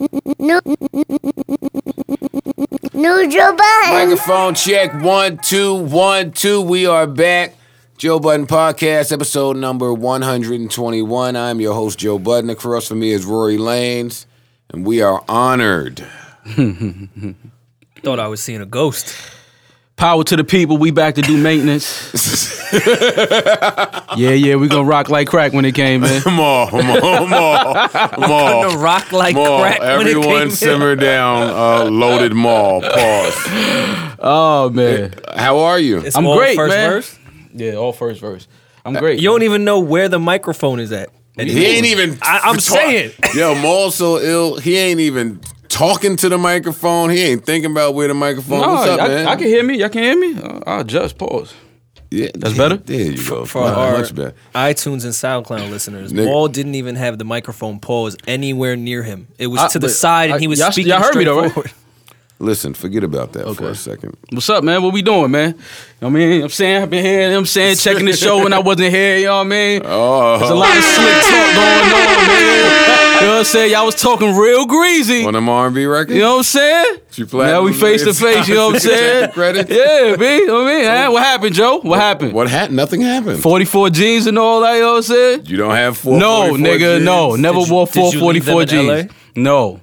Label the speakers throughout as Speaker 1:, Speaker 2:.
Speaker 1: No, no, Joe Biden.
Speaker 2: Microphone check one two one two. We are back. Joe Button Podcast, episode number one hundred and twenty-one. I'm your host Joe Button. Across from me is Rory Lanes, and we are honored.
Speaker 3: Thought I was seeing a ghost.
Speaker 4: Power to the people. We back to do maintenance. yeah, yeah, we gonna rock like crack when it came in.
Speaker 2: Come on, come on, come on, come on.
Speaker 4: Oh,
Speaker 3: The rock like
Speaker 2: Maul,
Speaker 3: crack when it
Speaker 2: everyone
Speaker 3: came in.
Speaker 2: simmer down. Uh, loaded mall. Pause.
Speaker 4: Oh man,
Speaker 2: How are you?
Speaker 3: It's
Speaker 4: I'm
Speaker 3: all
Speaker 4: great,
Speaker 3: first
Speaker 4: man.
Speaker 3: verse.
Speaker 4: yeah, all first verse. I'm great.
Speaker 3: You don't even know where the microphone is at. And
Speaker 2: He ain't even.
Speaker 3: I- I'm saying.
Speaker 2: Yo, Maul's so ill. He ain't even talking to the microphone. He ain't thinking about where the microphone.
Speaker 4: No,
Speaker 2: What's up,
Speaker 4: Oh, I,
Speaker 2: man?
Speaker 4: I can hear me. Y'all can hear me. Uh, I'll just pause.
Speaker 2: Yeah,
Speaker 4: That's better?
Speaker 2: There you go.
Speaker 3: for
Speaker 2: Nah,
Speaker 3: our
Speaker 2: much better.
Speaker 3: iTunes and SoundCloud listeners,
Speaker 2: Nigga.
Speaker 3: Wall didn't even have the microphone paused anywhere near him. It was
Speaker 4: I-
Speaker 3: to the
Speaker 4: but
Speaker 3: side,
Speaker 4: I-
Speaker 3: and he was
Speaker 4: y'all-
Speaker 3: speaking
Speaker 4: y'all heard me
Speaker 3: straight
Speaker 4: though, right?
Speaker 3: forward.
Speaker 2: Listen, forget about that for
Speaker 4: Okay.
Speaker 2: a second.
Speaker 4: What's up, man? What we doing, man? You know what I mean? You know what I'm saying I've been here, you know what I'm saying checking the show when I wasn't here, you know what I mean?
Speaker 2: Oh,
Speaker 4: There's a lot of slick talk going on, man. You know what I'm saying? Y'all was talking real greasy.
Speaker 2: on them R&B records.
Speaker 4: You know what I'm saying?
Speaker 2: She
Speaker 4: now
Speaker 2: platinum
Speaker 4: we face to
Speaker 2: mixed.
Speaker 4: face. You know what I'm saying?
Speaker 2: Credits.
Speaker 4: Yeah, B. You know what I mean? Huh? What happened, Joe? What happened?
Speaker 2: What happened? Nothing happened.
Speaker 4: 44 jeans and all that. You know what I'm saying?
Speaker 2: you don't have four.
Speaker 4: No,
Speaker 2: 44
Speaker 4: nigga,
Speaker 2: jeans?
Speaker 4: no. Never
Speaker 3: Did you-
Speaker 4: wore
Speaker 3: did you leave
Speaker 4: 444
Speaker 3: them in
Speaker 4: jeans. No.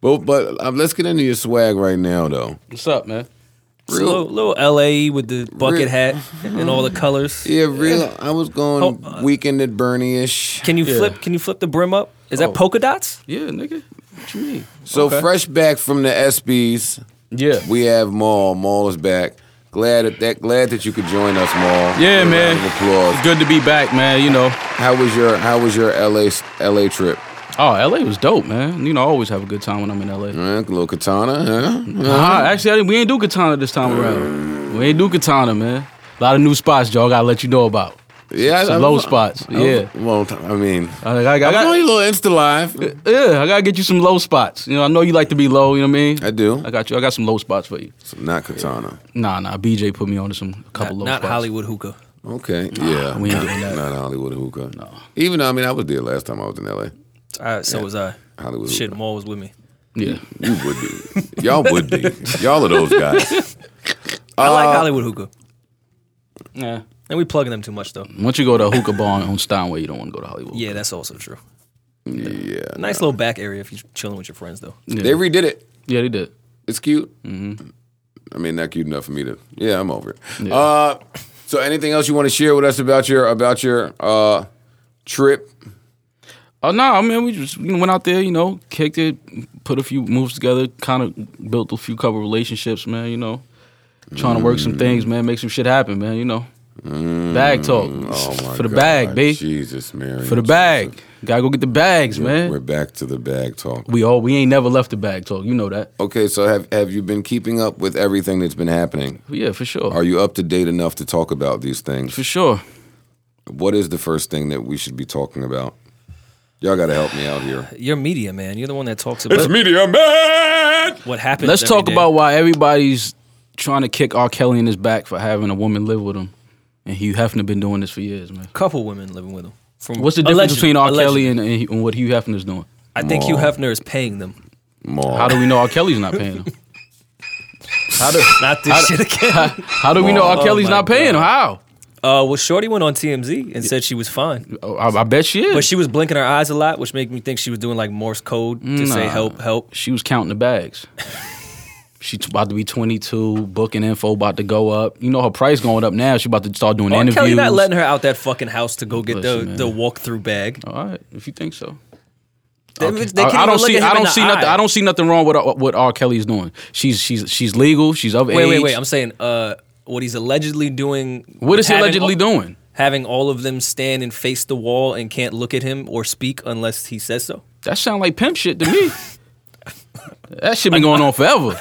Speaker 2: But but um, let's get into your swag right now, though.
Speaker 4: What's up, man?
Speaker 3: It's a little, little LA with the bucket
Speaker 2: Real-
Speaker 3: hat and all the colors.
Speaker 2: Yeah, real. I was going
Speaker 3: Oh, uh,
Speaker 2: weekend at Bernie ish.
Speaker 3: Can you
Speaker 4: Yeah.
Speaker 3: flip? Can you flip the brim up? Is that
Speaker 4: Oh.
Speaker 3: polka dots?
Speaker 4: Yeah, nigga. What you mean?
Speaker 2: So
Speaker 4: Okay.
Speaker 2: fresh back from the SBs,
Speaker 4: Yeah.
Speaker 2: we have Maul. Maul is back. Glad that, that glad that you could join us, Maul. A
Speaker 4: Yeah,
Speaker 2: round
Speaker 4: man.
Speaker 2: of applause.
Speaker 4: It's good to be back, man. You know.
Speaker 2: How was your How was your LA s- LA trip?
Speaker 4: Oh, LA was dope, man. You know, I always have a good time when I'm in LA.
Speaker 2: Huh? little katana, huh?
Speaker 4: Nah, actually, I didn't, we ain't do Katana this time around. We ain't do Katana, man. A lot of new spots, Joe. I gotta let you know about.
Speaker 2: Yeah,
Speaker 4: Some low spots,
Speaker 2: I was- Oh,
Speaker 4: yeah.
Speaker 2: Well, t- I mean,
Speaker 4: I, I, I
Speaker 2: I got
Speaker 4: got,
Speaker 2: only a little Insta live.
Speaker 4: Yeah, I gotta get you some low spots. You know, I know you like to be low. You know what I mean?
Speaker 2: I do.
Speaker 4: I got you. I got some low spots for you.
Speaker 2: So not katana.
Speaker 4: Nah, nah. BJ put me on to some a
Speaker 3: Not,
Speaker 4: couple low
Speaker 3: not
Speaker 4: spots.
Speaker 3: Hollywood hookah.
Speaker 2: Okay. yeah.
Speaker 4: we ain't
Speaker 2: Not-
Speaker 4: doing that.
Speaker 2: Not Hollywood hookah. No. Even though I mean I was there last time I was in LA.
Speaker 3: Uh, so was I.
Speaker 2: Hollywood
Speaker 3: Shit,
Speaker 2: hookah.
Speaker 3: Maul was with me.
Speaker 4: Yeah.
Speaker 2: You would be. Y'all would be. Y'all are those guys.
Speaker 4: Uh,
Speaker 3: I like Hollywood hookah.
Speaker 4: Yeah.
Speaker 3: And we plugging them too much though.
Speaker 4: Once you go to a hookah bar on Steinway, you don't want to go to Hollywood.
Speaker 3: Yeah, that's also true.
Speaker 2: Yeah.
Speaker 3: Nice little back area if you're chilling with your friends though.
Speaker 4: Yeah,
Speaker 2: They redid it.
Speaker 4: yeah they did.
Speaker 2: It's cute. Mm-hmm. I mean, not cute enough for me to. Yeah, I'm over it. Uh, so, anything else you want to share with us about your about your uh, trip?
Speaker 4: Oh no, I mean we just you know, went out there, you know, kicked it, put a few moves together, kind of built a few couple relationships, man. You know, trying to work some things,
Speaker 2: Mm.
Speaker 4: man, make some shit happen, man. You know, bag talk for the
Speaker 2: Oh God.
Speaker 4: bag, B.
Speaker 2: Jesus, Mary.
Speaker 4: For the bag, gotta go get the bags, man.
Speaker 2: We're back to the bag talk.
Speaker 4: We all we ain't never left the bag talk. You know that.
Speaker 2: Okay, so have have you been keeping up with everything that's been happening?
Speaker 4: Yeah, for sure.
Speaker 2: Are you up to date enough to talk about these things?
Speaker 4: for sure.
Speaker 2: What is the first thing that we should be talking about? Y'all got to help me out here.
Speaker 3: You're media, man. You're the one that talks about
Speaker 2: media man.
Speaker 3: what happens.
Speaker 4: Let's
Speaker 3: every
Speaker 4: talk
Speaker 3: day.
Speaker 4: about why everybody's trying to kick R. Kelly in his back for having a woman live with him. And Hugh Hefner been doing this for years, man.
Speaker 3: couple women living with him. From
Speaker 4: What's the difference
Speaker 3: allegedly-
Speaker 4: between R.
Speaker 3: allegedly.
Speaker 4: Kelly and, and, and what Hugh Hefner's doing?
Speaker 3: I think Hugh
Speaker 2: Maul.
Speaker 3: Hefner is paying them.
Speaker 4: How do we know R. Kelly's not paying him? How do,
Speaker 3: Not this shit again.
Speaker 4: how do we know R.
Speaker 3: Oh
Speaker 4: Kelly's
Speaker 3: my
Speaker 4: not paying him? How?
Speaker 3: Uh, well, Shorty went on TMZ and said she was fine,
Speaker 4: Oh, I, I bet she is.
Speaker 3: but she was blinking her eyes a lot, which made me think she was doing like Morse code to say
Speaker 4: Nah.
Speaker 3: help, help.
Speaker 4: she was counting the bags. She's about to be 22, booking info about to go up. You know her price going up now. She about to start doing
Speaker 3: R.
Speaker 4: interviews.
Speaker 3: Kelly not letting her out that fucking house to go get
Speaker 4: Listen,
Speaker 3: the,
Speaker 4: man.
Speaker 3: the walk through bag.
Speaker 4: All right, if you think so.
Speaker 3: They- they
Speaker 4: I,
Speaker 3: can't
Speaker 4: I
Speaker 3: even
Speaker 4: don't
Speaker 3: look
Speaker 4: see.
Speaker 3: at him
Speaker 4: I
Speaker 3: in
Speaker 4: don't
Speaker 3: the
Speaker 4: see nothing.
Speaker 3: eye.
Speaker 4: I don't see nothing wrong with uh, what R. Kelly's doing. She's she's she's legal. She's of
Speaker 3: Wait,
Speaker 4: age.
Speaker 3: wait, wait. I'm saying uh, what he's allegedly doing.
Speaker 4: What
Speaker 3: with
Speaker 4: is he
Speaker 3: having
Speaker 4: allegedly
Speaker 3: all-
Speaker 4: doing?
Speaker 3: Having all of them stand and face the wall and can't look at him or speak unless he says so.
Speaker 4: That sound like pimp shit to me. that shit been going on forever.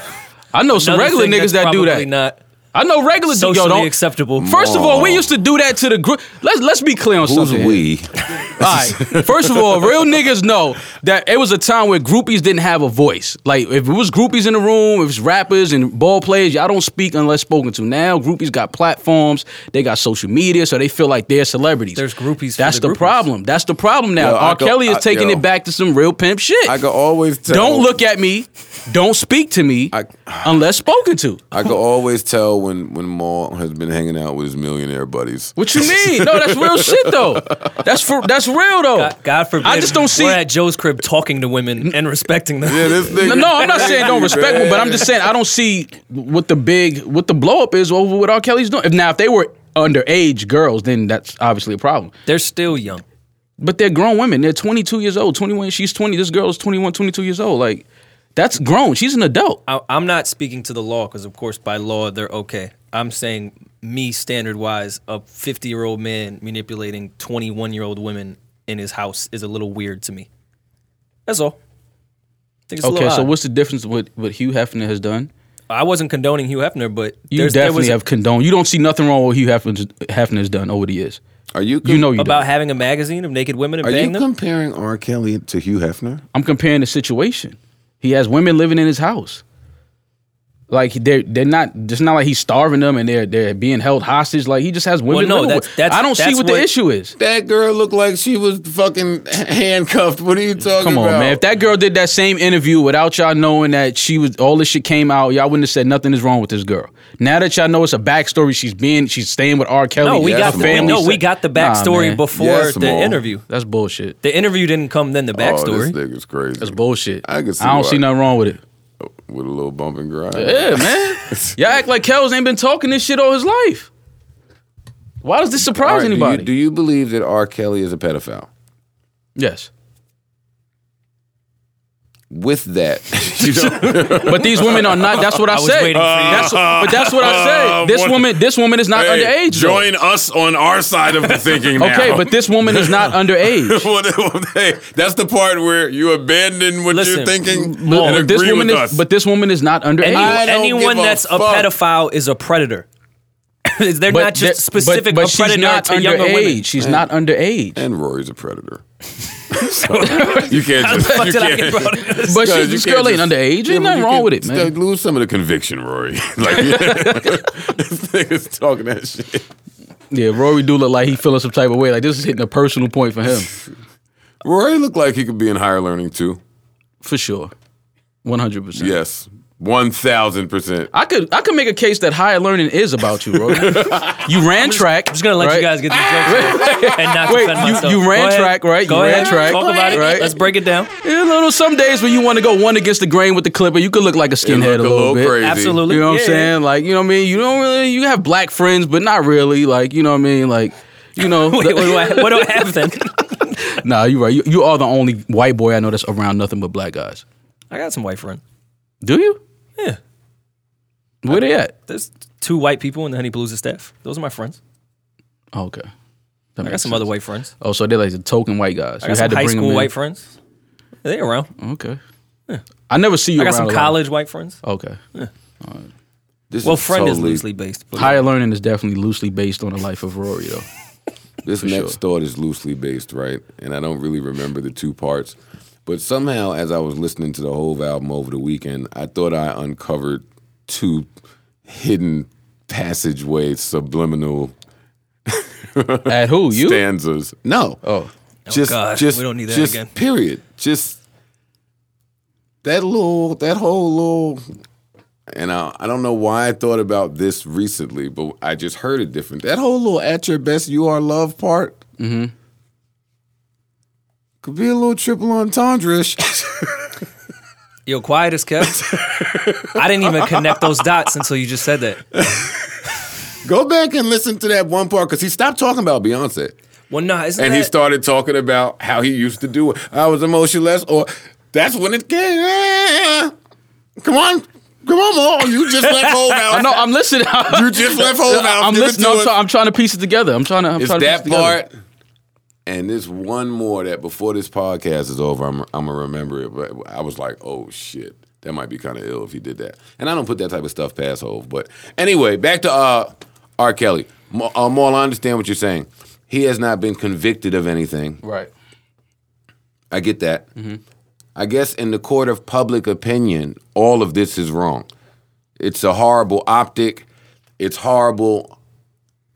Speaker 4: I know some
Speaker 3: Another
Speaker 4: regular
Speaker 3: thing that's
Speaker 4: niggas that do
Speaker 3: probably
Speaker 4: that.
Speaker 3: Not
Speaker 4: I know regular dude. Yo,
Speaker 3: Socially
Speaker 4: don't.
Speaker 3: acceptable.
Speaker 4: First of all, we used to do that to the group. Let's let's be clear on
Speaker 2: Who's
Speaker 4: something. here.
Speaker 2: we?
Speaker 4: All right. First of all, real niggas know that it was a time where groupies didn't have a voice. Like if it was groupies in the room, if it's rappers and ball players, y'all don't speak unless spoken to. Now groupies got platforms, they got social media, so they feel like they're celebrities.
Speaker 3: There's groupies for
Speaker 4: That's
Speaker 3: the
Speaker 4: the,
Speaker 3: groupies.
Speaker 4: problem. That's the problem now.
Speaker 2: Yo, I
Speaker 4: R.
Speaker 2: go-
Speaker 4: Kelly is
Speaker 2: I-
Speaker 4: taking
Speaker 2: yo.
Speaker 4: it back to some real pimp shit.
Speaker 2: I can always tell.
Speaker 4: don't look at me. Don't speak to me
Speaker 2: I-
Speaker 4: unless spoken to.
Speaker 2: I can always tell when when Maul has been hanging out with his millionaire buddies.
Speaker 4: What you mean? No, that's real shit though. That's for that's real though.
Speaker 3: God, God forbid.
Speaker 4: I just don't see.
Speaker 3: We're at Joe's crib talking to women and respecting them.
Speaker 2: Yeah, this nigga.
Speaker 4: No, no, I'm not saying don't respect me, but I'm just saying I don't see what the big what the blow up is over what R. Kelly's doing. If now if they were underage girls, then that's obviously a problem.
Speaker 3: They're still young.
Speaker 4: But they're grown women. They're 22 years old, 21. She's 20. This girl is 21, 22 years old. Like that's grown. She's an adult.
Speaker 3: I, I'm not speaking to the law because, of course, by law they're okay. I'm saying me standard wise, a 50 year old man manipulating 21 year old women in his house is a little weird to me. That's all. I think it's a
Speaker 4: Okay,
Speaker 3: little
Speaker 4: so
Speaker 3: odd.
Speaker 4: what's the difference with what Hugh Hefner has done?
Speaker 3: I wasn't condoning Hugh Hefner, but
Speaker 4: You
Speaker 3: there's- there
Speaker 4: definitely
Speaker 3: was
Speaker 4: have condoned. You don't see nothing wrong with Hugh Hefner's, Hefner's done over the years.
Speaker 2: Are you
Speaker 4: You know you
Speaker 3: about
Speaker 4: don't.
Speaker 3: having a magazine of naked women and
Speaker 2: Are you
Speaker 3: banging them.
Speaker 2: comparing R. Kelly to Hugh Hefner?
Speaker 4: I'm comparing the situation. He has women living in his house. Like they're they're not. It's not like he's starving them and they're they're being held hostage. Like he just has women.
Speaker 3: no,
Speaker 4: living
Speaker 3: that's-
Speaker 4: with-
Speaker 3: that's-
Speaker 4: I don't see
Speaker 3: that's
Speaker 4: what, the
Speaker 3: what-
Speaker 4: issue is.
Speaker 2: That girl looked like she was fucking handcuffed. What are you talking
Speaker 4: Come on,
Speaker 2: about?
Speaker 4: man. If that girl did that same interview without y'all knowing that she was all this shit came out, y'all wouldn't have said nothing is wrong with this girl. Now that y'all know it's a backstory, she's being she's staying with R. Kelly.
Speaker 3: No, we
Speaker 2: Yeah,
Speaker 3: got
Speaker 2: that's
Speaker 3: the,
Speaker 2: Maul.
Speaker 3: no,
Speaker 4: se-
Speaker 3: we got the
Speaker 4: Nah,
Speaker 3: backstory
Speaker 4: man.
Speaker 3: before
Speaker 2: Yes,
Speaker 3: the
Speaker 2: Maul.
Speaker 3: interview.
Speaker 4: That's bullshit.
Speaker 3: The interview didn't come then. The
Speaker 2: Oh, this
Speaker 3: backstory.
Speaker 2: nigga's crazy.
Speaker 4: That's bullshit.
Speaker 2: I can see
Speaker 4: don't
Speaker 2: why.
Speaker 4: see nothing wrong with it.
Speaker 2: With a little bump and grind.
Speaker 4: Yeah, man. Y'all act like Kells ain't been talking this shit all his life. Why does this
Speaker 2: All
Speaker 4: surprise
Speaker 2: right, do you-
Speaker 4: anybody?
Speaker 2: Do you, believe that R. Kelly is a pedophile?
Speaker 4: yes.
Speaker 2: With that, you don't-
Speaker 4: But these women are not. That's what I,
Speaker 3: was
Speaker 4: said.
Speaker 3: waiting for you. Uh,
Speaker 4: That's, but that's what I said. This
Speaker 5: what-
Speaker 4: woman, this woman is not
Speaker 5: Hey,
Speaker 4: underage. though.
Speaker 5: Join us on our side of the thinking now.
Speaker 4: Okay, but this woman is not underage.
Speaker 5: Hey, that's the part where you abandon what
Speaker 3: Listen,
Speaker 5: you're thinking
Speaker 4: But,
Speaker 5: and
Speaker 4: but this
Speaker 5: agree
Speaker 4: woman
Speaker 5: with
Speaker 4: is,
Speaker 5: us.
Speaker 4: but this woman is not underage.
Speaker 3: Any-
Speaker 2: I don't
Speaker 3: anyone
Speaker 2: give a
Speaker 3: that's a
Speaker 2: fuck.
Speaker 3: pedophile is a predator. They're
Speaker 4: But
Speaker 3: not
Speaker 4: that-
Speaker 3: just specific
Speaker 4: But, but
Speaker 3: a predator
Speaker 4: she's not
Speaker 3: to younger women.
Speaker 4: underage. She's not underage.
Speaker 2: and Rory's a predator.
Speaker 5: you can't
Speaker 3: How the
Speaker 5: just.
Speaker 3: fuck
Speaker 5: you
Speaker 3: did I
Speaker 5: can't-
Speaker 3: get brought into this?
Speaker 4: But
Speaker 5: Cuz
Speaker 4: she,
Speaker 5: you
Speaker 4: this
Speaker 5: can't
Speaker 4: girl ain't
Speaker 5: just-
Speaker 4: underage.
Speaker 2: Yeah, but
Speaker 4: Ain't nothing
Speaker 2: you
Speaker 4: wrong
Speaker 2: can
Speaker 4: with it,
Speaker 2: still
Speaker 4: man.
Speaker 2: Lose some of the conviction, Rory. like this nigga's talking that shit.
Speaker 4: Yeah, Rory do look like he feeling some type of way. Like this is hitting a personal point for him,
Speaker 2: Rory looked like he could be in higher learning too.
Speaker 4: for sure, one hundred percent.
Speaker 2: Yes, one thousand percent.
Speaker 4: I could I could make a case that higher learning is about you, Rory. you ran track.
Speaker 3: I'm just gonna let you guys get the jokes out and not
Speaker 4: Wait,
Speaker 3: defend
Speaker 4: you-
Speaker 3: myself.
Speaker 4: you ran
Speaker 3: Go ahead.
Speaker 4: track, right? You
Speaker 3: Go
Speaker 4: ran
Speaker 3: ahead.
Speaker 4: track,
Speaker 3: Talk about it.
Speaker 4: right?
Speaker 3: Let's break it down.
Speaker 4: Yeah, little, some days when you want to go one against the grain with the clipper, you could look like a
Speaker 2: It
Speaker 4: skinhead
Speaker 2: looked
Speaker 4: a little, bit.
Speaker 2: crazy.
Speaker 3: Absolutely.
Speaker 4: You know what
Speaker 3: Yeah.
Speaker 4: I'm saying? Like, you know what I mean? You don't really you have black friends, but not really. Like, you know what I mean? Like, you know,
Speaker 3: Wait, what do I, what do I have then?
Speaker 4: nah, you're right. You, you are the only white boy I know that's around nothing but black guys.
Speaker 3: I got some white friends.
Speaker 4: Do you?
Speaker 3: Yeah,
Speaker 4: Where they at?
Speaker 3: there's two white people in the Honey Blues staff. Those are my friends.
Speaker 4: Oh, okay.
Speaker 3: I got
Speaker 4: That makes
Speaker 3: some
Speaker 4: sense.
Speaker 3: other white friends.
Speaker 4: Oh, so they're like the token white guys.
Speaker 3: I got some high school white
Speaker 4: friends.
Speaker 3: friends. They around.
Speaker 4: Okay. I never see you
Speaker 3: I got
Speaker 4: around
Speaker 3: some
Speaker 4: a lot.
Speaker 3: college white friends.
Speaker 4: Okay.
Speaker 2: This
Speaker 3: Well,
Speaker 2: is
Speaker 3: friend is
Speaker 2: totally-
Speaker 3: loosely based. but-
Speaker 4: Higher learning is definitely loosely based on the life of Rory, though.
Speaker 2: This next thought is loosely based, right? And I don't really remember the two parts. But somehow, as I was listening to the whole album over the weekend, I thought I uncovered two hidden passageway subliminal
Speaker 4: At who? You?
Speaker 2: stanzas. No.
Speaker 4: Oh.
Speaker 2: just,
Speaker 3: God,
Speaker 2: just,
Speaker 3: we don't need that
Speaker 2: just
Speaker 3: again.
Speaker 2: Period. Just that little, that whole little. And I, I don't know why I thought about this recently, but I just heard it different. That whole little "at your best, you are love" part
Speaker 3: Mm-hmm.
Speaker 2: could be a little triple entendre ish.
Speaker 3: Yo, quiet as kept. I didn't even connect those dots until you just said that.
Speaker 2: Go back and listen to that one part because he stopped talking about Beyonce
Speaker 3: Well, nah, isn't
Speaker 2: and
Speaker 3: that,
Speaker 2: he started talking about how he used to do it. I was emotionless, or that's when it came. Come on, come on, Maul. You just left home out.
Speaker 4: No, I'm listening.
Speaker 2: You just left home out.
Speaker 4: I'm
Speaker 2: Give it
Speaker 4: listening.
Speaker 2: to
Speaker 4: I'm,
Speaker 2: us.
Speaker 4: try- I'm trying to piece it together. I'm trying to. I'm
Speaker 2: It's
Speaker 4: trying
Speaker 2: that
Speaker 4: to piece it together.
Speaker 2: part. And there's one more that before this podcast is over, I'm I'm gonna remember it. But I was like, oh shit, That might be kind of ill if he did that. And I don't put that type of stuff past Hove. But anyway, back to uh, R. Kelly. Mo- uh, Maul, I understand what you're saying. He has not been convicted of anything.
Speaker 4: Right.
Speaker 2: I get that. I guess in the court of public opinion, all of this is wrong. It's a horrible optic. It's horrible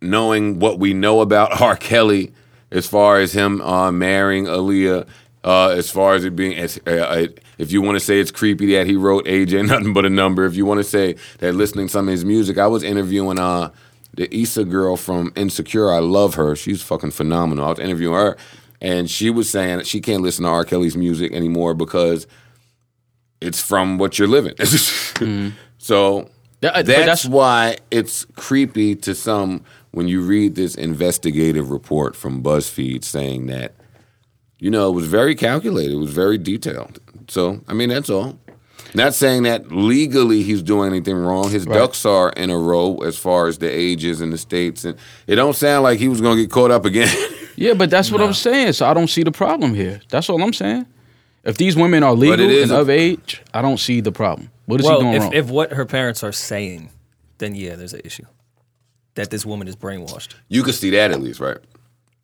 Speaker 2: knowing what we know about R. Kelly as far as him uh, marrying Aaliyah, uh, as far as it being, as, uh, uh, if you want to say it's creepy that he wrote AJ Nothing But a Number, if you want to say that listening to some of his music, I was interviewing uh, the Issa girl from Insecure. I love her. She's fucking phenomenal. I was interviewing her, and she was saying that she can't listen to R. Kelly's music anymore because it's from what you're living. So
Speaker 4: That- but
Speaker 2: that's,
Speaker 4: that's-
Speaker 2: why it's creepy to some when you read this investigative report from BuzzFeed saying that, you know, it was very calculated, it was very detailed. So, I mean, that's all. Not saying that legally he's doing anything wrong. His ducks are in a row as far as the ages and the states, and it don't sound like he was gonna get caught up again.
Speaker 4: Yeah, but that's what I'm saying. So I don't see the problem here. That's all I'm saying. If these women are
Speaker 2: it
Speaker 4: legal
Speaker 2: is
Speaker 4: and
Speaker 2: a-
Speaker 4: of age, I don't see the problem. What is he
Speaker 3: well,
Speaker 4: doing
Speaker 3: if,
Speaker 4: wrong?
Speaker 3: if what her parents are saying, then yeah, there's an issue that this woman is brainwashed.
Speaker 2: you could see that at least, right?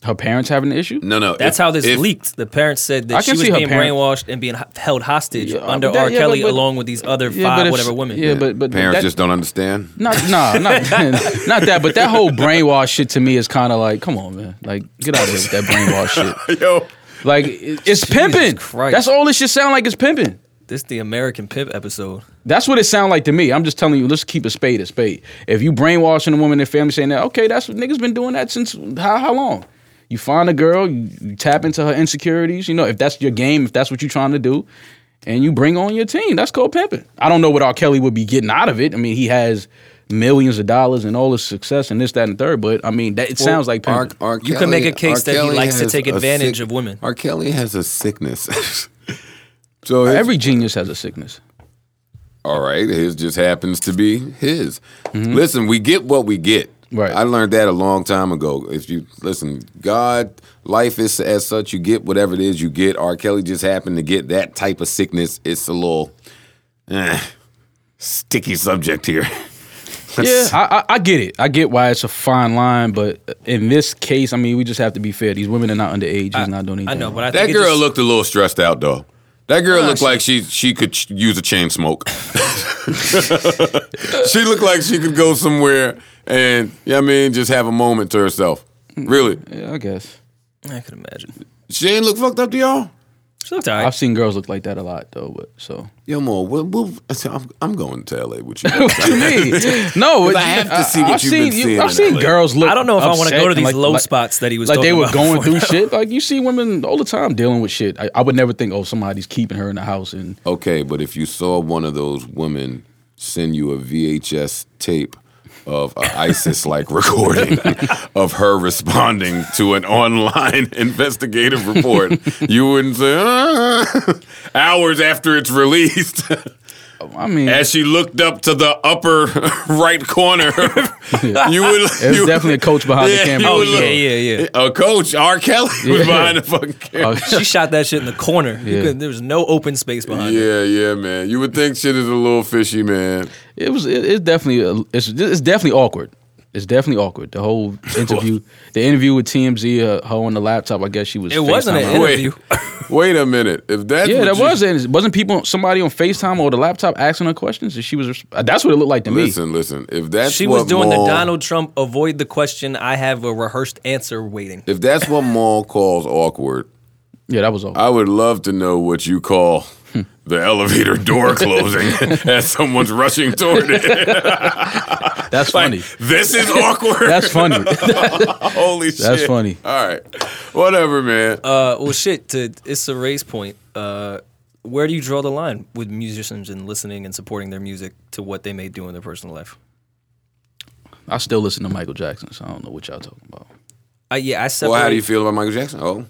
Speaker 4: Her parents having an issue?
Speaker 2: No, no.
Speaker 3: That's
Speaker 2: if-
Speaker 3: how this
Speaker 2: if-
Speaker 3: leaked. The parents said that
Speaker 4: I
Speaker 3: she
Speaker 4: can
Speaker 3: was
Speaker 4: see her
Speaker 3: being
Speaker 4: parent-
Speaker 3: brainwashed and being h- held hostage
Speaker 4: Yeah,
Speaker 3: under
Speaker 4: but that-
Speaker 3: R.
Speaker 4: yeah,
Speaker 3: Kelly
Speaker 4: but-
Speaker 3: along with these other
Speaker 4: Yeah,
Speaker 3: five
Speaker 4: if-
Speaker 3: whatever women.
Speaker 4: Yeah, but but
Speaker 2: Parents
Speaker 4: that,
Speaker 2: just don't understand.
Speaker 4: not nah, not not that. But that whole brainwash shit to me is kind of like, come on, man, like get out of here with that brainwash shit.
Speaker 5: Yo,
Speaker 4: Like it- it's pimping.
Speaker 3: Christ.
Speaker 4: That's all it should sound like. It's pimping.
Speaker 3: This the American Pimp episode.
Speaker 4: That's what it sound like to me. I'm just telling you, let's keep a spade a spade. If you brainwashing a woman and their family saying that, okay, that's what niggas been doing that since how, how long? You find a girl, you, you tap into her insecurities, you know, if that's your game, if that's what you're trying to do, and you bring on your team. That's called pimping. I don't know what R. Kelly would be getting out of it. I mean, he has millions of dollars and all his success and this, that, and the third, but I mean that it sounds like pimping.
Speaker 2: R- R.
Speaker 3: You can make a case that he
Speaker 2: Kelly
Speaker 3: likes to
Speaker 2: has
Speaker 3: take
Speaker 2: a
Speaker 3: advantage of women.
Speaker 2: R. Kelly has a sickness. so his-
Speaker 4: Every genius has a sickness.
Speaker 2: all right, his just happens to be his.
Speaker 3: Mm-hmm.
Speaker 2: Listen, we get what we get.
Speaker 4: Right.
Speaker 2: I learned that a long time ago. If you listen, God, life is as such. You get whatever it is you get. R. Kelly just happened to get that type of sickness. It's a little eh, sticky subject here.
Speaker 4: Yeah, I, I, I get it. I get why it's a fine line, but in this case, I mean, we just have to be fair. These women are not underage. He's not doing anything.
Speaker 3: I know,
Speaker 4: wrong.
Speaker 3: but I
Speaker 2: That
Speaker 3: think it
Speaker 2: girl
Speaker 3: just-
Speaker 2: looked a little stressed out though. That girl
Speaker 4: Ah,
Speaker 2: looked
Speaker 4: she-
Speaker 2: like she she could ch- use a chain smoke. she looked like she could go somewhere and yeah, I mean just have a moment to herself. Really,
Speaker 4: Yeah, I guess
Speaker 3: I could imagine.
Speaker 2: she ain't look fucked up to y'all.
Speaker 3: She looked alright.
Speaker 4: I've seen girls look like that a lot though. But so
Speaker 2: Yo, Mo, what, what, I said, I'm I'm going to LA with you.
Speaker 4: to me, no,
Speaker 2: I have to see what
Speaker 4: I've
Speaker 2: you've
Speaker 4: seen,
Speaker 2: been seeing
Speaker 4: I've
Speaker 2: in
Speaker 4: seen
Speaker 2: LA.
Speaker 4: girls look.
Speaker 3: I don't know if I wanna
Speaker 4: upset
Speaker 3: go to
Speaker 4: and
Speaker 3: these
Speaker 4: like-
Speaker 3: low
Speaker 4: like-
Speaker 3: spots that he was
Speaker 4: like they
Speaker 3: talking
Speaker 4: were
Speaker 3: about
Speaker 4: going through
Speaker 3: before.
Speaker 4: shit. Like you see women all the time dealing with shit. I, I would never think, oh, somebody's keeping her in the house and
Speaker 2: okay, but if you saw one of those women send you a VHS tape of a ISIS-like recording of her responding to an online investigative report, you wouldn't say "Ah," hours after it's released.
Speaker 4: I mean,
Speaker 2: As she looked up to the upper right corner, you would.
Speaker 4: there's definitely a coach behind
Speaker 2: Yeah,
Speaker 4: the camera.
Speaker 2: you
Speaker 3: oh
Speaker 2: would
Speaker 3: yeah,
Speaker 2: look-
Speaker 3: yeah, yeah.
Speaker 2: a coach, R. Kelly, was
Speaker 4: Yeah.
Speaker 2: behind the fucking camera.
Speaker 4: Oh,
Speaker 3: She shot that shit in the corner. You
Speaker 4: Yeah.
Speaker 3: could- there was no open space behind it.
Speaker 2: Yeah, yeah, man. You would think shit is a little fishy, man.
Speaker 4: It was. It, it's definitely. A, it's. It's definitely awkward. It's definitely awkward. The whole interview. the interview with TMZ. Uh, her on the laptop. I guess she was.
Speaker 3: It wasn't an
Speaker 4: FaceTiming.
Speaker 3: interview.
Speaker 2: Wait a minute. If that's
Speaker 4: Yeah,
Speaker 2: what
Speaker 4: that
Speaker 2: you-
Speaker 4: was. And wasn't people somebody on Facetime or the laptop asking her questions? And she was. res- uh, That's what it looked like to me.
Speaker 2: Listen, listen. If that's
Speaker 3: She
Speaker 2: what
Speaker 3: was doing
Speaker 2: Maul-
Speaker 3: the Donald Trump avoid the question. I have a rehearsed answer waiting.
Speaker 2: If that's what Maul calls awkward,
Speaker 4: Yeah, that was awkward.
Speaker 2: I would love to know what you call the elevator door closing as someone's rushing toward it.
Speaker 4: That's funny.
Speaker 2: This is awkward.
Speaker 4: That's funny.
Speaker 2: Holy shit.
Speaker 4: That's funny.
Speaker 2: All right. Whatever, man.
Speaker 3: Uh, well, shit. To it's a race point. Uh, where do you draw the line with musicians and listening and supporting their music to what they may do in their personal life?
Speaker 4: I still listen to Michael Jackson, so I don't know what y'all talking about.
Speaker 3: I, yeah, I separate.
Speaker 2: well, how do you feel about Michael Jackson? Oh.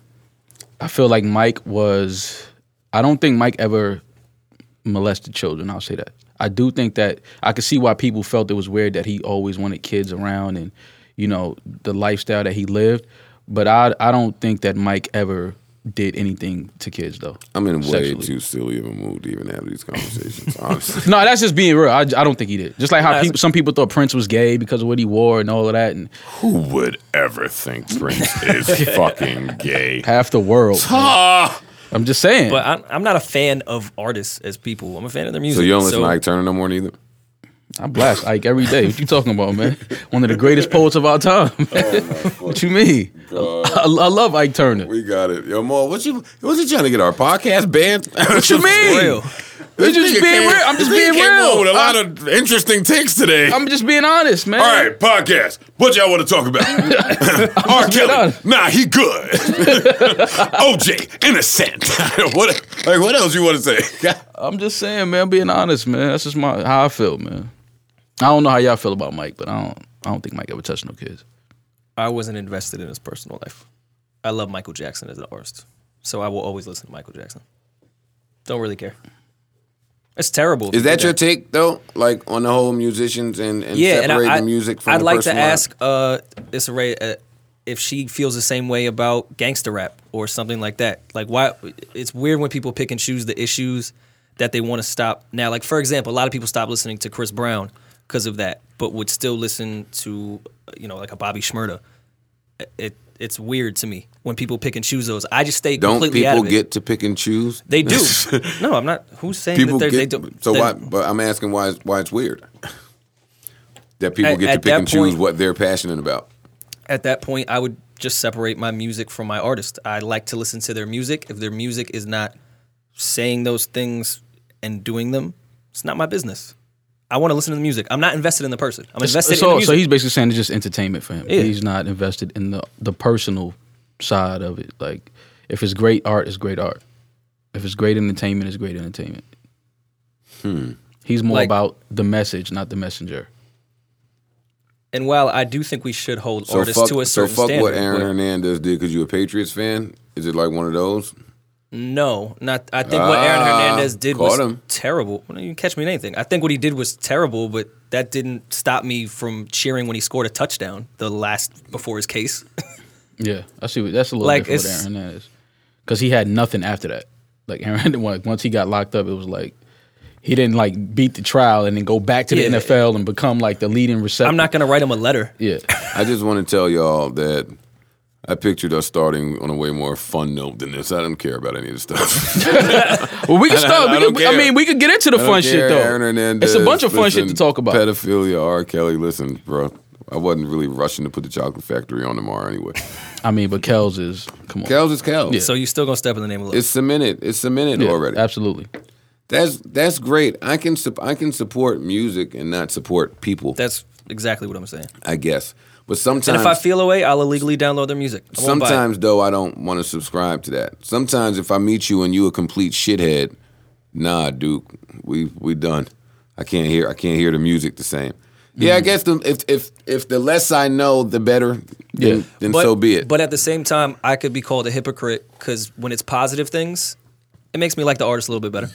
Speaker 4: I feel like Mike was. I don't think Mike ever molested children. I'll say that. I do think that I could see why people felt it was weird that he always wanted kids around and you know the lifestyle that he lived. But I I don't think that Mike ever did anything to kids though.
Speaker 2: I'm in way
Speaker 4: Sexually.
Speaker 2: too silly of a mood to even have these conversations. honestly,
Speaker 4: No, that's just being real. I, I don't think he did. Just like how
Speaker 3: Nah,
Speaker 4: people, some people thought Prince was gay because of what he wore and all of that, and
Speaker 5: Who would ever think Prince is fucking gay?
Speaker 4: half the world.
Speaker 5: Ah,
Speaker 4: I'm just saying.
Speaker 3: But I'm, I'm not a fan of artists as people. I'm a fan of their music.
Speaker 2: so you don't listen to Ike Turner no more neither.
Speaker 4: I blast Ike every day. What you talking about, man? One of the greatest poets of our time. what you mean? I, I love Ike Turner.
Speaker 2: We got it, yo, Mo. What you was he trying to get our podcast banned?
Speaker 4: What you mean?
Speaker 3: real.
Speaker 4: It's just being real. I'm just being real.
Speaker 5: with a lot
Speaker 4: I-
Speaker 5: of interesting takes today.
Speaker 4: I'm just being honest, man.
Speaker 5: All right, podcast. What y'all want to talk about? R. Kelly.
Speaker 4: honest.
Speaker 5: Nah, he good. OJ, innocent. what? Like, what else you want to say?
Speaker 4: I'm just saying, man. I'm being honest, man. That's just my how I feel, man. I don't know how y'all feel about Mike, but I don't. I don't think Mike ever touched no kids.
Speaker 3: I wasn't invested in his personal life. I love Michael Jackson as an artist, so I will always listen to Michael Jackson. Don't really care. It's terrible. if
Speaker 2: Is
Speaker 3: you
Speaker 2: that
Speaker 3: do
Speaker 2: your take though? Like on the whole musicians and, and
Speaker 3: yeah? And
Speaker 2: separate
Speaker 3: I,
Speaker 2: the music from
Speaker 3: I'd
Speaker 2: the
Speaker 3: like to
Speaker 2: personal life?
Speaker 3: ask uh, Issa Rae uh, if she feels the same way about gangster rap or something like that. Like why? It's weird when people pick and choose the issues that they want to stop. Now, like for example, a lot of people stop listening to Chris Brown because of that, but would still listen to you know like a Bobby Shmurda. It it's weird to me when people pick and choose those. I just stay
Speaker 2: Don't
Speaker 3: completely out
Speaker 2: people
Speaker 3: of it.
Speaker 2: get to pick and choose?
Speaker 3: They do. no, I'm not. Who's saying
Speaker 2: people
Speaker 3: that they're-
Speaker 2: get
Speaker 3: they don't?
Speaker 2: so
Speaker 3: they-
Speaker 2: why? But I'm asking why it's, why it's weird that people
Speaker 3: At-
Speaker 2: get to
Speaker 3: at
Speaker 2: pick
Speaker 3: that
Speaker 2: and choose
Speaker 3: point-
Speaker 2: what they're passionate about.
Speaker 3: At that point, I would just separate my music from my artist. I like to listen to their music. If their music is not saying those things and doing them, it's not my business. I want to listen to the music. I'm not invested in the person. I'm invested in the
Speaker 4: So,
Speaker 3: music.
Speaker 4: so he's basically saying it's just entertainment for him.
Speaker 3: Yeah.
Speaker 4: He's not invested in the the personal side of it. Like, if it's great art, it's great art. If it's great entertainment, it's great entertainment. He's
Speaker 3: Hmm.
Speaker 4: more
Speaker 3: Like-
Speaker 4: about the message, not the messenger.
Speaker 3: and while I do think we should hold
Speaker 2: So
Speaker 3: artists
Speaker 2: fuck,
Speaker 3: to a
Speaker 2: so
Speaker 3: certain
Speaker 2: fuck
Speaker 3: standard,
Speaker 2: what Aaron
Speaker 3: but
Speaker 2: Hernandez did because you a Patriots fan. Is it like one of those?
Speaker 3: No, not. I think what Aaron
Speaker 2: Ah,
Speaker 3: Hernandez did
Speaker 2: caught
Speaker 3: was
Speaker 2: him.
Speaker 3: terrible. Well, You can catch me in anything. I think what he did was terrible, but that didn't stop me from cheering when he scored a touchdown the last before his case.
Speaker 4: Yeah, I see. What, that's a little
Speaker 3: Like,
Speaker 4: different
Speaker 3: it's-
Speaker 4: with Aaron Hernandez because he had nothing after that. Like Aaron, like, once he got locked up, it was like he didn't like beat the trial and then go back to the
Speaker 3: Yeah.
Speaker 4: NFL and become like the leading receiver.
Speaker 3: I'm not gonna write him a letter.
Speaker 4: Yeah,
Speaker 2: I just want to tell y'all that I pictured us starting on a way more fun note than this. I don't care about any of this stuff.
Speaker 4: well, we can start.
Speaker 2: I
Speaker 4: we
Speaker 2: don't
Speaker 4: could, I
Speaker 2: care.
Speaker 4: mean, we could get into the
Speaker 2: I don't
Speaker 4: fun shit
Speaker 2: care,
Speaker 4: though.
Speaker 2: Aaron Hernandez,
Speaker 4: it's a bunch of fun shit to
Speaker 2: listen,
Speaker 4: talk about.
Speaker 2: Pedophilia, R. Kelly. Listen, bro, I wasn't really rushing to put the chocolate factory on tomorrow anyway.
Speaker 4: I mean, but Kells is come on.
Speaker 2: Kells is Kells.
Speaker 3: So you still gonna step in the name of love?
Speaker 2: It's cemented. It's cemented
Speaker 4: Yeah,
Speaker 2: already.
Speaker 4: Absolutely.
Speaker 2: That's that's great. I can sup- I can support music and not support people.
Speaker 3: That's exactly what I'm saying.
Speaker 2: I guess. But
Speaker 3: And
Speaker 2: sometimes
Speaker 3: if I feel away, I'll illegally download their music. I won't buy it.
Speaker 2: sometimes though I don't want to subscribe to that. Sometimes if I meet you and you a complete shithead, nah, Duke, we we done. I can't hear I can't hear the music the same. Yeah,
Speaker 3: Mm-hmm.
Speaker 2: I guess the, if if if the less I know, the better. Then,
Speaker 4: Yeah.
Speaker 2: then so be it.
Speaker 3: But at the same time, I could be called a hypocrite because when it's positive things, it makes me like the artist a little bit better.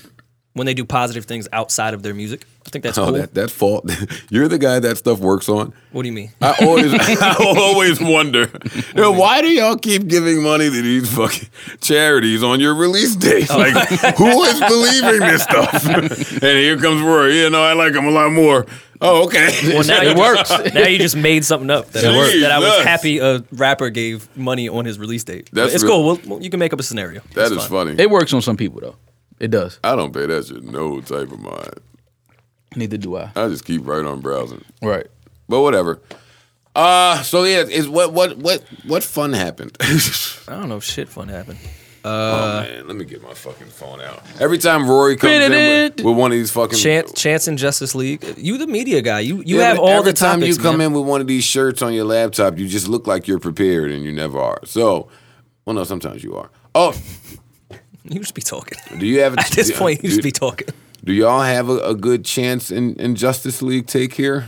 Speaker 3: When they do positive things outside of their music, I think that's
Speaker 2: oh,
Speaker 3: cool.
Speaker 2: that that fault. You're the guy that stuff works on.
Speaker 3: What do you mean?
Speaker 2: I always
Speaker 5: I will always wonder.
Speaker 2: Yo, why do y'all keep giving money to these fucking charities on your release date?
Speaker 5: Like, who is believing this stuff? and here comes Rory. You know, I like him a lot more. Oh, okay.
Speaker 3: Well, now
Speaker 4: It
Speaker 3: you
Speaker 4: works.
Speaker 3: Just, now you just made something up that, I was, that I was
Speaker 5: Jesus.
Speaker 3: happy a rapper gave money on his release date. But
Speaker 2: That's
Speaker 3: it's
Speaker 2: real-
Speaker 3: cool. Well, well, you can make up a scenario.
Speaker 2: That
Speaker 3: It's
Speaker 2: is
Speaker 3: fine.
Speaker 2: funny.
Speaker 4: It works on some people though. It does.
Speaker 2: I don't pay that shit no type of mind.
Speaker 4: Neither do I.
Speaker 2: I just keep right on browsing.
Speaker 4: Right.
Speaker 2: But whatever. Uh so yeah, is what what what what fun happened?
Speaker 3: I don't know if shit fun happened.
Speaker 2: oh man, let me get my fucking phone out. Every time Rory comes in with, with one of these fucking
Speaker 3: Chance, Chance and Justice League. You the media guy. You you
Speaker 2: Yeah,
Speaker 3: have
Speaker 2: but
Speaker 3: all
Speaker 2: every
Speaker 3: the
Speaker 2: time
Speaker 3: topics,
Speaker 2: you come
Speaker 3: man.
Speaker 2: in with one of these shirts on your laptop, you just look like you're prepared and you never are. So, well, no, sometimes you are. Oh,
Speaker 3: You just be talking.
Speaker 2: do you have a,
Speaker 3: At this
Speaker 2: do-
Speaker 3: point, you just
Speaker 2: do,
Speaker 3: be talking.
Speaker 2: do y'all have a, a good chance in, in Justice League take here?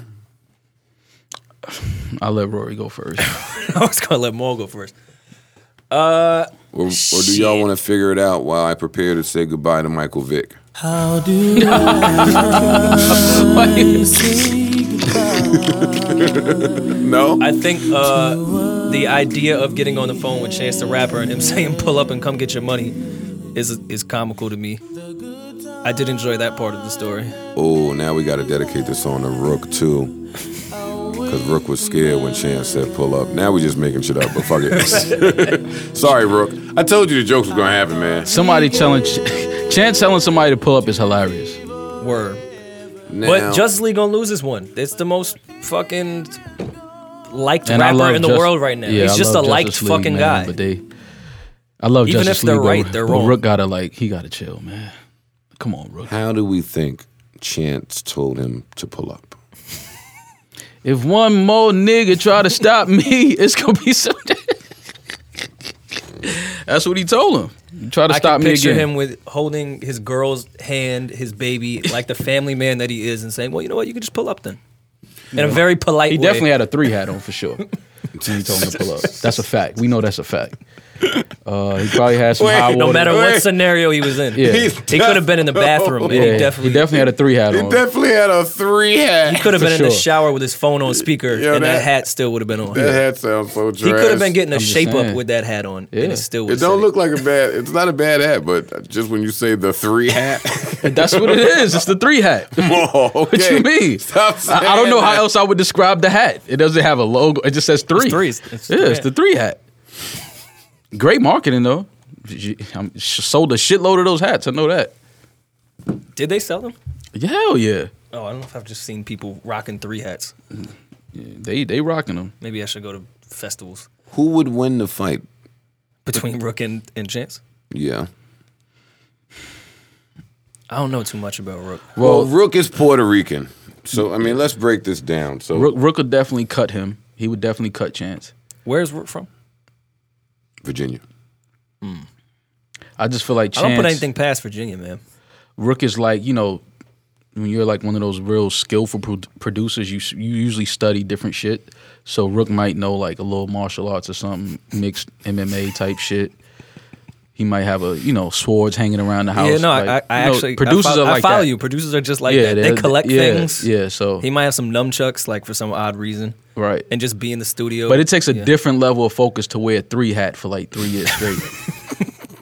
Speaker 4: I'll let Rory go first.
Speaker 3: I was gonna let Maul go first.
Speaker 2: Or, or do y'all want to figure it out while I prepare to say goodbye to Michael Vick?
Speaker 4: Like,
Speaker 2: No.
Speaker 3: I think uh, the idea of getting on the phone with Chance the Rapper and him saying "pull up and come get your money" is is comical to me. I did enjoy that part of the story.
Speaker 2: Oh, now we got to dedicate this song to Rook too. Because Rook was scared when Chance said pull up. Now we just making shit up, but fuck it. Sorry, Rook. I told you the jokes was going to happen, man.
Speaker 4: Somebody telling Ch- Chance telling somebody to pull up is hilarious.
Speaker 3: Word.
Speaker 2: Now,
Speaker 3: But Justice League gonna lose this one. It's the most fucking liked
Speaker 4: And I
Speaker 3: rapper
Speaker 4: love
Speaker 3: in the
Speaker 4: Jus-
Speaker 3: world right now.
Speaker 4: Yeah,
Speaker 3: He's
Speaker 4: I
Speaker 3: just a
Speaker 4: love
Speaker 3: liked
Speaker 4: Justice League,
Speaker 3: fucking
Speaker 4: man,
Speaker 3: guy.
Speaker 4: But they, I love
Speaker 3: Even
Speaker 4: Justice
Speaker 3: if they're
Speaker 4: League, but-
Speaker 3: right, they're
Speaker 4: but
Speaker 3: wrong.
Speaker 4: Rook gotta like he gotta chill, man. Come on, Rook.
Speaker 2: how do we think Chance told him to pull up?
Speaker 4: If one more nigga try to stop me, it's gonna be something. That's what he told him. Try to
Speaker 3: I
Speaker 4: stop
Speaker 3: can
Speaker 4: me
Speaker 3: picture
Speaker 4: again.
Speaker 3: him with holding his girl's hand, his baby, like the family man that he is, and saying, "Well, you know what? You can just pull up then." In a very polite
Speaker 4: he
Speaker 3: way.
Speaker 4: definitely had a three hat on for sure. Until you told him to pull up. That's a fact. We know that's a fact. Uh, he probably had some
Speaker 2: Wait,
Speaker 4: high water.
Speaker 2: no
Speaker 3: no matter
Speaker 2: Wait.
Speaker 3: what scenario he was in.
Speaker 4: Yeah.
Speaker 3: He
Speaker 4: He's
Speaker 3: could have been in the bathroom. and
Speaker 4: yeah,
Speaker 3: he definitely,
Speaker 4: had a three hat
Speaker 2: He
Speaker 4: on.
Speaker 2: definitely had a three hat.
Speaker 3: could have
Speaker 4: for
Speaker 3: been in the
Speaker 4: sure.
Speaker 3: shower with his phone on speaker,
Speaker 2: Yo,
Speaker 3: and that,
Speaker 2: that-
Speaker 3: hat still would have been on.
Speaker 2: That hat sounds so trash.
Speaker 3: He could have been getting a
Speaker 4: just
Speaker 3: shape up
Speaker 4: saying.
Speaker 3: with that hat on, and
Speaker 4: Yeah.
Speaker 3: it still
Speaker 2: It
Speaker 3: would.
Speaker 2: don't look like a bad. It's not a bad hat, but just when you say the three hat,
Speaker 4: That's what it is. It's the three hat.
Speaker 2: whoa.
Speaker 4: What
Speaker 2: okay.
Speaker 4: you mean?
Speaker 2: Stop
Speaker 4: I, I don't
Speaker 2: saying
Speaker 4: know how
Speaker 2: that.
Speaker 4: else I would describe the hat. It doesn't have a logo. It just says three.
Speaker 3: three. It's- it's
Speaker 4: yeah,
Speaker 3: three
Speaker 4: it's
Speaker 3: hat.
Speaker 4: the three hat. Great marketing though. J- I'm sh- sold a shitload of those hats. I know that.
Speaker 3: Did they sell them?
Speaker 4: Hell yeah.
Speaker 3: Oh, I don't know if I've just seen people rocking three hats.
Speaker 4: Yeah, They they rocking them.
Speaker 3: Maybe I should go to festivals
Speaker 2: Who would win the fight?
Speaker 3: between Rook and, and Chance.
Speaker 2: Yeah.
Speaker 3: I don't know too much about Rook.
Speaker 2: Well, Rook is Puerto Rican, so I mean, let's break this down. So
Speaker 4: Rook, Rook would definitely cut him. He would definitely cut Chance.
Speaker 3: Where's Rook from?
Speaker 2: Virginia.
Speaker 4: I just feel like Chance.
Speaker 3: I don't put anything past Virginia, man.
Speaker 4: Rook is like you know when you're like one of those real skillful pro- producers you s- you usually study different shit so rook might know like a little martial arts or something mixed mma type shit he might have a you know swords hanging around the house
Speaker 3: yeah, no, I-
Speaker 4: like,
Speaker 3: I, I
Speaker 4: you know,
Speaker 3: actually I
Speaker 4: producers
Speaker 3: fo-
Speaker 4: are like
Speaker 3: I follow
Speaker 4: that.
Speaker 3: you. Producers are just like
Speaker 4: Yeah,
Speaker 3: that. They
Speaker 4: they're-
Speaker 3: collect
Speaker 4: yeah,
Speaker 3: things.
Speaker 4: yeah, so-
Speaker 3: he might have some nunchucks, like for some odd reason,
Speaker 4: right
Speaker 3: and just be in the studio.
Speaker 4: but it takes a
Speaker 3: Yeah.
Speaker 4: different level of focus to wear a three hat for like three years straight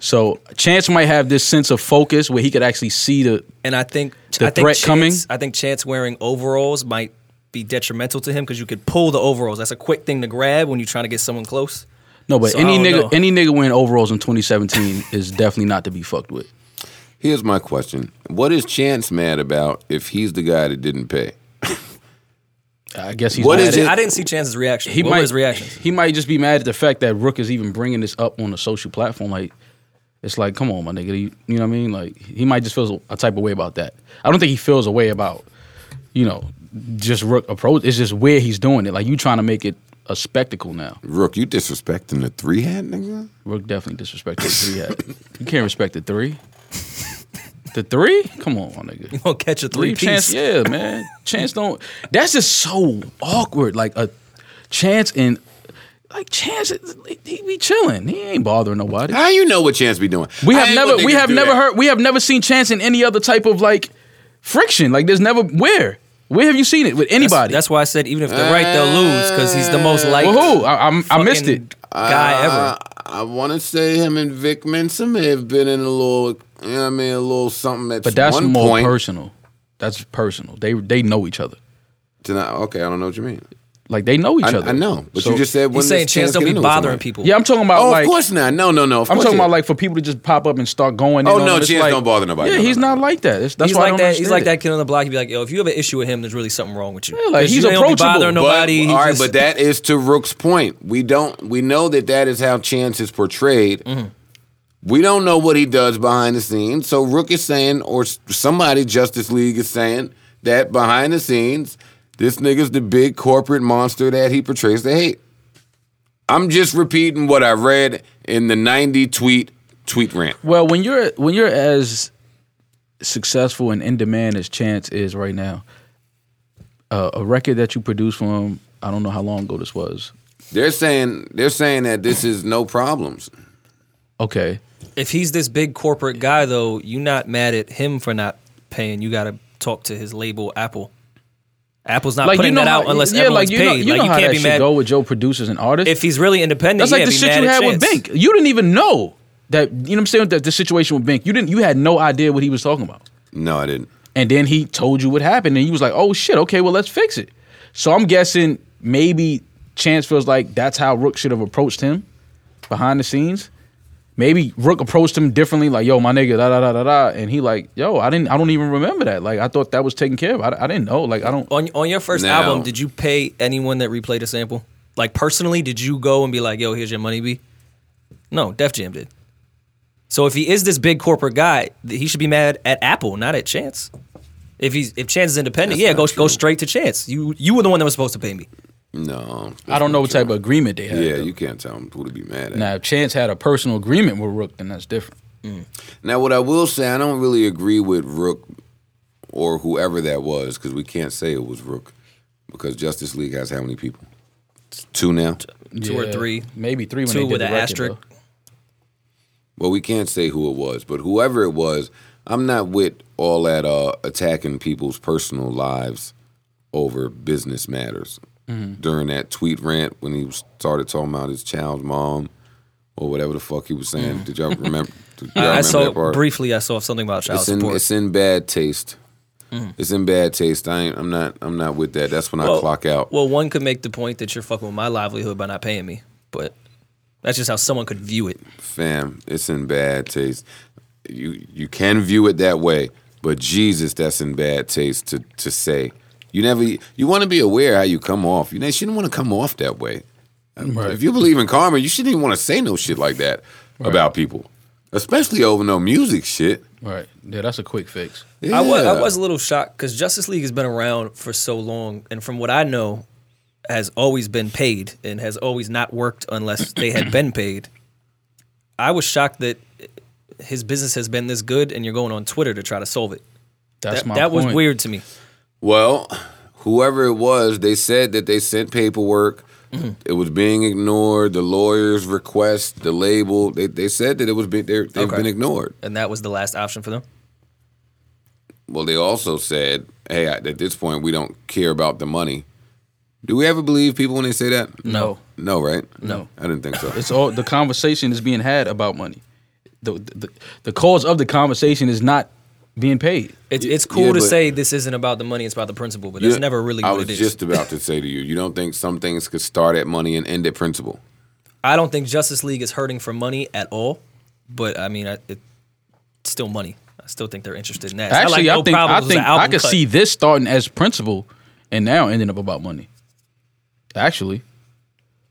Speaker 4: so chance might have this sense of focus where he could actually see the
Speaker 3: And I think
Speaker 4: The
Speaker 3: I think
Speaker 4: threat
Speaker 3: Chance,
Speaker 4: coming?
Speaker 3: I think Chance wearing overalls might be detrimental to him because you could pull the overalls. That's a quick thing to grab when you're trying to get someone close.
Speaker 4: no but
Speaker 3: So I
Speaker 4: any
Speaker 3: don't
Speaker 4: nigga
Speaker 3: know.
Speaker 4: any nigga wearing overalls in 2017 is definitely not to be fucked with
Speaker 2: Here's my question: What is Chance mad about if he's the guy that didn't pay?
Speaker 4: I guess he's
Speaker 2: What
Speaker 4: mad
Speaker 2: is
Speaker 4: at-
Speaker 2: it-
Speaker 3: I didn't see Chance's reaction.
Speaker 4: He
Speaker 3: what
Speaker 4: might
Speaker 3: were his reactions?
Speaker 4: He might just be mad at the fact that Rook is even bringing this up on a social platform. Like, it's like, come on, my nigga. You, you know what I mean? Like, he might just feel a type of way about that. I don't think he feels a way about, you know, just Rook approach. It's just where he's doing it. Like, you trying to make it a spectacle now.
Speaker 2: Rook, you disrespecting the three hat nigga?
Speaker 4: Rook definitely disrespected the three hat. You can't respect the three. The three? Come on, my nigga.
Speaker 3: Gonna catch a three
Speaker 4: Leave Chance,
Speaker 3: piece.
Speaker 4: yeah, man. Chance don't. That's just so awkward. Like a chance and like chance, he be chilling. He ain't bothering nobody.
Speaker 2: How you know what Chance be doing?
Speaker 4: We
Speaker 2: I
Speaker 4: have
Speaker 2: ain't gonna
Speaker 4: never,
Speaker 2: think
Speaker 4: we
Speaker 2: you
Speaker 4: have
Speaker 2: do
Speaker 4: never
Speaker 2: that.
Speaker 4: heard, we have never seen chance in any other type of like friction. Like there's never where, where have you seen it with
Speaker 3: That's,
Speaker 4: anybody? Uh,
Speaker 3: that's why I said even if they're right, they'll lose because he's the most liked.
Speaker 4: well, who? I, I'm, I missed
Speaker 3: fucking
Speaker 4: it.
Speaker 3: Guy
Speaker 2: Uh,
Speaker 3: ever.
Speaker 2: I want to say him and Vic Mensa may have been in a little, you know what I mean, a little something at
Speaker 4: But that's
Speaker 2: one
Speaker 4: more
Speaker 2: point.
Speaker 4: personal. That's personal. They they know each other.
Speaker 2: To not- okay, I don't know what you mean.
Speaker 4: Like they know each
Speaker 2: I,
Speaker 4: other.
Speaker 2: I know, but
Speaker 4: So-
Speaker 2: you just said when
Speaker 3: He's saying
Speaker 2: does
Speaker 3: Chance don't
Speaker 2: get
Speaker 3: be
Speaker 2: into it with
Speaker 3: bothering
Speaker 2: somebody?
Speaker 3: people.
Speaker 4: Yeah, I'm talking about
Speaker 2: Oh,
Speaker 4: like
Speaker 2: of course not. No, no, no. Of
Speaker 4: I'm
Speaker 2: course
Speaker 4: talking
Speaker 2: not.
Speaker 4: about like for people to just pop up and start going.
Speaker 2: Oh,
Speaker 4: in on
Speaker 2: no,
Speaker 4: it. It's
Speaker 2: Chance
Speaker 4: like,
Speaker 2: don't bother nobody.
Speaker 4: Yeah,
Speaker 2: No, no,
Speaker 4: he's
Speaker 2: no,
Speaker 4: not
Speaker 2: no.
Speaker 4: like that. That's, that's
Speaker 3: He's
Speaker 4: why I
Speaker 3: like
Speaker 4: don't
Speaker 3: that. He's like that
Speaker 4: understand
Speaker 3: kid on the block. He'd be like, "Yo, if you have an issue with him, there's really something wrong with you."
Speaker 4: Yeah, like,
Speaker 3: 'Cause you
Speaker 4: he's
Speaker 3: don't be
Speaker 4: approachable.
Speaker 3: bothering
Speaker 4: But-
Speaker 3: nobody.
Speaker 2: all
Speaker 3: He
Speaker 2: right,
Speaker 3: just-
Speaker 2: but that is to Rook's point. We don't. We know that that is how Chance is portrayed.
Speaker 4: Mm-hmm.
Speaker 2: We don't know what he does behind the scenes. So Rook is saying, or s- somebody Justice League is saying that behind the scenes, this nigga's the big corporate monster that he portrays to hate. I'm just repeating what I read in the 90 tweet tweet rant.
Speaker 4: that. Well, when you're when you're as successful and in demand as Chance is right now, uh, a record that you produced for him, I don't know how long ago this was.
Speaker 2: They're saying they're saying that this is no problems.
Speaker 4: Okay,
Speaker 3: if he's this big corporate guy, though, you're not mad at him for not paying. You got to talk to his label, Apple. Apple's not putting that out
Speaker 4: how-
Speaker 3: unless
Speaker 4: yeah,
Speaker 3: everyone's
Speaker 4: like you
Speaker 3: paid.
Speaker 4: know, you
Speaker 3: like
Speaker 4: know
Speaker 3: you
Speaker 4: how
Speaker 3: can't
Speaker 4: that
Speaker 3: be
Speaker 4: shit
Speaker 3: mad.
Speaker 4: go with Joe producers and artists.
Speaker 3: If he's really independent,
Speaker 4: That's
Speaker 3: yeah,
Speaker 4: like the
Speaker 3: be
Speaker 4: shit
Speaker 3: mad
Speaker 4: you
Speaker 3: at
Speaker 4: had with
Speaker 3: Chance.
Speaker 4: Bink. You didn't even know that. You know what I'm saying? That the situation with Bink, you didn't. You had no idea what he was talking about.
Speaker 2: No, I didn't.
Speaker 4: And then he told you what happened, and you was like, "Oh shit, okay, well let's fix it." So I'm guessing maybe Chance feels like that's how Rook should have approached him behind the scenes. Maybe Rook approached him differently, like, "Yo, my nigga, da da da da da," and he like, "Yo, I didn't, I don't even remember that. Like, I thought that was taken care of. I, I didn't know. Like, I don't."
Speaker 3: On on your first
Speaker 2: Now-
Speaker 3: album, did you pay anyone that replayed a sample? Like personally, did you go and be like, "Yo, here's your money, B"? No, Def Jam did. So if he is this big corporate guy, th- he should be mad at Apple, not at Chance. If he's if Chance is independent, yeah, go go straight to Chance. You you were the one that was supposed to pay me.
Speaker 2: No,
Speaker 4: I don't know what type of agreement they had.
Speaker 2: Yeah,
Speaker 4: though.
Speaker 2: you can't tell him who to be mad at.
Speaker 4: Now, if Chance had a personal agreement with Rook, then that's different.
Speaker 2: Now, what I will say, I don't really agree with Rook or whoever that was because we can't say it was Rook because Justice League has how many people? It's two now.
Speaker 3: Two or
Speaker 4: Yeah,
Speaker 3: three,
Speaker 4: maybe three. When
Speaker 3: two
Speaker 4: they did
Speaker 3: with
Speaker 4: the
Speaker 3: an
Speaker 4: record,
Speaker 3: asterisk.
Speaker 4: though.
Speaker 2: Well, we can't say who it was, but whoever it was, I'm not with all that uh, attacking people's personal lives over business matters.
Speaker 3: Mm-hmm.
Speaker 2: During that tweet rant when he started talking about his child's mom or whatever the fuck he was saying, did y'all remember? Did y'all
Speaker 3: I, I
Speaker 2: remember
Speaker 3: saw
Speaker 2: that part?
Speaker 3: briefly. I saw something about child
Speaker 2: it's in
Speaker 3: support. Mm.
Speaker 2: it's in bad taste. It's in bad taste. I ain't, I'm not I'm not with that. That's when I clock out.
Speaker 3: Well, one could make the point that you're fucking with my livelihood by not paying me, but that's just how someone could view it.
Speaker 2: Fam, it's in bad taste. You you can view it that way, but Jesus, that's in bad taste to to say. You never you want to be aware how you come off. You shouldn't want to come off that way. If you believe in karma, you shouldn't even want to say no shit like that about people, especially over no music shit.
Speaker 4: Right. Yeah, that's a quick fix.
Speaker 2: Yeah.
Speaker 3: I was I was a little shocked because Justice League has been around for so long, and from what I know, has always been paid and has always not worked unless they had been paid. I was shocked that his business has been this good, and you're going on Twitter to try to solve it.
Speaker 4: That's
Speaker 3: that
Speaker 4: my
Speaker 3: that was
Speaker 4: point.
Speaker 3: weird to me.
Speaker 2: Well, whoever it was, they said that they sent paperwork.
Speaker 3: Mm-hmm.
Speaker 2: It was being ignored. The lawyer's request, the label, they, they said that it was be, they're- they've
Speaker 3: Okay.
Speaker 2: been ignored.
Speaker 3: And that was the last option for them.
Speaker 2: Well, they also said, hey, at at this point, we don't care about the money. Do we ever believe people when they say that?
Speaker 4: No.
Speaker 2: No, right?
Speaker 4: No.
Speaker 2: I didn't think so.
Speaker 4: It's all the conversation is being had about money. The, the the cause of the conversation is not being paid.
Speaker 3: It's it's cool
Speaker 2: yeah,
Speaker 3: to
Speaker 2: but-
Speaker 3: say this isn't about the money; it's about the principle, but that's
Speaker 2: You-
Speaker 3: never really
Speaker 2: I
Speaker 3: what
Speaker 2: was
Speaker 3: it is.
Speaker 2: just about to say to you, you don't think some things could start at money and end at principle?
Speaker 3: I don't think Justice League is hurting for money at all, but I mean, I, it, it's still money. I still think they're interested in that. It's not
Speaker 4: Actually,
Speaker 3: like
Speaker 4: I,
Speaker 3: No
Speaker 4: think I
Speaker 3: Problems was an
Speaker 4: think I
Speaker 3: album
Speaker 4: could
Speaker 3: cut.
Speaker 4: see this starting as principle, and now ending up about money. Actually,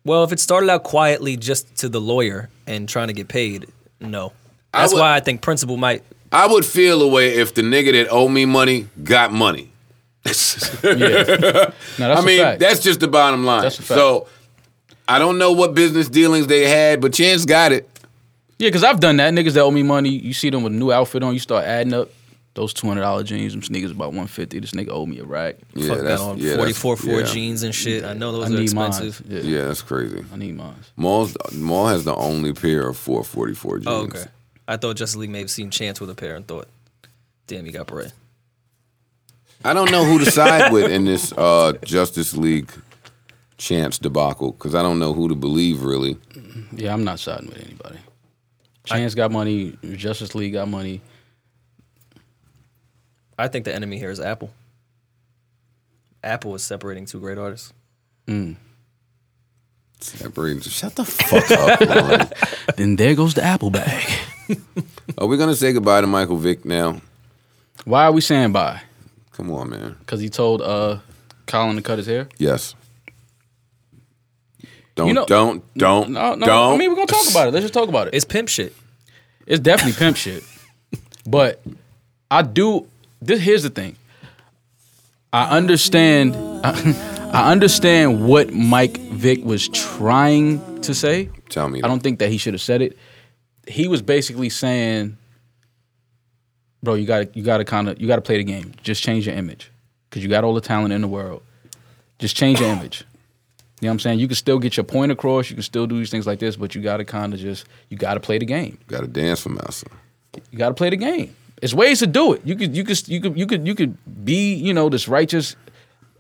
Speaker 3: Well, if it started out quietly just to the lawyer and trying to get paid, no.
Speaker 2: I
Speaker 3: That's
Speaker 2: would-
Speaker 3: why I think principal might.
Speaker 2: I would feel a way if the nigga that owed me money got money.
Speaker 4: now that's
Speaker 2: I mean,
Speaker 4: a fact.
Speaker 2: that's just the bottom line.
Speaker 4: That's a fact.
Speaker 2: So I don't know what business dealings they had, but Chance got it.
Speaker 4: yeah, because I've done that. Niggas that owe me money, you see them with a new outfit on, you start adding up those two hundred dollar jeans, them sneakers about one fifty. This nigga owed me a rack.
Speaker 2: Yeah,
Speaker 3: fuck that
Speaker 2: that's-
Speaker 3: on
Speaker 2: yeah, that's-
Speaker 3: 44 4
Speaker 2: yeah.
Speaker 3: jeans and shit. I know those
Speaker 4: I
Speaker 3: are
Speaker 4: need mine.
Speaker 3: expensive.
Speaker 4: Yeah,
Speaker 2: Yeah, that's crazy.
Speaker 4: I need mine.
Speaker 2: Maul's, Maul has the only pair of 444 jeans.
Speaker 3: Oh, okay. I thought Justice League may have seen Chance with a pair and thought, damn, you got Beret.
Speaker 2: I don't know who to side with in this uh, Justice League Chance debacle because I don't know who to believe really.
Speaker 4: Yeah, I'm not siding with anybody. Chance got money. Justice League got money.
Speaker 3: I think the enemy here is Apple. Apple is separating two great artists.
Speaker 2: Separating- Shut the fuck up. Lauren.
Speaker 4: then there goes the Apple bag.
Speaker 2: Are we gonna say goodbye to Michael Vick now?
Speaker 4: Why are we saying bye?
Speaker 2: Come on, man.
Speaker 4: Because he told uh, Colin to cut his hair.
Speaker 2: Yes. Don't
Speaker 4: know-
Speaker 2: don't don't
Speaker 4: No, no.
Speaker 2: don't.
Speaker 4: I mean, we're gonna talk about it. Let's just talk about it. It's,
Speaker 3: It's pimp shit.
Speaker 4: it's definitely pimp shit. But I do. This here's the thing. I understand. I understand what Mike Vick was trying to say.
Speaker 2: Tell me.
Speaker 4: I don't think that he should have said it. He was basically saying, "Bro, you got to you got to kind of you got to play the game. Just change your image because you got all the talent in the world. Just change your image. You know what I'm saying? You can still get your point across. You can still do these things like this, but you got to kind of just you got to play the game.
Speaker 2: Got to dance for Massa.
Speaker 4: You got to play the game. It's ways to do it. You could you could you could you could you could be you know this righteous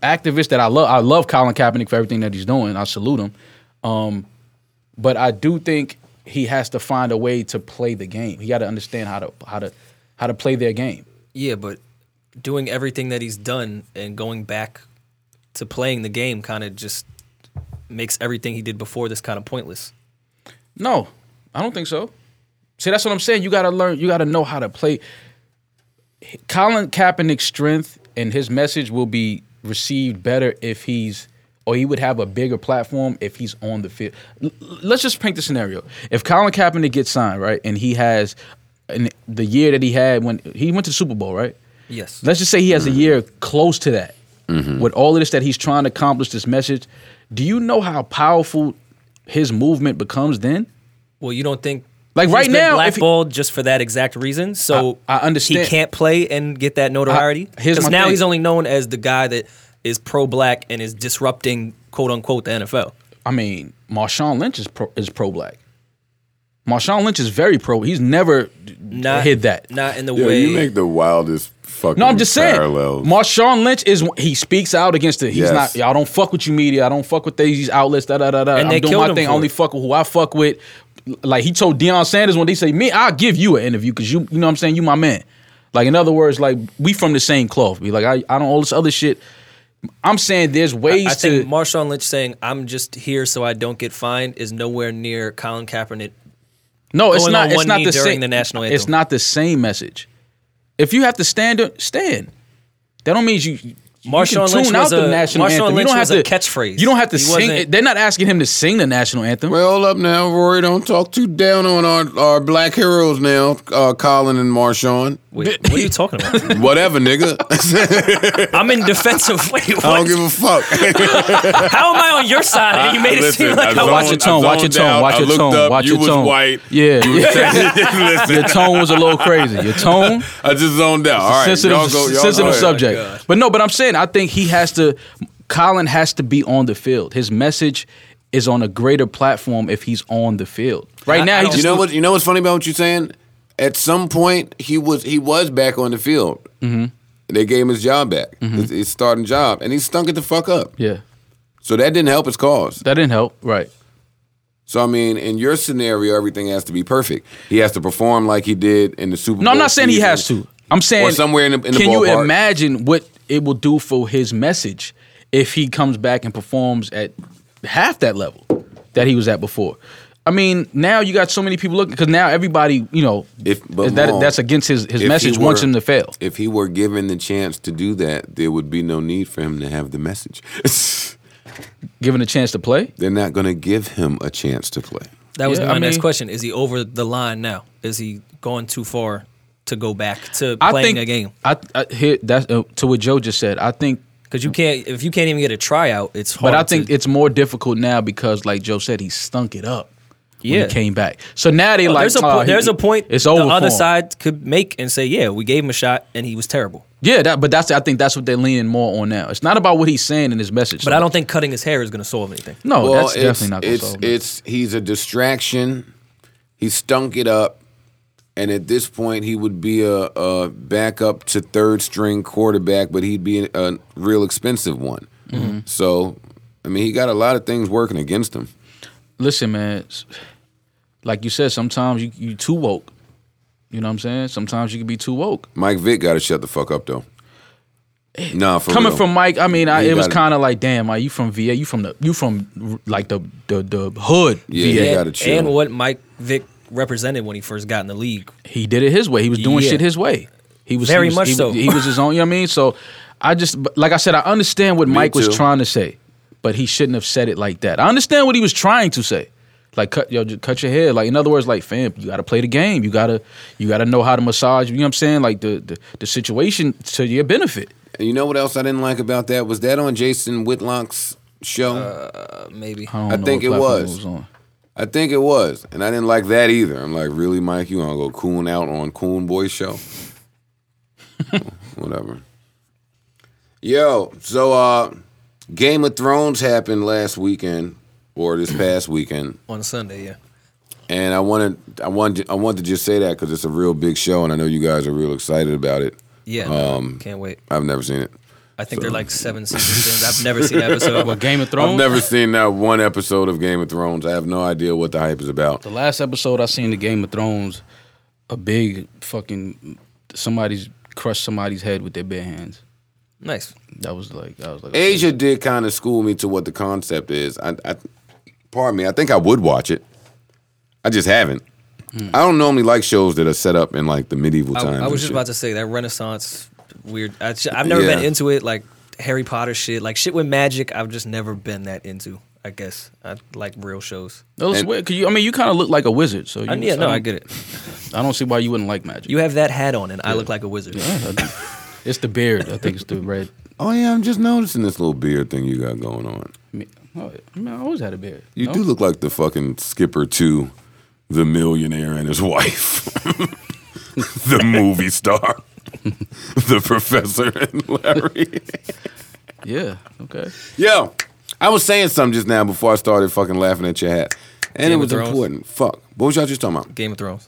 Speaker 4: activist that I love. I love Colin Kaepernick for everything that he's doing. I salute him. Um, but I do think he has to find a way to play the game. He got to understand how to how to how to play their game.
Speaker 3: Yeah, but doing everything that he's done and going back to playing the game kind of just makes everything he did before this kind of pointless.
Speaker 4: No, I don't think so. See, that's what I'm saying. You got to learn. You got to know how to play. Colin Kaepernick's strength and his message will be received better if he's, or he would have a bigger platform if he's on the field. L- l- let's just paint the scenario. If Colin Kaepernick gets signed, right, and he has, and the year that he had when he went to the Super Bowl, right.
Speaker 3: Yes.
Speaker 4: Let's just say he has a year close to that. With all of this that he's trying to accomplish, this message, do you know how powerful his movement becomes then?
Speaker 3: well, you don't think
Speaker 4: Like,
Speaker 3: he's
Speaker 4: right
Speaker 3: been
Speaker 4: now, if he-
Speaker 3: blackballed just for that exact reason. So
Speaker 4: I- I understand.
Speaker 3: he can't play and get that notoriety
Speaker 4: I- here's
Speaker 3: because
Speaker 4: my
Speaker 3: now
Speaker 4: thing.
Speaker 3: he's only known as the guy that is pro black and is disrupting quote unquote the NFL.
Speaker 4: I mean, Marshawn Lynch is pro, is pro black. Marshawn Lynch is very pro. He's never d-
Speaker 3: Not
Speaker 4: hid that.
Speaker 3: Not in the
Speaker 5: Yeah,
Speaker 3: way
Speaker 5: you make the wildest fucking
Speaker 4: No, I'm just saying.
Speaker 5: parallels.
Speaker 4: Marshawn Lynch is he speaks out against it. He's
Speaker 5: Yes.
Speaker 4: not. Y'all don't fuck with you media. I don't fuck with these outlets. Da da da da.
Speaker 3: And
Speaker 4: I'm
Speaker 3: they
Speaker 4: doing
Speaker 3: killed
Speaker 4: my
Speaker 3: him
Speaker 4: thing. I
Speaker 3: for
Speaker 4: only
Speaker 3: it.
Speaker 4: fuck with who I fuck with. Like he told Deion Sanders when they say me, I'll give you an interview because you, you know what I'm saying. You my man. Like in other words, like we from the same cloth. Be like I, I don't all this other shit. I'm saying there's ways
Speaker 3: I
Speaker 4: to.
Speaker 3: think Marshawn Lynch saying "I'm just here so I don't get fined" is nowhere near Colin Kaepernick.
Speaker 4: No, it's
Speaker 3: going
Speaker 4: not.
Speaker 3: on
Speaker 4: It's
Speaker 3: one
Speaker 4: not
Speaker 3: knee
Speaker 4: the
Speaker 3: during
Speaker 4: same.
Speaker 3: the national
Speaker 4: It's
Speaker 3: anthem.
Speaker 4: not the same message. If you have to stand, stand. That don't mean you. you
Speaker 3: Marshawn
Speaker 4: can
Speaker 3: Lynch
Speaker 4: tune out
Speaker 3: was
Speaker 4: the
Speaker 3: a-
Speaker 4: national
Speaker 3: Marshawn
Speaker 4: anthem. you
Speaker 3: Lynch
Speaker 4: don't have
Speaker 3: was
Speaker 4: to
Speaker 3: a catchphrase.
Speaker 4: You don't have to
Speaker 3: He
Speaker 4: sing.
Speaker 3: wasn't-
Speaker 4: it. They're not asking him to sing the national anthem.
Speaker 2: Well, hold up now, Rory. Don't talk too down on our, our black heroes now, uh, Colin and Marshawn.
Speaker 3: Wait, what are you talking about?
Speaker 2: Whatever, nigga.
Speaker 3: I'm in defense of. Wait, what?
Speaker 2: I don't give a fuck.
Speaker 3: How am I on your side? And you made it seem like I
Speaker 4: zoned-
Speaker 3: was.
Speaker 4: watch your tone, watch your tone, watch your tone, watch
Speaker 5: you
Speaker 4: your tone.
Speaker 5: was white.
Speaker 4: Yeah.
Speaker 5: You was
Speaker 4: Your
Speaker 5: Listen,
Speaker 4: tone was a little crazy. Your tone,
Speaker 5: I just zoned out. All right,
Speaker 4: sensitive,
Speaker 5: y'all go, y'all go
Speaker 4: sensitive
Speaker 5: ahead.
Speaker 4: subject.
Speaker 2: Oh
Speaker 4: but no, but I'm saying I think he has to. Colin has to be on the field. His message is on a greater platform if he's on the field. Right
Speaker 3: I-
Speaker 4: now,
Speaker 3: I
Speaker 4: he
Speaker 3: don't-
Speaker 4: just
Speaker 2: You know what? You know what's funny about what you're saying? At some point, he was he was back on the field. Mm-hmm. They gave him his job back, his, his starting job, and he stunk it the fuck up.
Speaker 4: Mm-hmm. yeah,
Speaker 2: So that didn't help his cause.
Speaker 4: that didn't help. Right.
Speaker 2: So I mean, in your scenario, everything has to be perfect. He has to perform like he did in the Super Bowl.
Speaker 4: No, I'm not saying he
Speaker 2: season.
Speaker 4: has to. I'm saying
Speaker 2: Or somewhere in the- in the
Speaker 4: Can you
Speaker 2: ballpark.
Speaker 4: imagine what it will do for his message if he comes back and performs at half that level that he was at before? I mean, now you got so many people looking because now everybody, you know,
Speaker 2: If- but
Speaker 4: that
Speaker 2: Maul,
Speaker 4: that's against his his
Speaker 2: if he
Speaker 4: message wants
Speaker 2: were-
Speaker 4: him to fail.
Speaker 2: If he were given the chance to do that, there would be no need for him to have the message.
Speaker 4: Given a chance to play,
Speaker 2: They're not going to give him a chance to play.
Speaker 3: That was
Speaker 4: Yeah,
Speaker 3: my
Speaker 4: I
Speaker 3: next
Speaker 4: mean-
Speaker 3: question. Is he over the line now? Is he going too far to go back to
Speaker 4: I
Speaker 3: playing
Speaker 4: think
Speaker 3: a game?
Speaker 4: I, I here that's uh, to what Joe just said. I think
Speaker 3: Because you can't. If you can't even get a tryout, it's hard.
Speaker 4: But I think
Speaker 3: to,
Speaker 4: it's more difficult now because, like Joe said, he stunk it up.
Speaker 3: Yeah.
Speaker 4: when he came back. So now they
Speaker 3: Well,
Speaker 4: like
Speaker 3: there's a
Speaker 4: oh,
Speaker 3: po-
Speaker 4: he-
Speaker 3: there's a point
Speaker 4: It's
Speaker 3: the
Speaker 4: over.
Speaker 3: other
Speaker 4: for him.
Speaker 3: side could make and say, yeah, we gave him a shot and he was terrible.
Speaker 4: Yeah, that, but that's I think that's what they're leaning more on now. It's not about what he's saying in his message.
Speaker 3: But I don't think cutting his hair is going to solve anything.
Speaker 4: No,
Speaker 2: Well,
Speaker 4: Oh, that's definitely not going to
Speaker 2: it's,
Speaker 4: solve it.
Speaker 2: it's he's a distraction. He stunk it up, and at this point, he would be a, a backup to third string quarterback, but he'd be a real expensive one.
Speaker 4: Mm-hmm.
Speaker 2: So, I mean, he got a lot of things working against him.
Speaker 4: Listen, man, s- like you said, sometimes you you too woke. You know what I'm saying? Sometimes you can be too woke.
Speaker 2: Mike Vick got to shut the fuck up though. Nah, for
Speaker 4: Coming
Speaker 2: real.
Speaker 4: from Mike, I mean, I,
Speaker 2: You
Speaker 4: it was
Speaker 2: gotta-
Speaker 4: kind of like, damn, are you from VA? You from the you from like the the, the hood?
Speaker 2: yeah,
Speaker 4: VA.
Speaker 2: he
Speaker 3: And-
Speaker 2: got to chill.
Speaker 3: And what Mike Vick represented when he first got in the league.
Speaker 4: he did it his way. He was doing
Speaker 3: Yeah.
Speaker 4: shit his way. He was
Speaker 3: Very
Speaker 4: he was,
Speaker 3: much
Speaker 4: he, was-
Speaker 3: so.
Speaker 4: He was his own. You know what I mean? So I just but like I said, I understand what Mike
Speaker 2: too.
Speaker 4: was trying to say, but he shouldn't have said it like that. I understand what he was trying to say. Like cut yo, just cut your hair. Like in other words, like fam, you gotta play the game. You gotta you gotta know how to massage. You know what I'm saying? Like the the, the situation to your benefit.
Speaker 2: And you know what else I didn't like about that was that on Jason Whitlock's show.
Speaker 3: Uh, maybe.
Speaker 4: I, don't
Speaker 2: I
Speaker 4: know
Speaker 2: think
Speaker 4: what
Speaker 2: it
Speaker 4: platform
Speaker 2: was.
Speaker 4: on.
Speaker 2: I think it was, and I didn't like that either. I'm like, really, Mike, you gonna go coon out on Coon Boy Show? Whatever. Yo, so uh, Game of Thrones happened last weekend or this past weekend,
Speaker 3: On Sunday, yeah.
Speaker 2: and I wanted, I wanted, I wanted to just say that because it's a real big show, and I know you guys are real excited about it.
Speaker 4: Um,
Speaker 3: Yeah. no, can't wait.
Speaker 2: I've never seen it.
Speaker 3: I think they're like seven seasons. in. I've never seen an episode.
Speaker 4: What Game of Thrones?
Speaker 2: I've never seen that one episode of Game of Thrones. I have no idea what the hype is about.
Speaker 4: The last episode I seen the Game of Thrones, a big fucking somebody's crushed somebody's head with their bare hands.
Speaker 3: nice.
Speaker 4: That was like I was like okay.
Speaker 2: Asia did kind of school me to what the concept is. I, I, pardon me. I think I would watch it. I just haven't. I don't normally like shows that are set up in like the medieval
Speaker 3: Hmm. I,
Speaker 2: times.
Speaker 3: I
Speaker 2: and
Speaker 3: was just
Speaker 2: shit.
Speaker 3: about to say that Renaissance weird. I, ju- I've never
Speaker 2: Yeah.
Speaker 3: been into it. Like Harry Potter shit, like shit with magic. I've just never been that into. I guess I like real shows.
Speaker 4: That was
Speaker 2: and-
Speaker 4: weird. 'cause you, I mean, you kind of look like a wizard, so you,
Speaker 3: I, Uh, yeah, no,
Speaker 4: don't-
Speaker 3: I get it.
Speaker 4: I don't see why you wouldn't like magic.
Speaker 3: You have that hat on, and I look like a wizard.
Speaker 4: it's the beard. I think it's the red.
Speaker 2: Oh yeah, I'm just noticing this little beard thing you got going on.
Speaker 4: me- oh, I mean, I always had a beard.
Speaker 2: You
Speaker 4: no?
Speaker 2: do look like the fucking skipper to the millionaire and his wife, the movie star, the professor and Larry.
Speaker 4: Yeah. Okay.
Speaker 2: Yo, I was saying something just now before I started fucking laughing at your hat, and
Speaker 3: Game
Speaker 2: it
Speaker 3: of
Speaker 2: was
Speaker 3: Thrones.
Speaker 2: important. Fuck, what was y'all just talking about?
Speaker 3: Game of Thrones.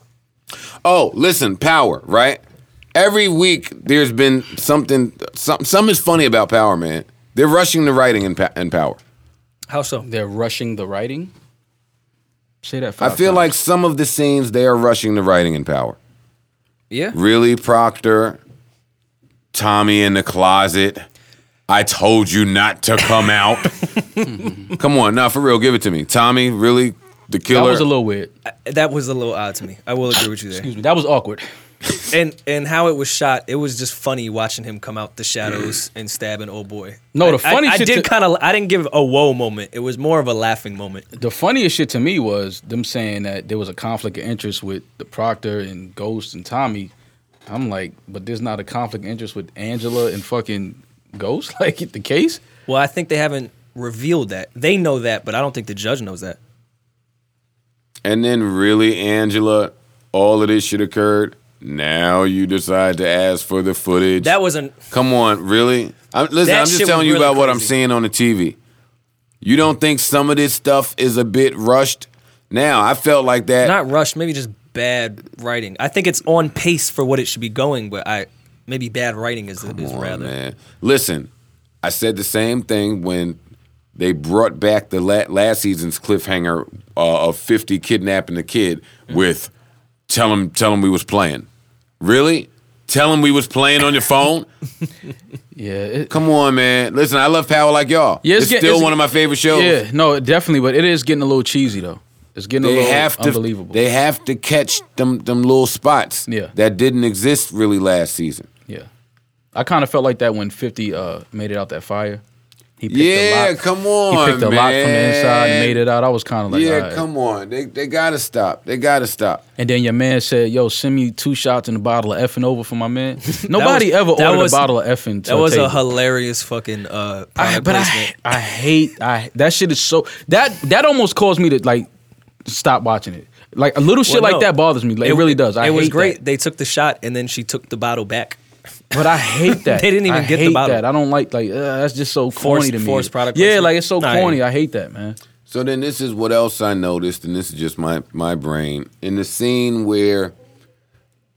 Speaker 2: Oh, listen, power, right? Every week there's been something. Some, some is funny about power, man. They're rushing the writing in, pa- in power.
Speaker 3: How so?
Speaker 4: They're rushing the writing. Say that.
Speaker 2: I
Speaker 4: Five
Speaker 2: feel
Speaker 4: times.
Speaker 2: like some of the scenes they are rushing the writing in power.
Speaker 3: Yeah.
Speaker 2: Really, Proctor, Tommy in the closet. I told you not to come out. come on, nah, for real, give it to me. Tommy, really, the
Speaker 4: that
Speaker 2: killer.
Speaker 4: was a little weird.
Speaker 3: That was a little odd to me. I will agree with you there.
Speaker 4: Excuse me. That was awkward.
Speaker 3: And and how it was shot, it was just funny watching him come out the shadows and stab an old boy.
Speaker 4: No, the
Speaker 3: I-
Speaker 4: funny
Speaker 3: I, I
Speaker 4: shit
Speaker 3: did
Speaker 4: to-
Speaker 3: kind of. I didn't give a whoa moment. It was more of a laughing moment.
Speaker 4: The funniest shit to me was them saying that there was a conflict of interest with the Proctor and Ghost and Tommy. I'm like, but there's not a conflict of interest with Angela and fucking Ghost, like the case.
Speaker 3: Well, I think they haven't revealed that. They know that, but I don't think the judge knows that.
Speaker 2: And then, really, Angela, all of this shit occurred. Now you decide to ask for the footage.
Speaker 3: That wasn't.
Speaker 2: Come on, really? I'm, listen,
Speaker 3: That
Speaker 2: I'm just
Speaker 3: shit was
Speaker 2: telling you
Speaker 3: really
Speaker 2: about what I'm
Speaker 3: crazy.
Speaker 2: seeing on the TV. You don't think some of this stuff is a bit rushed? Now, I felt like that.
Speaker 3: not rushed, maybe just bad writing. I think it's on pace for what it should be going, but I maybe bad writing is, is
Speaker 2: Come on,
Speaker 3: rather.
Speaker 2: man. Listen, I said the same thing when they brought back the la- last season's cliffhanger uh, of 50 kidnapping the kid with tell him tell him we was playing. Really? Tell him we was playing on your phone?
Speaker 4: Yeah, it,
Speaker 2: Come on, man. Listen, I love Power Like Y'all.
Speaker 4: Yeah, it's
Speaker 2: it's
Speaker 4: get-
Speaker 2: still
Speaker 4: it's-
Speaker 2: one of my favorite shows.
Speaker 4: yeah, no, definitely, but it is getting a little cheesy though. It's getting a
Speaker 2: They
Speaker 4: little
Speaker 2: have to
Speaker 4: unbelievable.
Speaker 2: they have to catch them them little spots
Speaker 4: Yeah.
Speaker 2: that didn't exist really last season.
Speaker 4: yeah, I kind of felt like that when Fifty uh, made it out that fire. He picked
Speaker 2: Yeah,
Speaker 4: a lot.
Speaker 2: come
Speaker 4: He
Speaker 2: on,
Speaker 4: picked a lot from the inside and
Speaker 2: man.
Speaker 4: made it out. I was kind of like,
Speaker 2: yeah,
Speaker 4: all right.
Speaker 2: come on. They they gotta stop. They gotta stop.
Speaker 4: And then your man said, "Yo, send me two shots and a bottle of effing over for my man." Nobody
Speaker 3: was-
Speaker 4: ever
Speaker 3: that
Speaker 4: ordered
Speaker 3: was-
Speaker 4: a bottle of effing. To
Speaker 3: That was
Speaker 4: table.
Speaker 3: a hilarious fucking uh, product
Speaker 4: I, but I,
Speaker 3: placement.
Speaker 4: I hate I that shit is so that that almost caused me to like stop watching it. Like a little shit
Speaker 3: Well,
Speaker 4: like
Speaker 3: no.
Speaker 4: that bothers me. Like, it, really does. I
Speaker 3: it was
Speaker 4: hate
Speaker 3: great.
Speaker 4: that.
Speaker 3: They took the shot and then she took the bottle back.
Speaker 4: but I hate that.
Speaker 3: They didn't even
Speaker 4: I
Speaker 3: get the
Speaker 4: hate
Speaker 3: bottle.
Speaker 4: That. I don't like like uh, that's just so corny
Speaker 3: Forced-
Speaker 4: to me.
Speaker 3: forced product
Speaker 4: Yeah,
Speaker 3: placement.
Speaker 4: like it's so
Speaker 3: Nah,
Speaker 4: corny.
Speaker 3: yeah.
Speaker 4: I hate that, man.
Speaker 2: So then this is what else I noticed, and this is just my my brain. In the scene where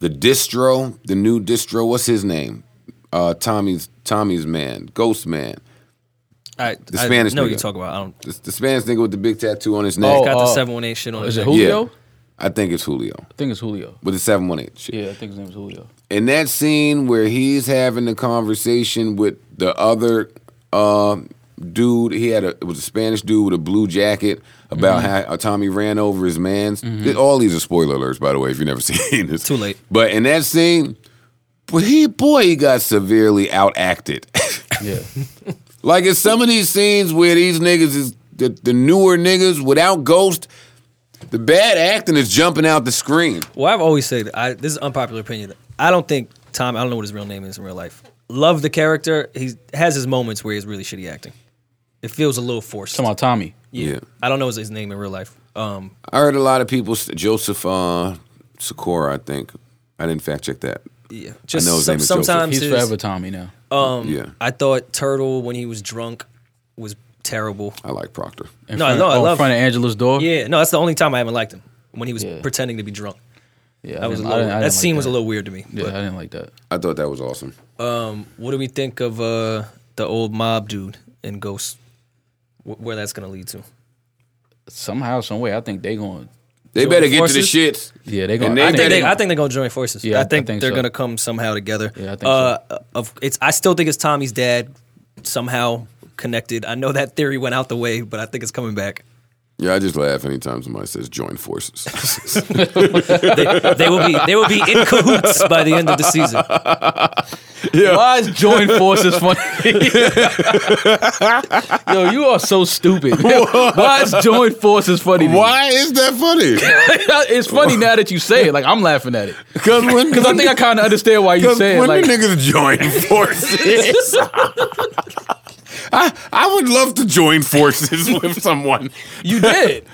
Speaker 2: the distro, the new distro, what's his name? Uh, Tommy's Tommy's man, Ghost Man.
Speaker 3: I,
Speaker 2: The
Speaker 3: I
Speaker 2: Spanish
Speaker 3: know what
Speaker 2: nigga.
Speaker 3: you talk about. I don't
Speaker 2: The, the Spanish nigga with the big tattoo on his neck.
Speaker 4: Oh,
Speaker 3: got the
Speaker 4: uh,
Speaker 3: seven one eight shit on.
Speaker 4: Is
Speaker 3: his
Speaker 4: it
Speaker 3: neck.
Speaker 4: Julio?
Speaker 2: Yeah. I think it's Julio
Speaker 4: I think it's Julio.
Speaker 2: with the seven one eight shit.
Speaker 4: Yeah, I think his name is Julio.
Speaker 2: in that scene where he's having the conversation with the other um, dude, he had a it was a Spanish dude with a blue jacket about
Speaker 3: Mm-hmm.
Speaker 2: how uh, Tommy ran over his man's. All these are spoiler alerts, by the way, if you've never seen this.
Speaker 3: Too late.
Speaker 2: But in that scene, but he boy, he got severely outacted.
Speaker 4: Yeah,
Speaker 2: like in some of these scenes where these niggas is the, the newer niggas without Ghost, the bad acting is jumping out the screen.
Speaker 3: Well, I've always said I, this is unpopular opinion. I don't think Tom. I don't know what his real name is in real life. Love the character. He has his moments where he's really shitty acting. It feels a little forced.
Speaker 4: talking about Tommy.
Speaker 2: yeah.
Speaker 3: I don't know his name in real life. Um,
Speaker 2: I heard a lot of people, Joseph uh, Sikora, I think. I didn't fact check that.
Speaker 3: yeah, just
Speaker 2: know his
Speaker 3: some-
Speaker 2: name is Joseph.
Speaker 3: sometimes
Speaker 4: He's
Speaker 3: his-
Speaker 4: forever Tommy now.
Speaker 3: Um,
Speaker 2: Yeah.
Speaker 3: I thought Turtle when he was drunk was terrible.
Speaker 2: I like Proctor.
Speaker 4: In
Speaker 3: No, I
Speaker 4: front,
Speaker 3: know, I
Speaker 4: oh,
Speaker 3: love-
Speaker 4: in front of Angela's door.
Speaker 3: Yeah, no, that's the only time I haven't liked him when he was
Speaker 4: Yeah.
Speaker 3: pretending to be drunk.
Speaker 4: yeah.
Speaker 3: That was a
Speaker 4: didn't-
Speaker 3: little,
Speaker 4: I didn't- I
Speaker 3: that
Speaker 4: didn't like
Speaker 3: scene was a little weird to me.
Speaker 4: Yeah, I didn't like that.
Speaker 2: I thought that was awesome.
Speaker 3: But um, what do we think of uh, the old mob dude and Ghost. Wh- where that's gonna lead to?
Speaker 4: Somehow, some way, I think they going.
Speaker 2: They better get to the
Speaker 4: Forces?
Speaker 2: shits.
Speaker 4: Yeah, they
Speaker 2: And
Speaker 4: going.
Speaker 2: they
Speaker 4: I
Speaker 3: I
Speaker 4: think
Speaker 3: think,
Speaker 2: better-
Speaker 3: they, I think they're gonna join forces.
Speaker 4: Yeah,
Speaker 3: I think,
Speaker 4: I think
Speaker 3: they're
Speaker 4: so.
Speaker 3: gonna come somehow together.
Speaker 4: Yeah, I think
Speaker 3: uh, Of it's, I still think it's Tommy's dad somehow connected. I know that theory went out the way, but I think it's coming back.
Speaker 2: Yeah, I just laugh anytime somebody says join forces.
Speaker 3: They, they will be they will be in cahoots by the end of the season.
Speaker 4: Why is join forces funny? Yo, you are so stupid. Why is join forces funny? to you?
Speaker 5: Why is that funny?
Speaker 4: it's funny now that you say it. Like I'm laughing at it
Speaker 5: Because when,
Speaker 4: because I think I kind of understand why you
Speaker 5: 'cause
Speaker 4: say it.
Speaker 5: when
Speaker 4: Like
Speaker 5: the niggas join forces, I I would love to join forces with someone.
Speaker 4: you did.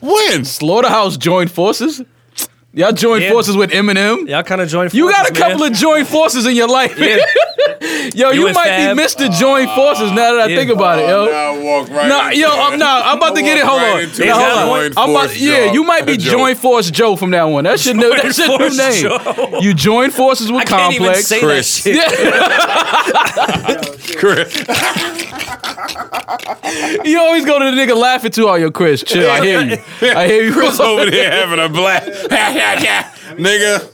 Speaker 5: When?
Speaker 4: Slaughterhouse joined forces. Y'all joined
Speaker 3: Yeah.
Speaker 4: forces with Eminem.
Speaker 3: Y'all kind of join.
Speaker 4: You got a couple of joint forces in your life. yo, you,
Speaker 3: You and
Speaker 4: might
Speaker 3: Fab. Oh,
Speaker 4: be Mr. Joint Forces now that I
Speaker 3: Yeah.
Speaker 4: think about it,
Speaker 2: Oh,
Speaker 4: yo.
Speaker 5: Now I walk right
Speaker 4: Nah,
Speaker 5: into
Speaker 4: yo,
Speaker 5: it.
Speaker 4: I'm nah, I'm about to
Speaker 5: I
Speaker 4: get it.
Speaker 5: walk
Speaker 4: Hold
Speaker 5: right
Speaker 4: on.
Speaker 5: into
Speaker 4: Nah,
Speaker 5: it.
Speaker 4: hold on.
Speaker 5: Joint
Speaker 4: I'm about-
Speaker 5: force
Speaker 4: yeah,
Speaker 5: job.
Speaker 4: you might be
Speaker 5: Joe.
Speaker 4: Joint Force Joe from that one. That's your new, that's your new
Speaker 3: Force
Speaker 4: name.
Speaker 3: Joe.
Speaker 4: You join forces with
Speaker 3: I can't even
Speaker 4: Complex.
Speaker 3: say
Speaker 5: Chris.
Speaker 3: that shit.
Speaker 5: Chris.
Speaker 4: You always go to the nigga laughing too. Oh, yo, Chris, chill. I hear you. I hear you.
Speaker 5: Chris over there having a blast. Nigga,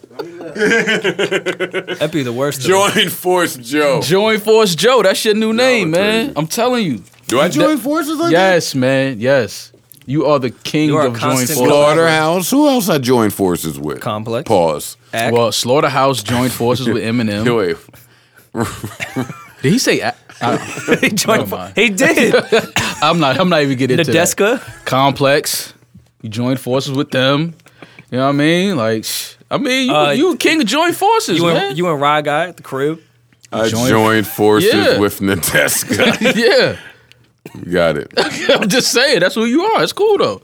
Speaker 3: That'd be the worst. though.
Speaker 5: join force Joe.
Speaker 4: Joint Force Joe. That's your new name,
Speaker 5: it's
Speaker 4: man. I'm telling you.
Speaker 5: Do I join forces like
Speaker 4: Yes, man. Yes. You are the king
Speaker 3: You are a
Speaker 4: of joint
Speaker 3: constant
Speaker 4: forces.
Speaker 2: Slaughterhouse. Who else I join forces with?
Speaker 3: Complex.
Speaker 2: Pause.
Speaker 3: Act.
Speaker 4: Well, Slaughterhouse joined forces with Eminem.
Speaker 2: Yo, wait.
Speaker 4: Did he say? I,
Speaker 3: he joined.
Speaker 4: Never mind.
Speaker 3: he did.
Speaker 4: am not. I'm not even getting into that.
Speaker 3: Nadeska.
Speaker 4: Complex. You joined forces with them. You know what I mean? Like, sh- I mean, you,
Speaker 3: Uh,
Speaker 4: you king of joint forces,
Speaker 3: You
Speaker 4: man.
Speaker 3: and you and Rye guy at the crib.
Speaker 2: I
Speaker 4: Join-
Speaker 2: joined forces
Speaker 4: Yeah.
Speaker 2: with Nadeska.
Speaker 4: yeah,
Speaker 2: Got it.
Speaker 4: I'm just saying that's who you are. It's cool though.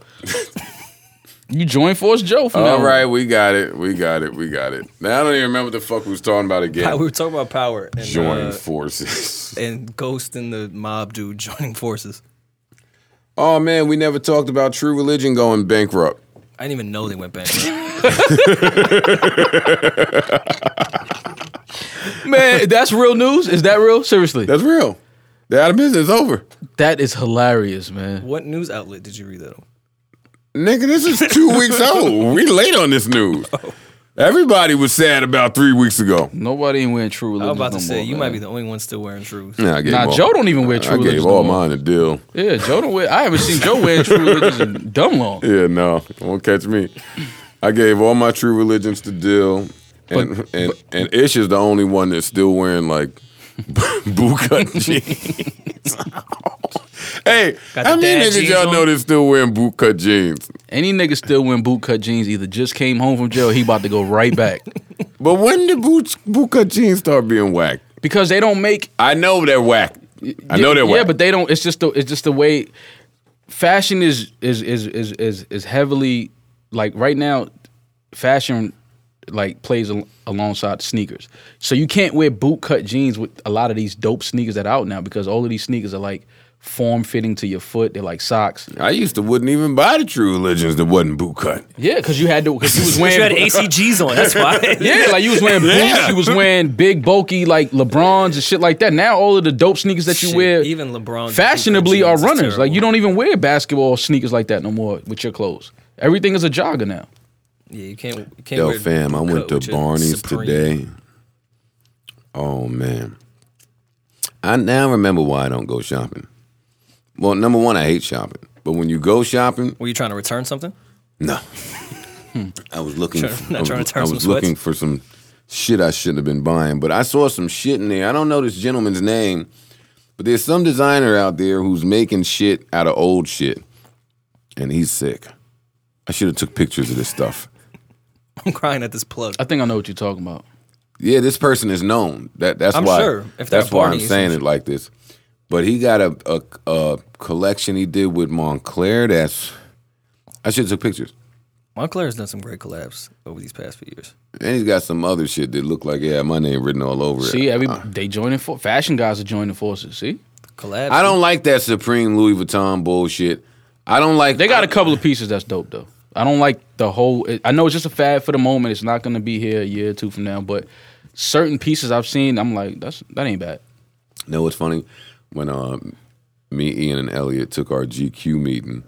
Speaker 4: you joined force Joe from
Speaker 2: All
Speaker 4: now on.
Speaker 2: right, we got it. We got it. We got it. Now I don't even remember what the fuck we was talking about
Speaker 3: We
Speaker 2: again.
Speaker 3: were talking about power and
Speaker 2: Join
Speaker 3: uh,
Speaker 2: forces.
Speaker 3: and Ghost and the mob dude joining forces.
Speaker 2: Oh man, we never talked about True Religion going bankrupt.
Speaker 3: I didn't even know they went bankrupt.
Speaker 4: man. That's real news. Is that real? Seriously,
Speaker 2: That's real. They're out of business. Over.
Speaker 4: that is hilarious, man.
Speaker 3: what news outlet did you read that on?
Speaker 2: Nigga, this is two weeks old. We late on this news.
Speaker 3: Oh.
Speaker 2: Everybody was sad about three weeks ago.
Speaker 4: Nobody ain't wearing true
Speaker 3: I
Speaker 4: religion.
Speaker 3: was about to
Speaker 4: no
Speaker 3: say
Speaker 4: more,
Speaker 3: you
Speaker 4: man.
Speaker 3: might be the only one still wearing shoes.
Speaker 2: Nah, I gave
Speaker 4: Nah,
Speaker 2: all-
Speaker 4: Joe don't even wear true
Speaker 2: I
Speaker 4: religion.
Speaker 2: gave
Speaker 4: no
Speaker 2: all
Speaker 4: more.
Speaker 2: mine a deal.
Speaker 4: Yeah, Joe don't wear. I haven't seen Joe wearing true religion in dumb long.
Speaker 2: Yeah, no, won't catch me. I gave all my true religions to Dill, and and, and Ish is the only one that's still wearing like boot cut jeans. hey,
Speaker 3: Got
Speaker 2: how
Speaker 3: the
Speaker 2: many
Speaker 3: dad
Speaker 2: niggas
Speaker 3: jeans
Speaker 2: y'all
Speaker 3: on?
Speaker 2: know that's still wearing boot cut jeans?
Speaker 4: Any nigga still wearing bootcut jeans either just came home from jail, he about to go right back.
Speaker 2: But when did boots boot cut jeans start being whack?
Speaker 4: Because they don't make
Speaker 2: I know they're whack. I know they're
Speaker 4: Yeah,
Speaker 2: whack.
Speaker 4: but they don't it's just the it's just the way fashion is is is is is, is heavily like right now fashion like plays al- alongside sneakers. So you can't wear bootcut jeans with a lot of these dope sneakers that are out now because all of these sneakers are like form fitting to your foot. They're like socks.
Speaker 2: I used to wouldn't even buy the true religions that wasn't boot cut.
Speaker 4: Yeah, cuz you had to cuz you was
Speaker 3: You
Speaker 4: wearing
Speaker 3: had ACGs on. That's why.
Speaker 4: Yeah, like you was wearing boots,
Speaker 5: Yeah.
Speaker 4: you was wearing big bulky like LeBrons and shit like that. Now all of the dope sneakers that you
Speaker 3: Shit,
Speaker 4: wear,
Speaker 3: even LeBron
Speaker 4: fashionably
Speaker 3: James
Speaker 4: are
Speaker 3: is
Speaker 4: runners. Like
Speaker 3: terrible.
Speaker 4: you don't even wear basketball sneakers like that no more with your clothes. Everything is a jogger now.
Speaker 3: Yeah, you can't. You can't
Speaker 2: Yo,
Speaker 3: wear
Speaker 2: fam, I
Speaker 3: boot
Speaker 2: went
Speaker 3: cut
Speaker 2: to
Speaker 3: with your
Speaker 2: Barney's
Speaker 3: Supreme.
Speaker 2: today. Oh man, I now remember why I don't go shopping. Well, number one, I hate shopping. But when you go shopping,
Speaker 3: Were you trying to return something?
Speaker 2: no. I was looking.
Speaker 3: Trying-
Speaker 2: for,
Speaker 3: not
Speaker 2: I was,
Speaker 3: trying to
Speaker 2: I
Speaker 3: turn
Speaker 2: was
Speaker 3: some sweats?
Speaker 2: looking for some shit I shouldn't have been buying, but I saw some shit in there. I don't know this gentleman's name, but there's some designer out there who's making shit out of old shit, and he's sick. I should have took pictures of this stuff.
Speaker 3: I'm crying at this plug.
Speaker 4: I think I know what you're talking about.
Speaker 2: Yeah, this person is known. That that's
Speaker 3: I'm
Speaker 2: why.
Speaker 3: sure, if they're
Speaker 2: that's why I'm
Speaker 3: Barney's,
Speaker 2: saying
Speaker 3: I'm
Speaker 2: it like this. But he got a, a a collection he did with Montclair. That's I should have took pictures.
Speaker 3: Montclair has done some great collabs over these past few years.
Speaker 2: And he's got some other shit that looked like yeah, Uh. my name written all over
Speaker 4: See,
Speaker 2: it.
Speaker 4: every they joining for fashion guys are joining forces. See,
Speaker 3: Collabs.
Speaker 2: I don't like that Supreme Louis Vuitton bullshit. I don't like.
Speaker 4: they got a couple of pieces that's dope though. I don't like the whole. I know it's just a fad for the moment. It's not gonna be here a year or two from now, but certain pieces I've seen, I'm like, that's that ain't bad.
Speaker 2: No, what's funny? When um, me, Ian, and Elliot took our GQ meeting,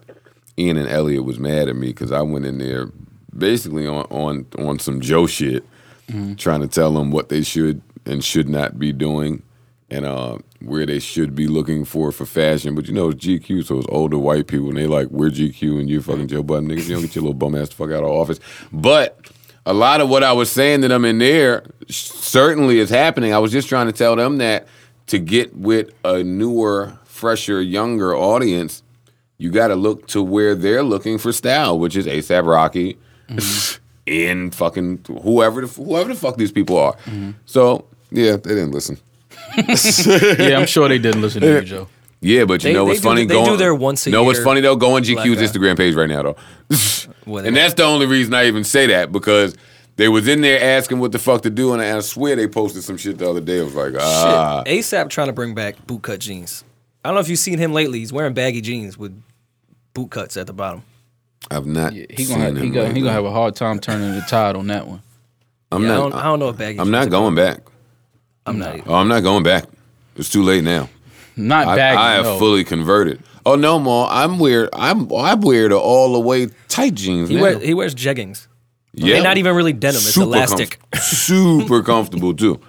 Speaker 2: Ian and Elliot was mad at me because I went in there basically on on on some Joe shit, trying to tell them what they should and should not be doing, and uh, where they should be looking for for fashion. But you know, it's GQ, so it's older white people, and they like we're GQ and you fucking Joe Button niggas. You don't get your little bum ass the fuck out of office, but a lot of what I was saying that I'm in there certainly is happening. I was just trying to tell them that to get with a newer, fresher, younger audience, you got to look to where they're looking for style, which is ASAP Rocky, in Mm-hmm. fucking whoever the, whoever the fuck these people are.
Speaker 3: Mm-hmm.
Speaker 2: So yeah, they didn't listen.
Speaker 4: yeah, I'm sure they didn't listen to you, Joe.
Speaker 2: Yeah, but you
Speaker 3: They-
Speaker 2: know
Speaker 3: they
Speaker 2: what's
Speaker 3: do-
Speaker 2: funny?
Speaker 3: they do
Speaker 2: going,
Speaker 3: their once a
Speaker 2: No, what's
Speaker 3: year
Speaker 2: funny though? Go on GQ's
Speaker 3: Black Eye.
Speaker 2: Instagram page right now though,
Speaker 3: Well,
Speaker 2: and that's the only reason I even say that because they was in there asking what the fuck to do, and I, and I swear they posted some shit the other day. It was like, ah,
Speaker 3: Shit. ASAP trying to bring back bootcut jeans. I don't know if you've seen him lately. He's wearing baggy jeans with boot cuts at the bottom.
Speaker 2: I've not.
Speaker 4: He
Speaker 2: seen
Speaker 4: gonna have,
Speaker 2: him
Speaker 4: he gonna, he
Speaker 2: lately.
Speaker 4: gonna have a hard time turning the tide on that one.
Speaker 2: I'm
Speaker 3: Yeah, I,
Speaker 2: not.
Speaker 3: don't, I don't know if
Speaker 2: I
Speaker 3: baggy
Speaker 2: am
Speaker 3: jeans
Speaker 2: not
Speaker 3: are-
Speaker 2: going back.
Speaker 3: I'm not either.
Speaker 2: Oh, I'm not going back. It's too late now.
Speaker 4: Not
Speaker 2: I,
Speaker 4: baggy.
Speaker 2: I have
Speaker 4: no.
Speaker 2: fully converted. Oh no, ma, I'm weird. I'm I wear the all the way tight jeans.
Speaker 3: He,
Speaker 2: now.
Speaker 3: wear, he wears jeggings.
Speaker 2: yeah,
Speaker 3: They're not even really denim. It's
Speaker 2: Super
Speaker 3: elastic.
Speaker 2: comf- super comfortable too.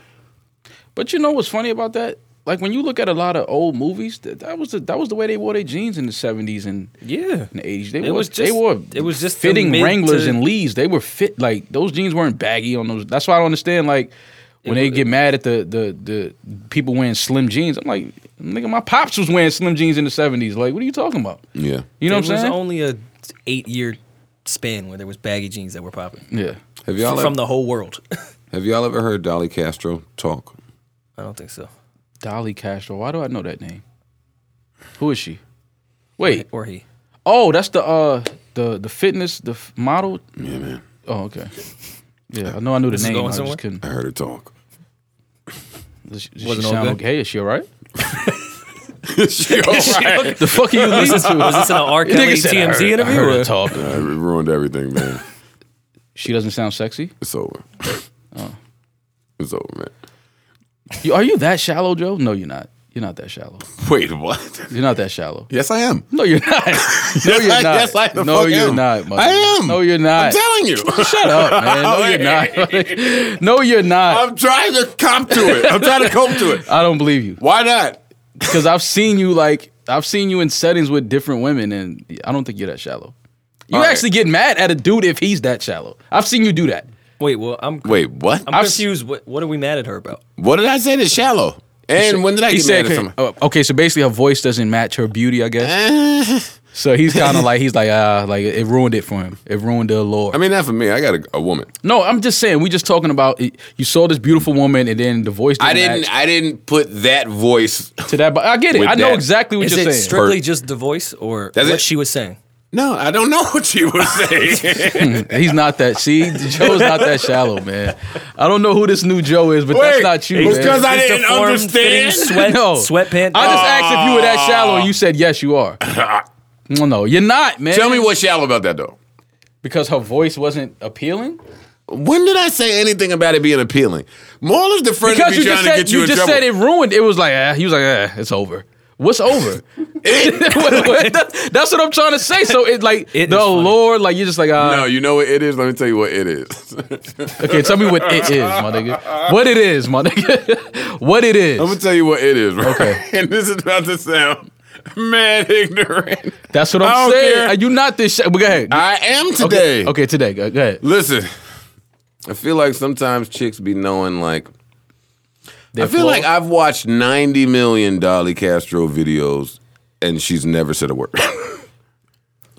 Speaker 4: But you know what's funny about that? Like when you look at a lot of old movies, that, that was the that was the way they wore their jeans in the seventies and
Speaker 3: Yeah.
Speaker 4: in the eighties. They
Speaker 3: It
Speaker 4: wore,
Speaker 3: was
Speaker 4: they
Speaker 3: just-
Speaker 4: wore
Speaker 3: it was just the
Speaker 4: fitting
Speaker 3: mid
Speaker 4: Wranglers
Speaker 3: to-
Speaker 4: and Lees. They were fit like those jeans weren't baggy on those. That's why I don't understand like when they
Speaker 3: wa-
Speaker 4: get mad at the the the people wearing slim jeans. I'm like, nigga, my pops was wearing slim jeans in the seventies. Like, what are you talking about?
Speaker 2: Yeah.
Speaker 4: You know
Speaker 3: there
Speaker 4: what I'm
Speaker 3: was
Speaker 4: saying?
Speaker 3: only a eight year span where there was baggy jeans that were popping
Speaker 4: yeah.
Speaker 2: Have y'all
Speaker 3: from
Speaker 2: ever,
Speaker 3: the whole world.
Speaker 2: have y'all ever heard Dolly Castro talk?
Speaker 3: I don't think so.
Speaker 4: Dolly Castro. Why do I know that name? Who is she? Wait.
Speaker 3: Or he.
Speaker 4: Oh, that's the uh the the fitness the f- model. Yeah, man. Oh, okay. Yeah, I know. I knew the
Speaker 3: is
Speaker 4: name.
Speaker 3: going
Speaker 4: I
Speaker 3: somewhere?
Speaker 4: just couldn't.
Speaker 2: I heard her talk.
Speaker 4: Does she, does
Speaker 3: Wasn't
Speaker 4: she
Speaker 3: all
Speaker 4: sound
Speaker 3: good?
Speaker 4: okay? Is she all right?
Speaker 2: she all right.
Speaker 4: the fuck are you listening to?
Speaker 3: Was this in an R. Kelly
Speaker 4: said,
Speaker 3: TMZ
Speaker 4: I
Speaker 3: interview?
Speaker 4: heard her
Speaker 3: or-
Speaker 4: talk.
Speaker 2: I ruined everything, man.
Speaker 4: She doesn't sound sexy.
Speaker 2: It's over.
Speaker 3: Oh.
Speaker 2: It's over, man.
Speaker 4: You, are you that shallow, Joe? No, you're not. You're not that shallow.
Speaker 2: Wait, what?
Speaker 4: You're not that shallow.
Speaker 2: Yes, I am.
Speaker 4: No, you're not. No,
Speaker 2: Yes,
Speaker 4: you're
Speaker 2: I-
Speaker 4: not.
Speaker 2: yes, I the
Speaker 4: no,
Speaker 2: fuck
Speaker 4: you're
Speaker 2: am.
Speaker 4: not. Mother.
Speaker 2: I am.
Speaker 4: No, you're
Speaker 2: I'm
Speaker 4: not.
Speaker 2: telling you.
Speaker 4: Shut up, man. No, you're not. no, you're not.
Speaker 2: I'm trying to comp to it. I'm trying to cope to it.
Speaker 4: I don't believe you.
Speaker 2: Why not?
Speaker 4: Because I've seen you like I've seen you in settings with different women, and I don't think you're that shallow. You
Speaker 2: All right.
Speaker 4: actually get mad at a dude if he's that shallow. I've seen you do that.
Speaker 3: Wait, well, I'm,
Speaker 2: Wait, what?
Speaker 3: I'm
Speaker 4: I've s-
Speaker 3: confused. What, what are we mad at her about?
Speaker 2: What did I say to shallow? And when did I
Speaker 4: He
Speaker 2: get
Speaker 4: said,
Speaker 2: mad at someone? Eh?
Speaker 4: oh, okay, so basically her voice doesn't match her beauty, I guess. So he's kind of like he's like ah, like it ruined it for him. It ruined the allure.
Speaker 2: I mean, not for me. I got a, a woman.
Speaker 4: no, I'm just saying we just talking about it- you saw this beautiful woman, and then the voice didn't,
Speaker 2: I didn't.
Speaker 4: match
Speaker 2: I didn't put that voice.
Speaker 4: to that. But I get it.
Speaker 2: With
Speaker 4: I know
Speaker 2: that.
Speaker 4: exactly what
Speaker 3: Is
Speaker 4: you're
Speaker 3: it
Speaker 4: saying.
Speaker 3: strictly
Speaker 2: Hurt.
Speaker 3: just the voice or
Speaker 2: That's
Speaker 3: what
Speaker 2: it.
Speaker 3: she was saying?
Speaker 2: No, I don't know what you were saying.
Speaker 4: he's not that. See, Joe's not that shallow, man. I don't know who this new Joe is, but that's not you, man.
Speaker 2: because I
Speaker 3: It's
Speaker 2: didn't
Speaker 3: deformed,
Speaker 2: understand.
Speaker 3: fitting Sweat,
Speaker 4: No.
Speaker 3: Sweatpants.
Speaker 4: I just asked if you were that shallow, and you said yes, you are. No, no, you're not, man.
Speaker 2: Tell me what's shallow about that though.
Speaker 4: because her voice wasn't appealing.
Speaker 2: When did I say anything about it being appealing? Maul is the friend that
Speaker 4: Because
Speaker 2: be trying
Speaker 4: you just
Speaker 2: to
Speaker 4: said
Speaker 2: get
Speaker 4: you,
Speaker 2: you, in
Speaker 4: just
Speaker 2: trouble.
Speaker 4: said it ruined. It was like ah, he was like, ah, it's over. What's over?
Speaker 2: It-
Speaker 4: What- what- that- that's what I'm trying to say. So it like
Speaker 3: It is
Speaker 4: the
Speaker 3: funny.
Speaker 4: Lord, like you're just like ah.
Speaker 2: no, you know what it is. Let me tell you what it is.
Speaker 4: Okay, tell me what it is, my nigga. What it is, my nigga. what it is.
Speaker 2: I'm gonna tell you what it is, right?
Speaker 4: Okay.
Speaker 2: and this is about to sound mad ignorant.
Speaker 4: that's what
Speaker 2: I
Speaker 4: I'm
Speaker 2: don't
Speaker 4: saying.
Speaker 2: care.
Speaker 4: Are you not this? Sh- but go ahead.
Speaker 2: I am today.
Speaker 4: okay, okay, today. Go, go ahead.
Speaker 2: Listen, I feel like sometimes chicks be knowing like. I feel
Speaker 4: flaws.
Speaker 2: like I've watched 90 million Dolly Castro videos and she's never said a word.
Speaker 4: Got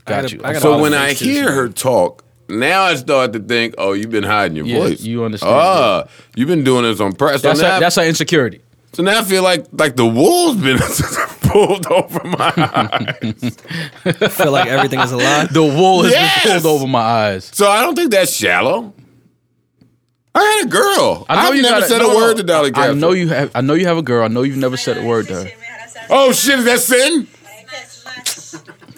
Speaker 3: gotta-
Speaker 4: you.
Speaker 3: I gotta-
Speaker 2: so
Speaker 3: of
Speaker 2: when
Speaker 3: things
Speaker 2: I
Speaker 3: too,
Speaker 2: hear her talk, now I start to think, oh, you've been hiding your
Speaker 4: Yeah,
Speaker 2: voice.
Speaker 4: you understand.
Speaker 2: Ah, you've been doing this on press. So
Speaker 4: that's
Speaker 2: now,
Speaker 4: her, that's her insecurity.
Speaker 2: so now I feel like like the wool's been pulled over my eyes.
Speaker 3: I feel like everything is a lie.
Speaker 4: The wool has
Speaker 2: Yes!
Speaker 4: been pulled over my eyes.
Speaker 2: So I don't think that's shallow. I had a girl. I have never
Speaker 4: gotta-
Speaker 2: said
Speaker 4: no,
Speaker 2: a
Speaker 4: no,
Speaker 2: word
Speaker 4: no.
Speaker 2: to Dolly
Speaker 4: I
Speaker 2: Castro.
Speaker 4: know you have. I know you have a girl. I know you've never said a word to her.
Speaker 2: Oh shit, is that sin?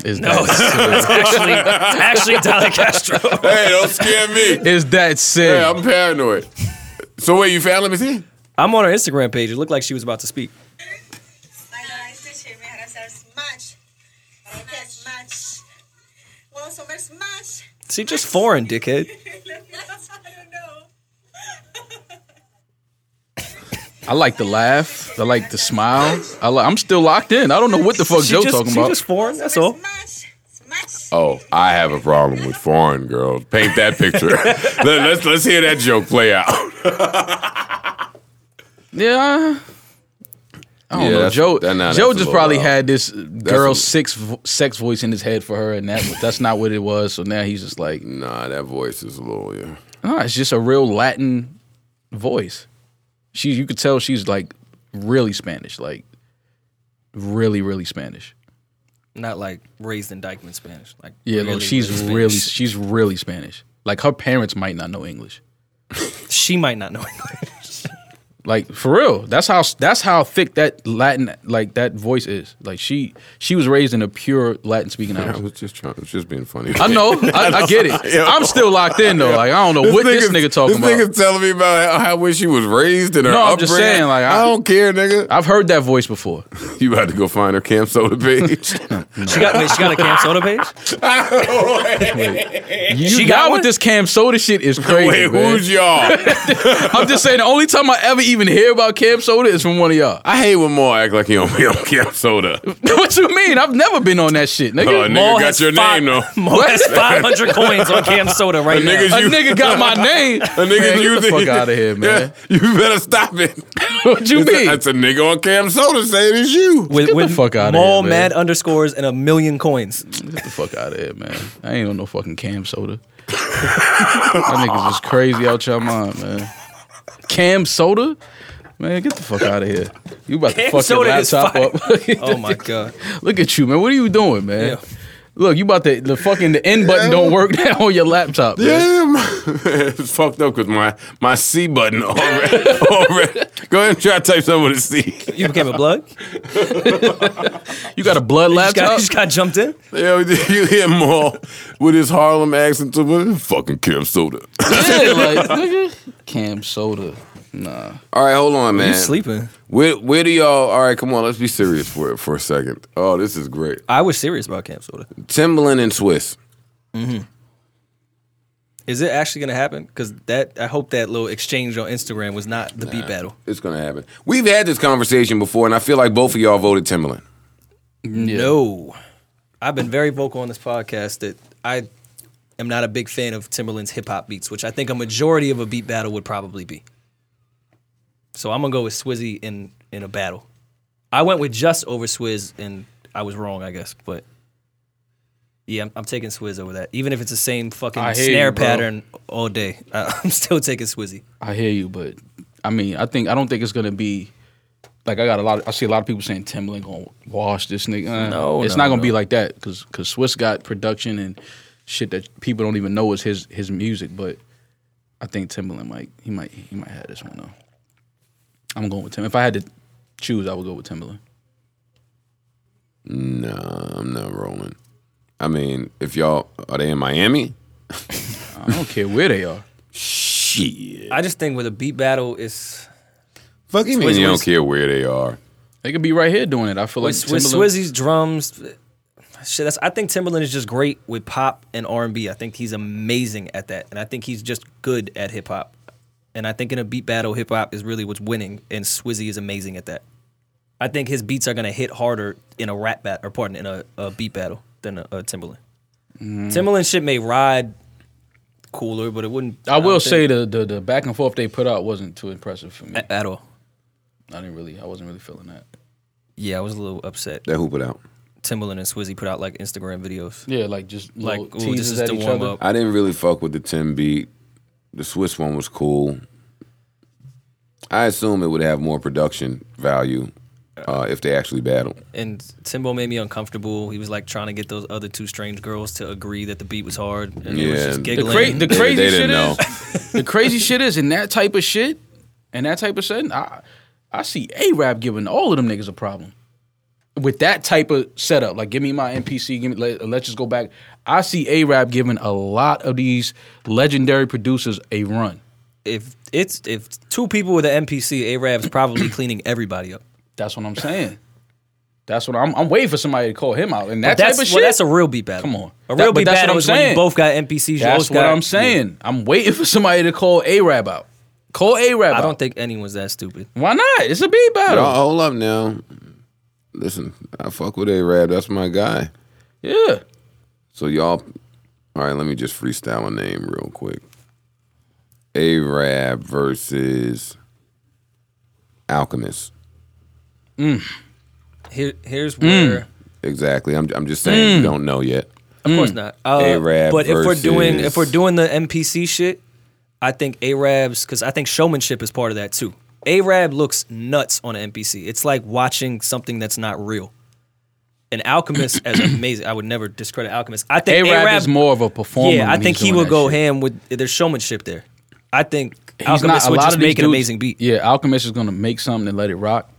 Speaker 4: Is
Speaker 3: No,
Speaker 4: that
Speaker 3: it's, it's actually, it's actually Dolly Castro.
Speaker 2: Hey, don't scare me.
Speaker 4: is that sin?
Speaker 2: Hey, I'm paranoid. So wait, you found let me see?
Speaker 3: I'm on her Instagram page. It looked like she was about to speak. She just foreign, dickhead.
Speaker 4: I like the laugh. I like the smile. I li- I'm still locked in. I don't know what the fuck
Speaker 3: she
Speaker 4: Joe
Speaker 3: just,
Speaker 4: talking
Speaker 3: she
Speaker 4: about.
Speaker 3: just foreign. That's all.
Speaker 2: Oh, I have a problem with foreign girls. Paint that picture. Let, let's let's hear that joke play out.
Speaker 4: yeah.
Speaker 2: Yeah,
Speaker 4: I don't know.
Speaker 2: that's-
Speaker 4: Joe
Speaker 2: that- nah, that's a
Speaker 4: Joe just
Speaker 2: little
Speaker 4: probably
Speaker 2: wild.
Speaker 4: had this girl
Speaker 2: a-
Speaker 4: six vo- sex voice in his head for her, and that that's not what it was. So now he's just like,
Speaker 2: Nah, that voice is a little yeah.
Speaker 4: no, it's just a real Latin voice. She, you could tell she's like really Spanish, like really, really Spanish.
Speaker 3: Not like raised in Dykeman Spanish. Like
Speaker 4: Yeah, no,
Speaker 3: really,
Speaker 4: she's
Speaker 3: Spanish.
Speaker 4: really, she's really Spanish. Like her parents might not know English.
Speaker 3: she might not know English.
Speaker 4: Like for real, that's how that's how thick that Latin like that voice is. Like she she was raised in a pure Latin speaking
Speaker 2: I
Speaker 4: house.
Speaker 2: was just trying. I was just being funny.
Speaker 4: I know, I, I get it. I'm still locked in though. Like I don't know what this nigga talking
Speaker 2: this
Speaker 4: about.
Speaker 2: nigga's telling me about how, how when she was raised and her
Speaker 4: No, I'm
Speaker 2: upbringing.
Speaker 4: just saying, like,
Speaker 2: I,
Speaker 4: I-
Speaker 2: don't care, nigga.
Speaker 4: I've heard that voice before.
Speaker 2: you about to go find her camp soda page?
Speaker 3: She got wait, she got a camp soda page.
Speaker 4: You
Speaker 3: She
Speaker 4: she
Speaker 3: got
Speaker 4: got
Speaker 3: one?
Speaker 4: with this Cam Soda shit is crazy.
Speaker 2: Wait,
Speaker 4: man.
Speaker 2: who's y'all?
Speaker 4: I'm just saying the only time I ever even hear about Cam Soda is from one of y'all.
Speaker 2: I hate when Maul act like he don't be on camp soda.
Speaker 4: what you mean? I've never been on that shit,
Speaker 2: Oh, a
Speaker 4: nigga.
Speaker 2: nigga
Speaker 3: Maul
Speaker 2: got
Speaker 3: has
Speaker 2: your
Speaker 3: five-
Speaker 2: name though.
Speaker 3: Mo
Speaker 4: What?
Speaker 3: has 500 coins on camp soda right now.
Speaker 2: nigga's
Speaker 4: a
Speaker 2: you-
Speaker 4: nigga got my name. A
Speaker 2: A nigga
Speaker 4: man, get the
Speaker 2: using-
Speaker 4: fuck out of here, man.
Speaker 2: Yeah, you better stop it.
Speaker 4: What you
Speaker 2: It's a-
Speaker 4: mean?
Speaker 2: That's a nigga on Cam Soda saying it's you.
Speaker 3: With,
Speaker 4: the fuck outta
Speaker 3: Maul
Speaker 4: here, man.
Speaker 3: mad underscores and a million coins.
Speaker 4: Get the fuck out of here, man. I ain't on no fucking cam soda. that niggas is crazy out your mind, man. Cam soda? Man, get the fuck out of here. You about
Speaker 3: Cam
Speaker 4: to fuck your
Speaker 3: soda is
Speaker 4: laptop
Speaker 3: fire.
Speaker 4: up.
Speaker 3: Oh my god.
Speaker 4: Look at you, man. What are you doing, man?
Speaker 3: Yeah.
Speaker 4: Look, you about to the fucking the end button don't work now on your laptop. Man.
Speaker 2: Damn. it's fucked up because my, my C button already, already. Go ahead and try to type something with a C.
Speaker 3: You became a blood?
Speaker 4: You got a blood
Speaker 3: Just got,
Speaker 4: laptop?
Speaker 3: just got jumped in?
Speaker 2: Yo, you hear Maul with his Harlem accent to me? Fucking Cam Soda.
Speaker 4: Yeah, like, nigga. Cam soda. Nah.
Speaker 2: All right, hold on, man.
Speaker 3: You sleeping.
Speaker 2: Where, where do y'all? All right, come on. Let's be serious for for a second. Oh, this is great.
Speaker 3: I was serious about camp soda.
Speaker 2: Timbaland and Swiss.
Speaker 3: Is it actually gonna happen? Because that I hope that little exchange on Instagram was not the beat battle.
Speaker 2: It's gonna happen. We've had this conversation before, and I feel like both of y'all voted Timbaland.
Speaker 3: No. I've been very vocal on this podcast that I am not a big fan of Timberland's hip hop beats, which I think a majority of a beat battle would probably be. So I'm gonna go with Swizzy in in a battle. I went with just over Swizz and I was wrong, I guess, but yeah, I'm, I'm taking Swizz over that. Even if it's the same fucking
Speaker 4: I hear
Speaker 3: snare
Speaker 4: you, bro.
Speaker 3: pattern all day, I, I'm still taking Swizzy.
Speaker 4: I hear you, but I mean, I think I don't think it's gonna be like I got a lot. Of, I see a lot of people saying Timbaland gonna wash this nigga. Uh,
Speaker 3: No,
Speaker 4: it's
Speaker 3: no,
Speaker 4: not gonna
Speaker 3: no.
Speaker 4: be like that because because Swiss got production and shit that people don't even know is his his music. But I think Timbaland might he might he might have this one though. I'm going with Tim. If I had to choose, I would go with Timbaland.
Speaker 2: Nah, I'm not rolling. I mean, if y'all are they in Miami?
Speaker 4: I don't care where they are.
Speaker 2: Shit.
Speaker 3: I just think with a beat battle, it's
Speaker 2: Fuck you, mean
Speaker 3: Swizz
Speaker 2: you don't
Speaker 3: was-
Speaker 2: care where they are.
Speaker 4: They could be right here doing it. I feel like
Speaker 3: with, with
Speaker 4: Timbaland-
Speaker 3: Swizzy's drums, shit. That's, I think Timberland is just great with pop and R and B. I think he's amazing at that, and I think he's just good at hip hop. And I think in a beat battle, hip hop is really what's winning, and Swizzy is amazing at that. I think his beats are gonna hit harder in a rap battle, or pardon, in a, a beat battle than a, a Timberland.
Speaker 4: Mm.
Speaker 3: Timberland shit may ride cooler, but it wouldn't.
Speaker 4: I will
Speaker 3: don't
Speaker 4: say
Speaker 3: think-
Speaker 4: the, the the back and forth they put out wasn't too impressive for me.
Speaker 3: a- at all.
Speaker 4: I didn't really. I wasn't really feeling that.
Speaker 3: Yeah, I was a little upset.
Speaker 2: They hoop it out.
Speaker 3: Timberland and Swizzy put out like Instagram videos.
Speaker 4: Yeah, like just
Speaker 3: Like,
Speaker 4: little
Speaker 3: ooh, this
Speaker 4: teases
Speaker 3: is
Speaker 4: at
Speaker 3: the
Speaker 4: each
Speaker 3: warm
Speaker 4: other.
Speaker 3: up.
Speaker 2: I didn't really fuck with the Tim beat. The Swiss one was cool. I assume it would have more production value uh, if they actually battle.
Speaker 3: and Timbo made me uncomfortable. He was like trying to get those other two strange girls to agree that the beat was hard, and it was
Speaker 2: Yeah.
Speaker 3: just
Speaker 2: The
Speaker 3: giggling.
Speaker 4: cra- the
Speaker 2: They-
Speaker 4: crazy
Speaker 2: they
Speaker 4: shit
Speaker 2: didn't know.
Speaker 4: is the crazy shit is in that type of shit and that type of setting. I I see A rap giving all of them niggas a problem with that type of setup. Like, give me my NPC. Give me let, let's just go back. I see A rap giving a lot of these legendary producers a run.
Speaker 3: If it's if two people with an MPC, Arab's probably cleaning everybody up.
Speaker 4: That's what I'm saying. That's what I'm. I'm waiting for somebody to call him out. And that
Speaker 3: But that's
Speaker 4: type of
Speaker 3: well,
Speaker 4: shit.
Speaker 3: that's a real beat battle.
Speaker 4: Come on.
Speaker 3: a
Speaker 4: That-
Speaker 3: real
Speaker 4: but
Speaker 3: beat
Speaker 4: that's what
Speaker 3: battle
Speaker 4: I'm
Speaker 3: is when you
Speaker 4: saying.
Speaker 3: both got MPCs. You
Speaker 4: That's
Speaker 3: both
Speaker 4: what
Speaker 3: got-
Speaker 4: I'm saying. I'm waiting for somebody to call A-Rab out. Call A-Rab
Speaker 3: I
Speaker 4: out.
Speaker 3: don't think anyone's that stupid.
Speaker 4: Why not? It's a beat battle.
Speaker 2: Y'all uh, hold up now. Listen, I fuck with A-Rab. That's my guy.
Speaker 4: Yeah.
Speaker 2: So y'all, all right. Let me just freestyle a name real quick. A-Rab versus Alchemist.
Speaker 3: Here,
Speaker 4: Mm.
Speaker 3: here's where.
Speaker 2: Exactly. I'm. I'm just saying
Speaker 3: Mm.
Speaker 2: you don't know yet.
Speaker 3: Of
Speaker 4: Hmm.
Speaker 3: course not. Uh,
Speaker 2: A-Rab
Speaker 3: but if we're doing
Speaker 2: versus-
Speaker 3: if we're doing the MPC shit, I think Arabs because I think showmanship is part of that too. Arab looks nuts on an MPC. It's like watching something that's not real. And Alchemist as amazing. I would never discredit Alchemist. I think
Speaker 4: A-Rab,
Speaker 3: Arab
Speaker 4: is more of a performer.
Speaker 3: Yeah, I
Speaker 4: when
Speaker 3: think
Speaker 4: he's
Speaker 3: he
Speaker 4: doing
Speaker 3: will
Speaker 4: that
Speaker 3: go
Speaker 4: shit.
Speaker 3: ham with there's showmanship there. I think
Speaker 4: He's
Speaker 3: Alchemist
Speaker 4: not, a
Speaker 3: would
Speaker 4: lot
Speaker 3: just
Speaker 4: of these
Speaker 3: make an
Speaker 4: dudes-
Speaker 3: amazing beat.
Speaker 4: Yeah, Alchemist is gonna make something and let it rock.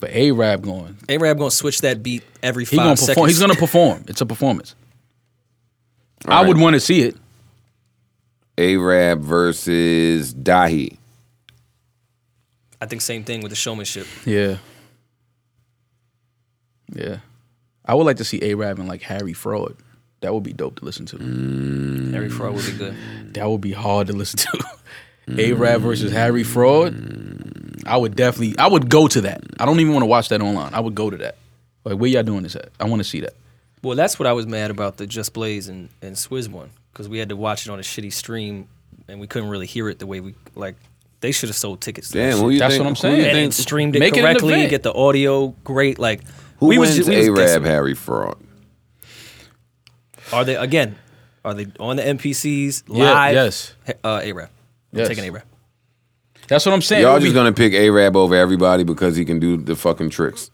Speaker 4: But A-Rab going.
Speaker 3: Arab gonna switch that beat every
Speaker 4: He's
Speaker 3: five
Speaker 4: gonna
Speaker 3: seconds.
Speaker 4: perform. He's gonna perform. It's a performance. I
Speaker 2: right.
Speaker 4: would want to see it.
Speaker 2: A-Rab versus Dahi.
Speaker 3: I think same thing with the showmanship.
Speaker 4: Yeah. Yeah. I would like to see A-Rab and like Harry Fraud. That would be dope to listen to.
Speaker 3: Every
Speaker 2: Hmm.
Speaker 3: fraud would be good.
Speaker 4: That would be hard to listen to. A-Rab versus Harry Fraud. I would definitely I would go to that. I don't even want to watch that online. I would go to that. Like where y'all doing this at? I want to see that.
Speaker 3: Well, that's what I was mad about the Just Blaze and, and Swizz one because we had to watch it on a shitty stream and we couldn't really hear it the way we like. They should have sold tickets. to that
Speaker 2: Damn,
Speaker 3: shit.
Speaker 2: who you
Speaker 4: That's
Speaker 2: think?
Speaker 4: what I'm
Speaker 2: who
Speaker 4: saying.
Speaker 2: you
Speaker 3: and,
Speaker 2: think-
Speaker 3: then streamed it
Speaker 4: Make it an
Speaker 3: correctly,
Speaker 4: event.
Speaker 3: get the audio great. Like
Speaker 2: Who
Speaker 3: we
Speaker 2: wins
Speaker 3: was, we was
Speaker 2: A-Rab
Speaker 3: guessing.
Speaker 2: Harry Fraud?
Speaker 3: Are they again? Are they on the NPCs
Speaker 4: Yeah,
Speaker 3: live?
Speaker 4: yes.
Speaker 3: uh, A Rap.
Speaker 4: Yes.
Speaker 3: taking A Rap.
Speaker 4: That's what I'm saying. It
Speaker 2: Y'all
Speaker 4: would
Speaker 2: just
Speaker 4: be-
Speaker 2: gonna pick A-Rab over everybody because he can do the fucking tricks.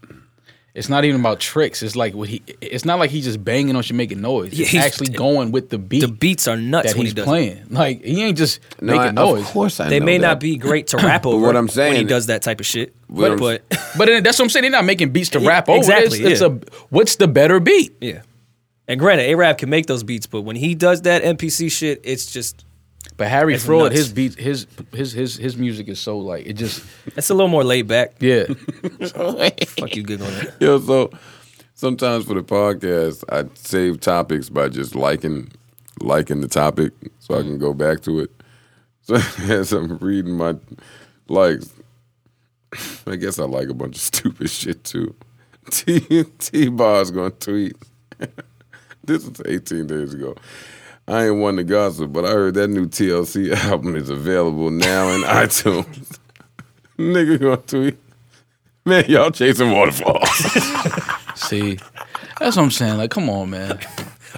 Speaker 4: it's not even about tricks. It's like what he it's not like he's just banging on shit making noise.
Speaker 3: Yeah,
Speaker 4: He's
Speaker 3: he's-
Speaker 4: actually going with the beat
Speaker 3: The beats are nuts
Speaker 4: that
Speaker 3: when
Speaker 4: he's
Speaker 3: he does. it.
Speaker 4: playing. Like he ain't just
Speaker 2: No, I,
Speaker 4: making noise.
Speaker 2: of course I
Speaker 3: They
Speaker 2: know
Speaker 3: may
Speaker 2: that.
Speaker 3: not be great to rap over
Speaker 2: what I'm
Speaker 3: when he
Speaker 2: saying-
Speaker 3: does that type of shit.
Speaker 2: What I'm-
Speaker 3: but
Speaker 4: But then, that's what I'm saying. They're not making beats to rap over.
Speaker 3: exactly,
Speaker 4: It's, it's
Speaker 3: yeah.
Speaker 4: a what's the better beat?
Speaker 3: yeah. And granted, A Rap can make those beats, but when he does that NPC shit, it's just
Speaker 4: But Harry
Speaker 3: It's
Speaker 4: Fraud,
Speaker 3: nuts.
Speaker 4: his beats, his his his his music is so like it just
Speaker 3: it's a little more laid back.
Speaker 4: yeah.
Speaker 3: Fuck you, giggling. at.
Speaker 2: Yo, so sometimes for the podcast, I save topics by just liking liking the topic so I can go back to it. So as I'm reading my likes, I guess I like a bunch of stupid shit too. T T Bar's gonna tweet. this was 18 days ago. I ain't one to gossip, but I heard that new TLC album is available now in iTunes. Nigga gonna tweet. Man, y'all chasing waterfalls.
Speaker 4: See, that's what I'm saying. Like, come on, man.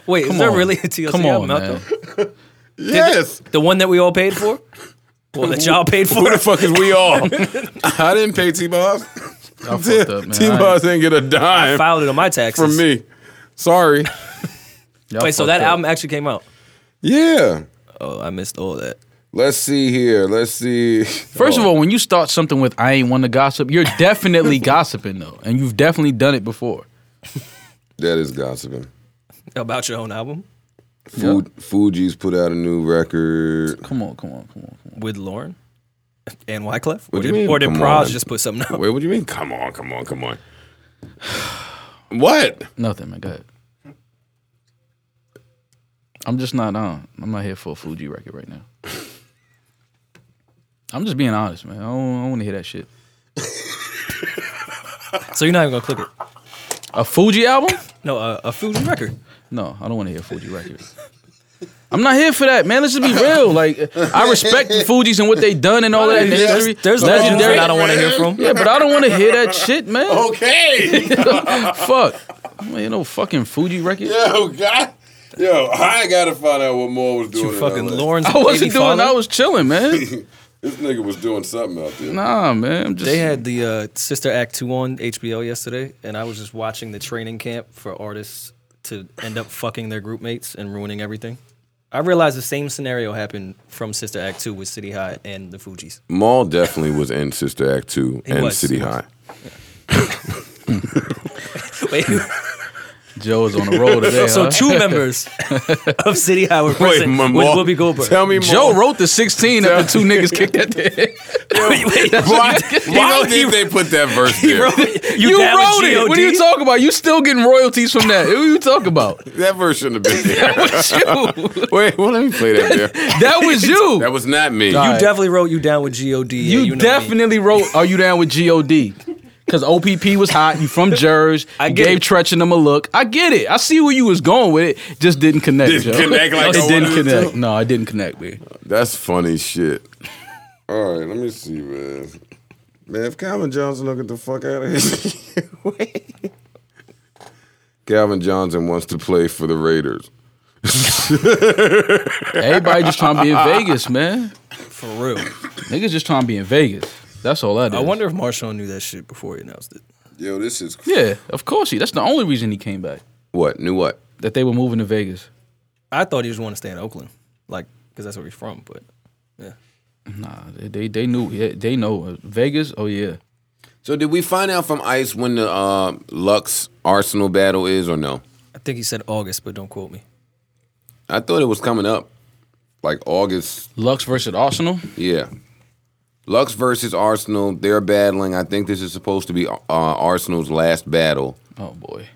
Speaker 3: Wait,
Speaker 4: Come
Speaker 3: is there
Speaker 4: on.
Speaker 3: really a TLC
Speaker 4: Come
Speaker 3: album out
Speaker 4: on, man.
Speaker 3: though?
Speaker 2: Yes.
Speaker 3: The one that we all paid for? Well, that y'all paid for?
Speaker 2: Who the fuck is we all? I didn't pay T Boss.
Speaker 4: I fucked up, man.
Speaker 2: T Boss didn't get a dime
Speaker 3: filed it on my taxes.
Speaker 2: from me. Sorry.
Speaker 4: Y'all
Speaker 3: Wait, so
Speaker 4: fucked
Speaker 3: that
Speaker 4: up.
Speaker 3: album actually came out?
Speaker 2: Yeah.
Speaker 3: Oh, I missed all that.
Speaker 2: Let's see here. Let's see.
Speaker 4: First of all, when you start something with "I ain't want to gossip," you're definitely gossiping though, and you've definitely done it before.
Speaker 2: that is gossiping.
Speaker 3: About your own album?
Speaker 2: Fu- Fuji's put out a new record.
Speaker 4: Come on, come on, come on. Come on.
Speaker 3: With Lauren? And Wyclef?
Speaker 2: What do
Speaker 3: or did,
Speaker 2: you mean?
Speaker 3: Or did
Speaker 2: Come
Speaker 3: Praz
Speaker 2: on.
Speaker 3: just put something out?
Speaker 2: Wait, what do you mean? Come on, come on, come on. What?
Speaker 4: Nothing, man. Go ahead. I'm just not on. I'm not here for a Fuji record right now. I'm just being honest, man. I don't, I don't want to hear that shit.
Speaker 3: So you're not even going to click it?
Speaker 4: A Fuji album?
Speaker 3: No, uh, a Fusion record.
Speaker 4: No, I don't want to hear Fuji records. I'm not here for that, man. Let's just be real. Like, I respect the Fuji's and what they done and all that. And the
Speaker 2: There's-
Speaker 4: history.
Speaker 3: There's
Speaker 4: Legendary-
Speaker 3: legendary I don't want to hear from.
Speaker 4: Yeah, but I don't want to hear that shit, man.
Speaker 5: Oh,
Speaker 2: Okay.
Speaker 4: Fuck. I don't hear no fucking Fuji record.
Speaker 2: Yo, God. Yo, I gotta find out what more was doing.
Speaker 3: You
Speaker 2: in
Speaker 3: fucking
Speaker 2: LA.
Speaker 3: Lauren's
Speaker 4: I wasn't
Speaker 3: baby
Speaker 4: doing.
Speaker 3: father.
Speaker 4: I was chilling, man.
Speaker 2: This nigga was doing something out there.
Speaker 4: Nah, man. I'm just.
Speaker 3: They had the uh, Sister Act 2 on HBO yesterday, and I was just watching the training camp for artists to end up fucking their group mates and ruining everything. I realized the same scenario happened from Sister Act 2 with City High and the Fugees.
Speaker 2: Maul definitely was in Sister Act 2 and
Speaker 3: was.
Speaker 2: City High.
Speaker 3: Wait,
Speaker 4: Joe is on the road today.
Speaker 3: So
Speaker 4: huh?
Speaker 3: two members of City Howard
Speaker 5: Wait,
Speaker 3: Prison
Speaker 5: my
Speaker 3: with
Speaker 5: mom-
Speaker 3: Whoopi Goldberg.
Speaker 5: Tell me
Speaker 4: Joe
Speaker 5: more.
Speaker 4: wrote the 16 after two niggas kicked that dick.
Speaker 5: Why, why
Speaker 3: wrote- he
Speaker 5: did they put that verse
Speaker 3: He
Speaker 5: there?
Speaker 3: wrote it.
Speaker 4: You,
Speaker 3: down with
Speaker 4: wrote it. What are
Speaker 3: G.O.D.?
Speaker 4: you talking about? You still getting royalties from that. What are you talking about?
Speaker 5: That verse shouldn't have been there.
Speaker 4: That was you.
Speaker 5: Wait, well, let me play that there.
Speaker 4: That was you.
Speaker 5: That was not me.
Speaker 4: All
Speaker 3: You
Speaker 4: right.
Speaker 3: definitely wrote you down with God.
Speaker 4: you,
Speaker 3: you know me.
Speaker 4: definitely wrote Are You Down with G.O.D.? Because OPP was hot. You from Jersey.
Speaker 3: I
Speaker 4: I
Speaker 3: get
Speaker 4: gave
Speaker 3: it.
Speaker 4: Tretching them a look. I get it. I see where you was going with it. Just didn't connect,
Speaker 5: Didn't
Speaker 4: Joe.
Speaker 5: connect like I
Speaker 4: it didn't
Speaker 5: wanted it
Speaker 4: connect. No, it didn't connect, man.
Speaker 5: That's funny shit. All right, let me see, man. Man, if Calvin Johnson don't get the fuck out of here. Wait. Calvin Johnson wants to play for the Raiders.
Speaker 4: Everybody just trying to be in Vegas, man.
Speaker 3: for real.
Speaker 4: Niggas just trying to be in Vegas. That's all that is.
Speaker 3: I wonder if Marshawn knew that shit before he announced it.
Speaker 5: Yo, this is
Speaker 4: Yeah, of course he. That's the only reason he came back.
Speaker 5: what? New what?
Speaker 4: That they were moving to Vegas.
Speaker 3: I thought he was wanting to stay in Oakland, like because that's where he's from. But
Speaker 4: Nah, they they, they knew. Yeah, they know Vegas. Oh yeah.
Speaker 2: So did we find out from Ice when the uh, Lux Arsenal battle is or no?
Speaker 3: I think he said August, but don't quote me.
Speaker 2: I thought it was coming up.
Speaker 5: Like August?
Speaker 4: Lux versus Arsenal.
Speaker 2: Yeah. Lux versus Arsenal. They're battling. I think this is supposed to be uh, Arsenal's last battle.
Speaker 4: Oh boy.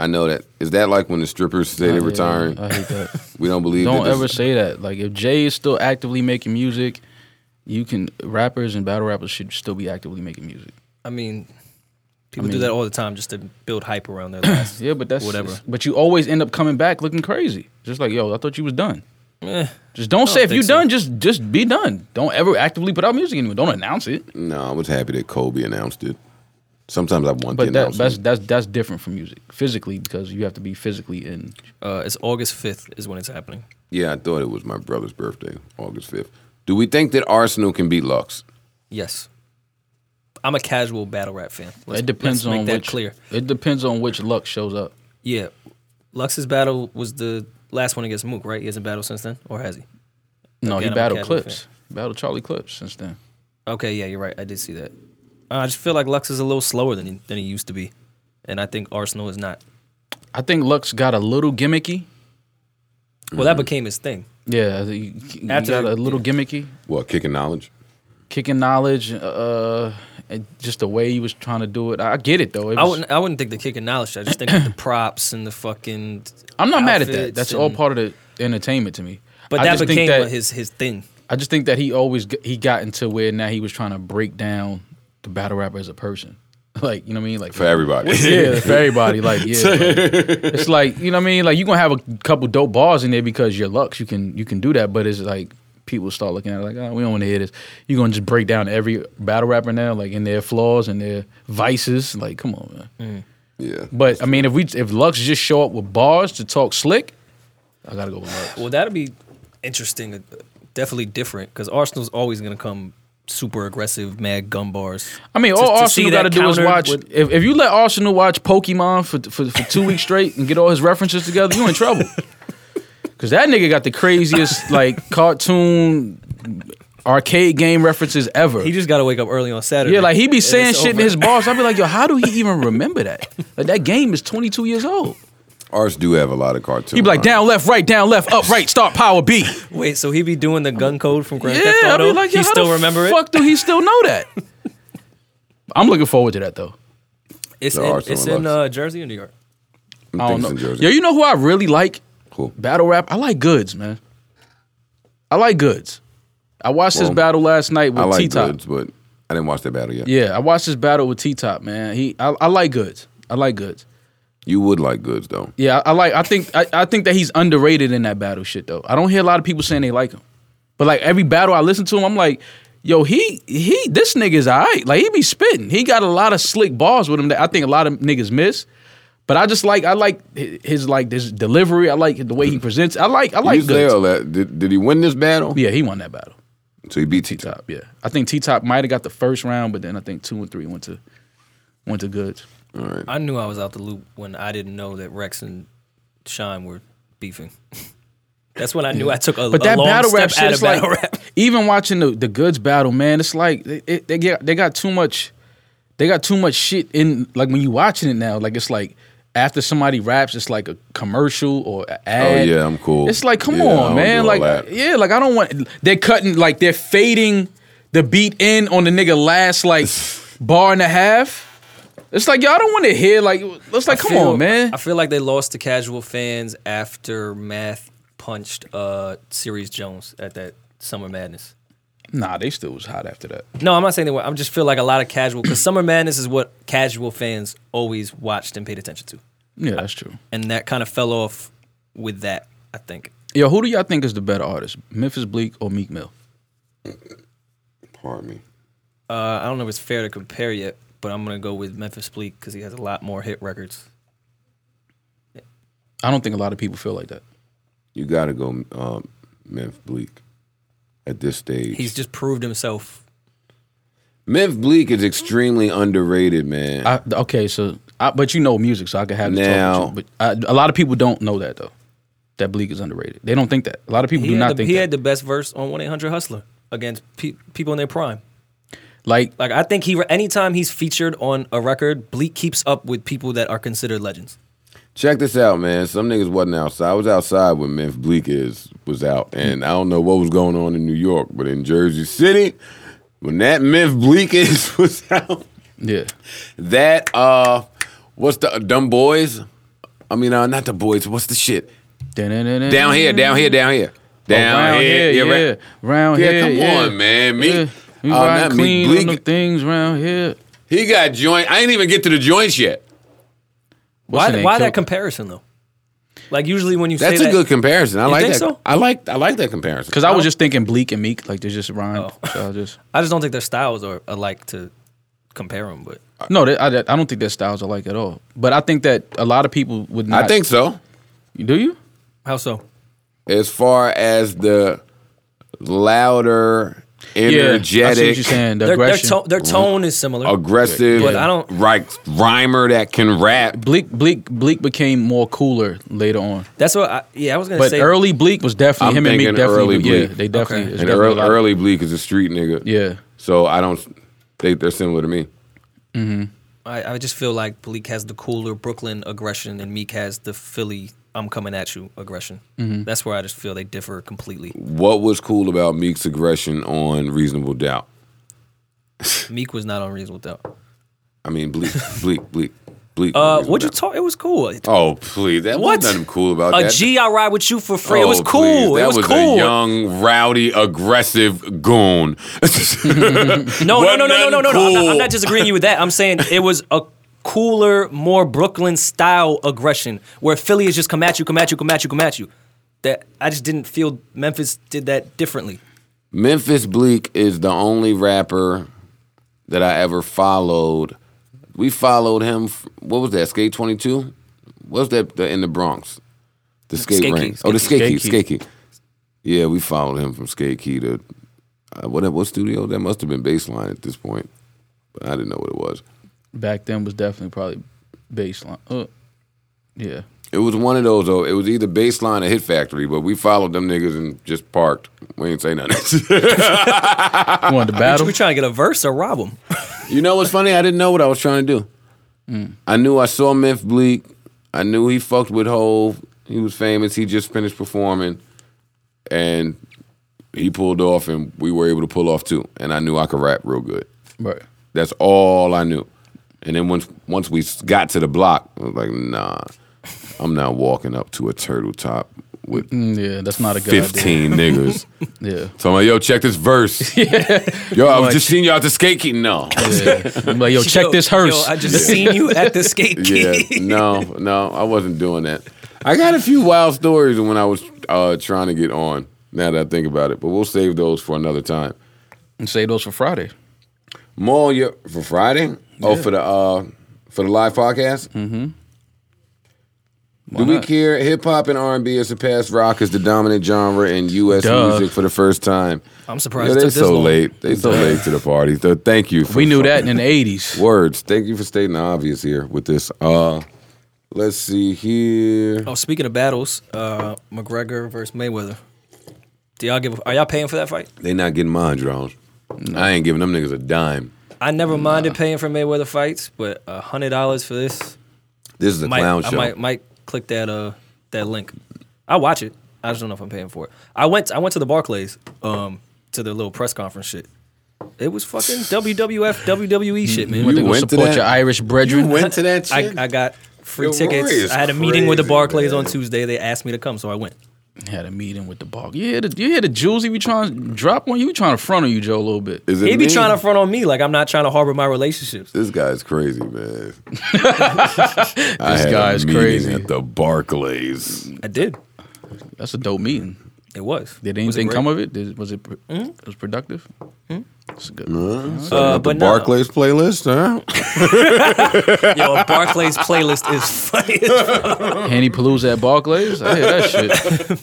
Speaker 2: I know that. Is that like when the strippers say they're retiring?
Speaker 4: I hate that.
Speaker 2: we don't believe
Speaker 4: Uh, Don't
Speaker 2: that this-
Speaker 4: ever say that. Like if Jay is still actively making music, you can rappers and battle rappers should still be actively making music.
Speaker 3: I mean, people do that all the time just to build hype around their lives.
Speaker 4: Yeah, but that's
Speaker 3: Whatever.
Speaker 4: But you always end up coming back looking crazy. Just like yo, I thought you was done.
Speaker 3: Eh,
Speaker 4: Just don't say if
Speaker 3: think
Speaker 4: you
Speaker 3: so.
Speaker 4: done. Just just be done. Don't ever actively put out music anymore. Don't announce it.
Speaker 2: No, I was happy that Kobe announced it. Sometimes I want the
Speaker 4: But that,
Speaker 2: announcement.
Speaker 4: that's that's that's different from music physically because you have to be physically in.
Speaker 3: uh, it's August fifth is when it's happening.
Speaker 2: yeah, I thought it was my brother's birthday, August 5th. Do we think that Arsenal can beat Lux?
Speaker 3: Yes, I'm a casual battle rap fan. Let's-
Speaker 4: it depends
Speaker 3: let's make
Speaker 4: on
Speaker 3: that
Speaker 4: which.
Speaker 3: clear.
Speaker 4: It depends on which luck shows up.
Speaker 3: Yeah, Lux's battle was the last one against Mook, right? He hasn't battled since then, or has he? Again,
Speaker 4: No,
Speaker 3: I'm
Speaker 4: he
Speaker 3: a
Speaker 4: battled
Speaker 3: casual
Speaker 4: Clips. Battled Charlie Clips since then.
Speaker 3: Okay, yeah, you're right. I did see that. Uh, I just feel like Lux is a little slower than he, than he used to be, and I think Arsenal is not.
Speaker 4: I think Lux got a little gimmicky.
Speaker 3: Well,
Speaker 4: Mm-hmm.
Speaker 3: that became his thing.
Speaker 4: Yeah, I think he, he
Speaker 3: After-
Speaker 4: got a little gimmicky.
Speaker 2: What, kicking knowledge?
Speaker 4: Kicking knowledge, uh, and just the way he was trying to do it. I get it though. It
Speaker 3: I
Speaker 4: was-
Speaker 3: wouldn't. I wouldn't think the kick and knowledge. I just think of the props and the fucking.
Speaker 4: I'm not mad at that.
Speaker 3: outfits
Speaker 4: That's all
Speaker 3: and-
Speaker 4: part of the entertainment to me.
Speaker 3: But
Speaker 4: I
Speaker 3: that
Speaker 4: just think
Speaker 3: became
Speaker 4: that-
Speaker 3: what his his thing.
Speaker 4: I just think that he always g- he got into where now he was trying to break down the battle rapper as a person. Like you know what I mean? Like
Speaker 5: For everybody.
Speaker 4: yeah, for everybody. Like, yeah, like, it's like you know what I mean. Like, you are gonna have a couple dope bars in there because you're Lux. You can you can do that, but it's like people start looking at it like, oh, we don't want to hear this. You're gonna just break down every battle rapper now, like in their flaws and their vices. Like, come on, man.
Speaker 5: Yeah.
Speaker 4: But I mean, if we if Lux just show up with bars to talk slick, I gotta go with Lux.
Speaker 3: Well, that'd be interesting. uh, Definitely different because Arsenal's always gonna come super aggressive, mad gun bars.
Speaker 4: I mean,
Speaker 3: To-
Speaker 4: all
Speaker 3: to see
Speaker 4: Arsenal got to
Speaker 3: that
Speaker 4: do is
Speaker 3: countered
Speaker 4: watch.
Speaker 3: with-
Speaker 4: if, if you let Arsenal watch Pokemon for, for for two weeks straight and get all his references together, you in trouble. Because that nigga got the craziest like cartoon arcade game references ever.
Speaker 3: He just gotta wake up early on Saturday.
Speaker 4: yeah, like he be
Speaker 3: and
Speaker 4: saying
Speaker 3: it's
Speaker 4: shit in
Speaker 3: over.
Speaker 4: his bars. I'd be like, yo, how do he even remember that? Like that game is 22 years old.
Speaker 2: Ars do have a lot of cartoons.
Speaker 4: He'd be like, down left, right, down left, up right, start power B.
Speaker 3: Wait, so he be doing the gun code from Grand
Speaker 4: Yeah,
Speaker 3: Theft
Speaker 4: I'd
Speaker 3: Auto?
Speaker 4: be like, yo,
Speaker 3: he
Speaker 4: how
Speaker 3: still
Speaker 4: the
Speaker 3: remember it.
Speaker 4: fuck do he still know that? I'm looking forward to that though.
Speaker 3: It's
Speaker 2: The
Speaker 3: in,
Speaker 2: Arsenal
Speaker 3: it's in
Speaker 2: Lux.
Speaker 3: uh, Jersey or New York.
Speaker 4: I don't
Speaker 2: Things
Speaker 4: know.
Speaker 2: in Jersey.
Speaker 4: Yo, you know who I really like?
Speaker 2: Who?
Speaker 4: Battle rap. I like Goods, man. I like Goods. I watched his
Speaker 2: Well,
Speaker 4: battle last night with
Speaker 2: I like
Speaker 4: T Top.
Speaker 2: goods, but I didn't watch that battle yet.
Speaker 4: Yeah, I watched his battle with T Top, man. He, I, I like Goods. I like Goods.
Speaker 2: You would like goods, though.
Speaker 4: Yeah, I, I like. I think. I, I think that he's underrated in that battle shit though. I don't hear a lot of people saying they like him, but like every battle I listen to him, I'm like, yo, he he, this nigga's alright. Like he be spitting. He got a lot of slick bars with him that I think a lot of niggas miss. But I just like I like hi- his like this delivery. I like the way he presents. I like I
Speaker 2: you
Speaker 4: like
Speaker 2: say
Speaker 4: good.
Speaker 2: all that. Did, did he win this battle?
Speaker 4: Yeah, he won that battle.
Speaker 2: So he beat T
Speaker 4: Top. Yeah, I think T Top might have got the first round, but then I think two and three went to went to Goods.
Speaker 3: I knew I was out the loop when I didn't know that Rex and Shine were beefing. That's when I knew I took a,
Speaker 4: But
Speaker 3: a
Speaker 4: that
Speaker 3: long
Speaker 4: battle
Speaker 3: step
Speaker 4: rap
Speaker 3: out
Speaker 4: shit
Speaker 3: of
Speaker 4: is like
Speaker 3: battle rap.
Speaker 4: even watching the the goods battle, man. It's like they, it, they get they got too much, they got too much shit in. Like when you watching it now, like it's like after somebody raps, it's like a commercial or an
Speaker 2: Oh
Speaker 4: ad.
Speaker 2: yeah, I'm cool.
Speaker 4: It's like, come
Speaker 2: Yeah, I
Speaker 4: on,
Speaker 2: don't do
Speaker 4: man.
Speaker 2: all
Speaker 4: Like,
Speaker 2: that.
Speaker 4: yeah, like I don't want. They're cutting, like they're fading the beat in on the nigga last like bar and a half. It's like y'all don't want to hear like. It's like, come
Speaker 3: feel-
Speaker 4: on, man.
Speaker 3: I feel like they lost to casual fans after Math punched uh Series Jones at that Summer Madness.
Speaker 4: nah, they still was hot after that.
Speaker 3: No, I'm not saying they were. I just feel like a lot of casual because Summer Madness is what casual fans always watched and paid attention to,
Speaker 4: Yeah, that's true.
Speaker 3: and that kind of fell off with that. I think
Speaker 4: Yo, who do y'all think is the better artist, Memphis Bleak or Meek Mill?
Speaker 2: Pardon me.
Speaker 3: uh, I don't know if it's fair to compare yet, but I'm gonna go with Memphis Bleak because he has a lot more hit records.
Speaker 4: I don't think a lot of people feel like that.
Speaker 2: You gotta go, um, Memphis Bleak. At this stage,
Speaker 3: He's just proved himself.
Speaker 2: Memphis Bleak is extremely underrated, man.
Speaker 4: I, okay, so I, but you know music, so I can have this
Speaker 2: Now-
Speaker 4: talk with you. But I, a lot of people don't know that though. That Bleak is underrated. They don't think that. A lot of people
Speaker 3: He,
Speaker 4: do not
Speaker 3: had the,
Speaker 4: think
Speaker 3: he
Speaker 4: that.
Speaker 3: had the best verse on 1 800 Hustler against pe- people in their prime.
Speaker 4: like
Speaker 3: Like I think he anytime he's featured on a record, Bleak keeps up with people that are considered legends.
Speaker 2: Check this out, man. Some niggas wasn't outside. I was outside when Memphis Bleak is was out, and I don't know what was going on in New York, but in Jersey City, when that Memphis Bleak is was out,
Speaker 4: yeah.
Speaker 2: that uh, what's the dumb boys? I mean, uh, not the boys. What's the shit down here? Down here? Down here? Down
Speaker 4: Oh, round
Speaker 2: here?
Speaker 4: here, yeah,
Speaker 2: right.
Speaker 4: round
Speaker 2: Yeah,
Speaker 4: here.
Speaker 2: come on, man. Meek-
Speaker 4: Yeah. We
Speaker 2: uh,
Speaker 4: riding
Speaker 2: not Meek
Speaker 4: clean on
Speaker 2: Bleak.
Speaker 4: them things round here.
Speaker 2: He got joint. I ain't even get to the joints yet.
Speaker 4: What's her
Speaker 3: why
Speaker 4: name?
Speaker 3: why that
Speaker 4: Killed-
Speaker 3: comparison though? Like usually when you
Speaker 2: That's
Speaker 3: say
Speaker 2: a
Speaker 3: that,
Speaker 2: good comparison. I like
Speaker 3: think
Speaker 2: that.
Speaker 3: so?
Speaker 2: I like I like that comparison.
Speaker 4: Cause I was just thinking Bleak and Meek, like they just rhyme.
Speaker 3: Oh.
Speaker 4: So I just
Speaker 3: I just don't think their styles are alike to compare them. But
Speaker 4: no, that, I, that- I don't think their styles are like at all. But I think that a lot of people would not.
Speaker 2: I think so.
Speaker 4: do you?
Speaker 3: how so?
Speaker 2: as far as the louder,
Speaker 4: yeah, I see what
Speaker 2: energetic,
Speaker 4: you're saying. The
Speaker 3: Their, their,
Speaker 4: aggression.
Speaker 3: to- their tone is similar.
Speaker 2: aggressive,
Speaker 3: But I don't-
Speaker 2: right rhymer that can rap.
Speaker 4: Bleak, Bleak, Bleak became more cooler later on.
Speaker 3: That's what. I, yeah, I was gonna
Speaker 4: But
Speaker 3: say.
Speaker 4: early Bleak was definitely
Speaker 2: I'm
Speaker 4: him and Meek.
Speaker 2: thinking
Speaker 4: Definitely,
Speaker 2: early
Speaker 4: yeah,
Speaker 2: Bleak.
Speaker 4: they definitely.
Speaker 3: Okay.
Speaker 4: it's
Speaker 2: And
Speaker 4: definitely a
Speaker 2: early,
Speaker 4: lot of-
Speaker 2: early Bleak is a street nigga.
Speaker 4: yeah,
Speaker 2: So I don't. They they're similar to me.
Speaker 3: I, I just feel like Bleak has the cooler Brooklyn aggression, and Meek has the Philly "I'm coming at you" aggression. That's where I just feel they differ completely.
Speaker 2: What was cool about Meek's aggression on Reasonable Doubt?
Speaker 3: Meek was not on Reasonable Doubt.
Speaker 2: I mean, bleak, bleak, bleak, bleak. on
Speaker 3: Uh,
Speaker 2: Reasonable
Speaker 3: what'd you
Speaker 2: Doubt.
Speaker 3: talk? It was cool.
Speaker 2: Oh please! That
Speaker 3: What?
Speaker 2: was nothing cool about
Speaker 3: A
Speaker 2: that.
Speaker 3: G, I ride with you for free. it was
Speaker 2: Oh,
Speaker 3: cool.
Speaker 2: please. That
Speaker 3: it was,
Speaker 2: a
Speaker 3: cool.
Speaker 2: young, rowdy, aggressive goon.
Speaker 3: No, no,
Speaker 2: Wasn't
Speaker 3: no, no, no, no, no, no. I'm, not, I'm
Speaker 2: cool.
Speaker 3: not disagreeing you with that. I'm saying it was a cooler, more Brooklyn style aggression where Philly is just come at you, come at you, come at you, come at you. That I just didn't feel Memphis did that differently.
Speaker 2: Memphis Bleak is the only rapper that I ever followed. We followed him. f- What was that? Skate Twenty Two. What's that the, in the Bronx? The skate
Speaker 3: Skate Key,
Speaker 2: ring. Oh, the skate
Speaker 4: Skate
Speaker 2: key.
Speaker 4: Key.
Speaker 2: Skate key. Yeah, we followed him from skate key to uh, what? What studio? That must have been baseline at this point, but I didn't know what it was.
Speaker 4: back then was definitely probably baseline. Uh, yeah,
Speaker 2: It was one of those though. It was either baseline or Hit Factory, but we followed them niggas and just parked. We ain't say nothing.
Speaker 4: you wanted to battle.
Speaker 3: We trying to get a verse or rob him.
Speaker 2: Oh, You know what's funny? I didn't know what I was trying to do. I knew I saw Memph Bleak. I knew he fucked with Hove. He was famous. He just finished performing, and he pulled off, and we were able to pull off too. And I knew I could rap real good.
Speaker 4: Right.
Speaker 2: That's all I knew. And then once once we got to the block, I was like, Nah, I'm not walking up to a turtle top with
Speaker 4: Mm, Yeah, that's not a good idea.
Speaker 2: fifteen niggas.
Speaker 4: Yeah.
Speaker 2: So I'm like, Yo, check this verse. Yo, I was
Speaker 4: Like-
Speaker 2: just seeing you out the skate key. No.
Speaker 4: yeah. I'm like, yo, check
Speaker 3: Yo,
Speaker 4: this hearse.
Speaker 3: Yo, I just seen you at the skate
Speaker 2: Yeah,
Speaker 3: key.
Speaker 2: no, no, I wasn't doing that. I got a few wild stories when I was uh, trying to get on. Now that I think about it, but we'll save those for another time.
Speaker 4: and save those for Friday.
Speaker 2: More you for Friday? Oh, for the uh, for the live podcast. Mm-hmm. Do we
Speaker 4: not?
Speaker 2: care? Hip hop and R and B has surpassed rock as the dominant genre in U.S.
Speaker 4: Duh.
Speaker 2: music for the first time.
Speaker 3: I'm
Speaker 2: Yeah,
Speaker 3: surprised it
Speaker 2: they're
Speaker 3: took this
Speaker 2: so
Speaker 3: long.
Speaker 2: late. They so late to the party. So thank you. For
Speaker 4: We knew that in the '80s.
Speaker 2: Words. Thank you for stating the obvious here with this. Uh, let's see here.
Speaker 3: Oh, speaking of battles, uh, McGregor versus Mayweather. Do y'all give? A, are y'all paying for that fight?
Speaker 2: They not getting mine, drones. I ain't giving them niggas a dime.
Speaker 3: I never minded paying for Mayweather fights, but a hundred dollars for this.
Speaker 2: This is a
Speaker 3: might,
Speaker 2: clown
Speaker 3: I
Speaker 2: show.
Speaker 3: might, might click that uh that link. I watch it. I just don't know if I'm paying for it. I went I went to the Barclays um to the little press conference shit. It was fucking WWF WWE E shit, man.
Speaker 2: You
Speaker 4: They gonna
Speaker 2: went to
Speaker 4: support
Speaker 2: that?
Speaker 4: your Irish brethren.
Speaker 2: you went to that
Speaker 3: I,
Speaker 2: shit.
Speaker 3: I got free
Speaker 2: Yo, Rory
Speaker 3: tickets.
Speaker 2: is
Speaker 3: I had a meeting with the
Speaker 2: crazy,
Speaker 3: Barclays
Speaker 2: man.
Speaker 3: on Tuesday. They asked me to come, so I went.
Speaker 4: Had a meeting with the ball. You hear the, you hear the jewels he be trying to drop on you? He trying to front on you, Joe, a little bit.
Speaker 2: is it
Speaker 3: He be
Speaker 2: me?
Speaker 3: trying to front on me like I'm not trying to harbor my relationships.
Speaker 2: This guy's crazy, man. this
Speaker 4: guy's crazy.
Speaker 2: At the Barclays.
Speaker 3: I did.
Speaker 4: That's a dope meeting.
Speaker 3: It was.
Speaker 4: Did
Speaker 3: Was it
Speaker 4: anything
Speaker 3: great? Hmm?
Speaker 4: come of it? Did, was it pr it was productive? It's good.
Speaker 2: So at
Speaker 3: Uh,
Speaker 2: the
Speaker 3: but no.
Speaker 2: Barclays playlist, huh?
Speaker 3: Yo, a Barclays playlist is funny. as fuck.
Speaker 4: Handy Palooza at Barclays. I hear that shit.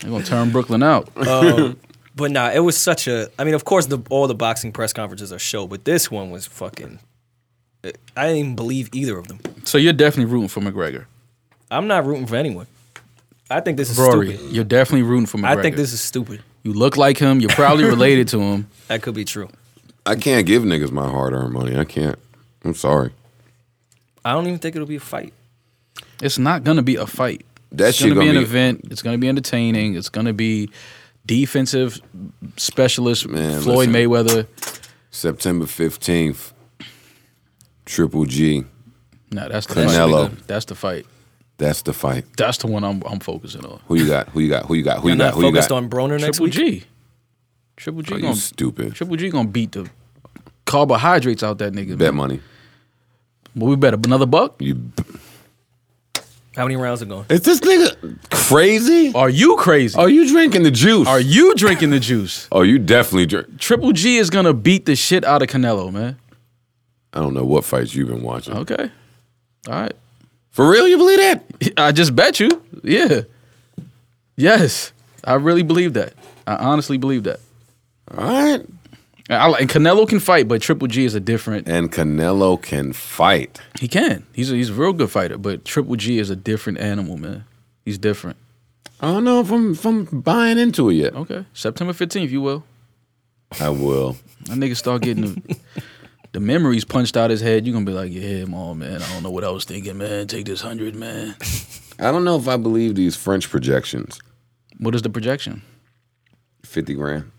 Speaker 4: They're gonna turn Brooklyn out.
Speaker 3: Uh, But nah, it was such a. I mean, of course, the all the boxing press conferences are show, but this one was fucking. I didn't even believe either of them.
Speaker 4: so you're definitely rooting for McGregor,
Speaker 3: I'm not rooting for anyone. I think this is
Speaker 4: Rory.
Speaker 3: stupid.
Speaker 4: You're definitely rooting for McGregor.
Speaker 3: I think this is stupid.
Speaker 4: You look like him. You're probably related to him.
Speaker 3: That could be true.
Speaker 2: I can't give niggas my hard earned money. I can't. I'm sorry.
Speaker 3: I don't even think it'll be a fight.
Speaker 4: It's not gonna be a fight.
Speaker 2: That
Speaker 4: it's
Speaker 2: shit
Speaker 4: gonna,
Speaker 2: gonna
Speaker 4: be an
Speaker 2: be-
Speaker 4: event. It's gonna be entertaining. It's gonna be defensive specialist
Speaker 2: Man,
Speaker 4: Floyd
Speaker 2: listen.
Speaker 4: Mayweather.
Speaker 2: September 15th, Triple G.
Speaker 4: No, that's the
Speaker 2: Canelo.
Speaker 4: Fight. That's the fight.
Speaker 2: That's the fight.
Speaker 4: That's the one I'm I'm focusing on.
Speaker 2: Who you got? Who you got? Who you got? Who
Speaker 3: You're
Speaker 2: you got?
Speaker 3: not
Speaker 2: Who you
Speaker 3: focused
Speaker 2: got?
Speaker 3: on Broner next
Speaker 4: Triple
Speaker 3: week.
Speaker 4: G. Triple G
Speaker 2: Are Oh, you
Speaker 4: gonna
Speaker 2: stupid?
Speaker 4: Triple G gonna beat the carbohydrates out that nigga.
Speaker 2: Bet
Speaker 4: man.
Speaker 2: money.
Speaker 4: But we bet another buck.
Speaker 2: You.
Speaker 3: How many rounds are going?
Speaker 2: Is this nigga crazy?
Speaker 4: Are you crazy?
Speaker 2: Are you drinking the juice?
Speaker 4: Are you drinking the juice?
Speaker 2: Oh, you definitely drink.
Speaker 4: Triple G is gonna beat the shit out of Canelo, man.
Speaker 2: I don't know what fights you've been watching.
Speaker 4: Okay. All right.
Speaker 2: For real, you believe that?
Speaker 4: I just bet you. Yeah. Yes. I really believe that. I honestly believe that.
Speaker 2: All right.
Speaker 4: And I, and Canelo can fight, but Triple G is a different.
Speaker 2: And Canelo can fight.
Speaker 4: He can. He's a, he's a real good fighter, but Triple G is a different animal, man. He's different.
Speaker 2: I don't know if I'm, if I'm buying into it yet.
Speaker 4: Okay. September 15th, you will.
Speaker 2: I will.
Speaker 4: That nigga start getting the, the memories punched out his head. You're going to be like, yeah, mom, man. I don't know what I was thinking, man. Take this 100, man.
Speaker 2: I don't know if I believe these French projections.
Speaker 4: What is the projection?
Speaker 2: 50 grand.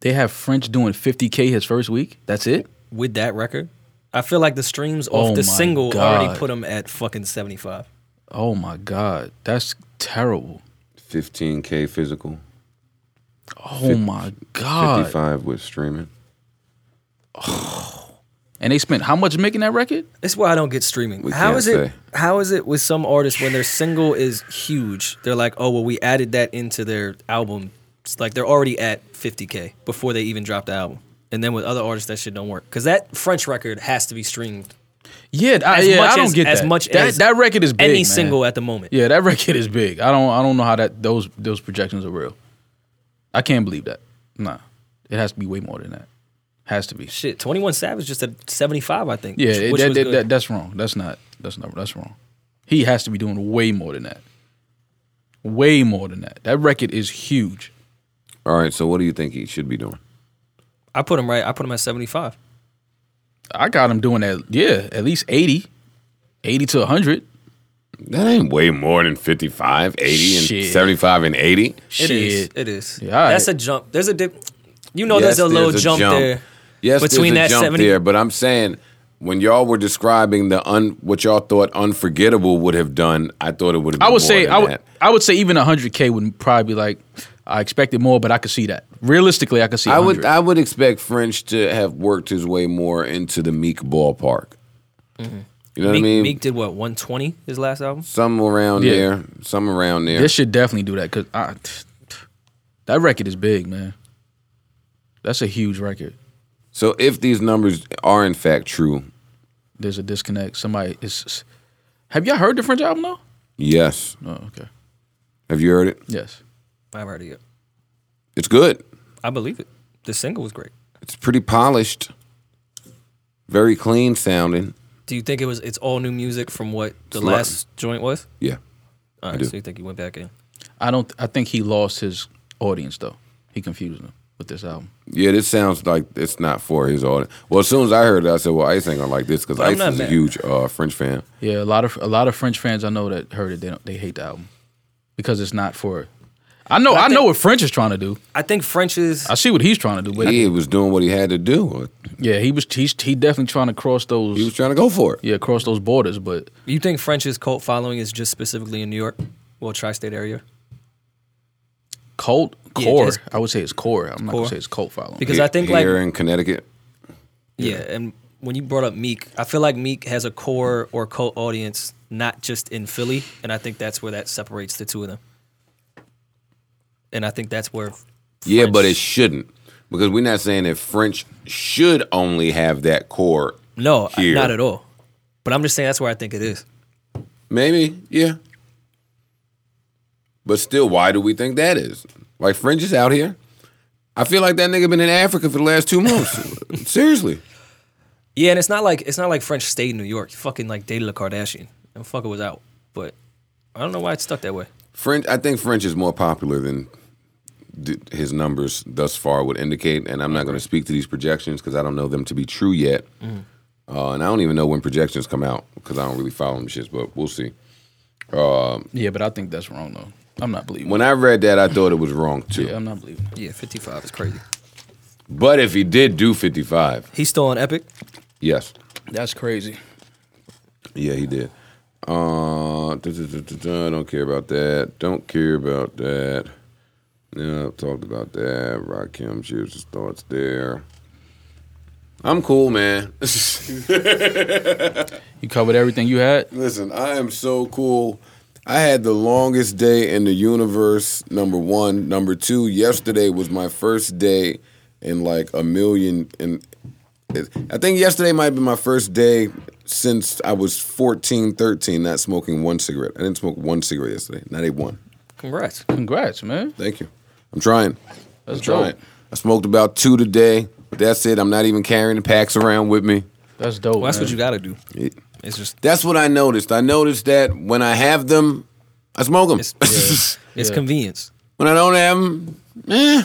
Speaker 4: They have French doing 50K his first week. That's it?
Speaker 3: with that record. I feel like the streams off
Speaker 4: Oh
Speaker 3: the
Speaker 4: my
Speaker 3: single
Speaker 4: God.
Speaker 3: already put him at fucking 75.
Speaker 4: Oh, my God. That's terrible.
Speaker 2: 15K physical.
Speaker 4: Oh, my God.
Speaker 2: 55 with streaming.
Speaker 4: And they spent how much making that record?
Speaker 3: That's why I don't get streaming. How
Speaker 2: can't
Speaker 3: is it?
Speaker 2: say.
Speaker 3: How is it with some artists when their single is huge? They're like, oh well, we added that into their album. It's like they're already at 50k before they even drop the album. And then with other artists, that shit don't work because that French record has to be streamed
Speaker 4: Yeah, I,
Speaker 3: as
Speaker 4: Uh, yeah,
Speaker 3: much
Speaker 4: I don't
Speaker 3: as,
Speaker 4: get
Speaker 3: as
Speaker 4: that.
Speaker 3: much
Speaker 4: that,
Speaker 3: as
Speaker 4: that record is big.
Speaker 3: any
Speaker 4: man.
Speaker 3: single at the moment.
Speaker 4: Yeah, that record is big. I don't I don't know how that those those projections are real. I can't believe that. Nah. It has to be way more than that. Has to be.
Speaker 3: Shit, 21 Savage just at 75, I think.
Speaker 4: Yeah,
Speaker 3: which,
Speaker 4: it-
Speaker 3: which
Speaker 4: that,
Speaker 3: was
Speaker 4: that-
Speaker 3: good.
Speaker 4: that- that's wrong. That's not that's not that's wrong. He has to be doing way more than that. Way more than that. That record is huge.
Speaker 2: All right, so what do you think he should be doing?
Speaker 3: I put him right. I put him at 75.
Speaker 4: I got him doing that. Yeah, at least 80. 80 to 100.
Speaker 2: That ain't way more than 55, 80, and
Speaker 4: Shit.
Speaker 2: 75 and 80.
Speaker 3: It is.
Speaker 4: Shit.
Speaker 3: It is.
Speaker 4: Yeah, all right.
Speaker 3: That's a jump. There's a dip. You know,
Speaker 2: Yes,
Speaker 3: there's a little
Speaker 2: Oh, there's a
Speaker 3: jump,
Speaker 2: jump.
Speaker 3: there.
Speaker 2: Yes,
Speaker 3: Between
Speaker 2: there's
Speaker 3: that
Speaker 2: a jump
Speaker 3: 70
Speaker 2: there, but I'm saying when y'all were describing the un, what y'all thought unforgettable would have done, I thought it would have. Been
Speaker 4: I
Speaker 2: more
Speaker 4: would say
Speaker 2: than
Speaker 4: I would
Speaker 2: that.
Speaker 4: I would say even 100k would probably be like I expected more, but I could see that. Realistically, I could see
Speaker 2: I
Speaker 4: 100.
Speaker 2: would. I would expect French to have worked his way more into the Meek ballpark.
Speaker 4: Mm-hmm.
Speaker 2: You know what
Speaker 3: Meek,
Speaker 2: I mean?
Speaker 3: Meek did what 120 his last album.
Speaker 2: Some around
Speaker 4: Yeah.
Speaker 2: there. Some around there.
Speaker 4: This should definitely do that because that record is big, man. That's a huge record.
Speaker 2: so if these numbers are in fact true,
Speaker 4: There's a disconnect. Somebody is. Have y'all heard the French album though?
Speaker 2: yes.
Speaker 4: Oh, okay.
Speaker 2: Have you heard it?
Speaker 4: Yes.
Speaker 3: I've heard of it.
Speaker 2: It's good.
Speaker 3: I believe it. The single was great.
Speaker 2: It's pretty polished. Very clean sounding.
Speaker 3: Do you think it was? It's all new music from what the
Speaker 2: It's lo-
Speaker 3: last joint was.
Speaker 2: Yeah.
Speaker 3: All
Speaker 2: do.
Speaker 3: right, so you think he went back in?
Speaker 4: I don't. I think he lost his audience though. He confused them with this album.
Speaker 2: Yeah, this sounds like it's not for his audience. Well, as soon as I heard it, I said, "Well, Ice ain't gonna like this because
Speaker 3: I'm
Speaker 2: Ice
Speaker 3: not
Speaker 2: is a
Speaker 3: mad.
Speaker 2: huge uh, French fan."
Speaker 4: Yeah, a lot of a lot of French fans I know that heard it. They don't, they hate the album because it's not for. I know I,
Speaker 3: I
Speaker 4: know
Speaker 3: think-
Speaker 4: what French is trying to do.
Speaker 3: I think French is.
Speaker 4: I see what he's trying to do, but
Speaker 2: He was doing what he had to do.
Speaker 4: yeah, he was he's, he definitely trying to cross those
Speaker 2: He was trying to go for it.
Speaker 4: yeah cross those borders. But
Speaker 3: You think French's cult following is just specifically in New York, well, tri-state area?
Speaker 4: cult
Speaker 3: Yeah,
Speaker 4: core,
Speaker 3: it's-
Speaker 4: I would say it's core. I'm not
Speaker 3: Core.
Speaker 4: gonna say it's cult following.
Speaker 3: Because I think
Speaker 2: here
Speaker 3: like
Speaker 2: in Connecticut,
Speaker 3: yeah, and when you brought up Meek, I feel like Meek has a core or cult audience not just in Philly, and I think that's where that separates the two of them. And I think that's where
Speaker 6: Yeah,
Speaker 2: yeah, but it
Speaker 3: French-
Speaker 2: shouldn't because we're not saying that French should only have that core.
Speaker 3: no,
Speaker 2: Here.
Speaker 3: not at all. But I'm just saying that's where I think it is.
Speaker 2: Maybe, yeah, but still, why do we think that is? Like French is out here. I feel like that nigga been in Africa for the last two months. Seriously.
Speaker 3: Yeah, and it's not like it's not like French stayed in New York. He fucking like dated a Kardashian and fucker was out. But I don't know why it's stuck that way.
Speaker 2: French, I think French is more popular than d- his numbers thus far would indicate, and I'm not going to speak to these projections because I don't know them to be true yet, uh, and I don't even know when projections come out because I don't really follow them shits, but we'll see.
Speaker 4: yeah, but I think that's wrong though. I'm not believing.
Speaker 2: When I read that, I thought it was wrong too.
Speaker 4: Yeah, I'm not believing.
Speaker 3: Yeah, 55 is crazy.
Speaker 2: But if he did do 55,
Speaker 3: He's still on Epic.
Speaker 2: yes,
Speaker 4: That's crazy.
Speaker 2: yeah, he did. Uh, duh, duh, duh, duh, duh, don't care about that. Don't care about that. Yeah, I've talked about that. Rakim shares his thoughts there. I'm cool, man.
Speaker 4: You covered everything you had.
Speaker 2: Listen, I am so cool. I had the longest day in the universe, number one. Number two, yesterday was my first day in like a million. And I think yesterday might have been my first day since I was 14, 13, not smoking one cigarette. I didn't smoke one cigarette yesterday, not a one.
Speaker 3: Congrats.
Speaker 4: Congrats, man.
Speaker 2: Thank you. I'm trying.
Speaker 4: That's
Speaker 2: I'm
Speaker 4: dope.
Speaker 2: trying. I smoked about two today, but that's it. I'm not even carrying the packs around with me.
Speaker 4: That's dope.
Speaker 3: Well, that's
Speaker 4: man.
Speaker 3: what you got to do. It's just
Speaker 2: That's what I noticed. I noticed that when I have them, I smoke them.
Speaker 3: It's- it's
Speaker 4: Yeah.
Speaker 3: convenience.
Speaker 2: When I don't have them, eh,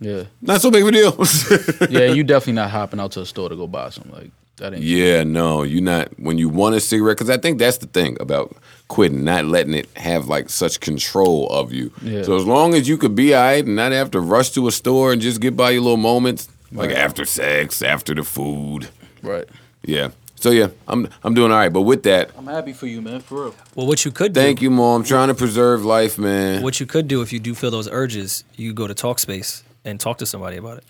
Speaker 4: Yeah,
Speaker 2: not so big of a deal.
Speaker 4: yeah. You definitely not hopping out to a store to go buy some like that. Ain't
Speaker 2: yeah, no, you're not. When you want a cigarette, because I think that's the thing about quitting, not letting it have like such control of you.
Speaker 4: Yeah.
Speaker 2: So as long as you could be all right and not have to rush to a store and just get by your little moments, like
Speaker 4: Right.
Speaker 2: after sex, after the food.
Speaker 4: right.
Speaker 2: Yeah. So yeah, I'm I'm doing all right. But with that,
Speaker 4: I'm happy for you, man. For real.
Speaker 3: Well, what you could
Speaker 2: thank
Speaker 3: do,
Speaker 2: you, mom. Trying to preserve life, man.
Speaker 3: what you could do if you do feel those urges, you go to Talkspace and talk to somebody about it.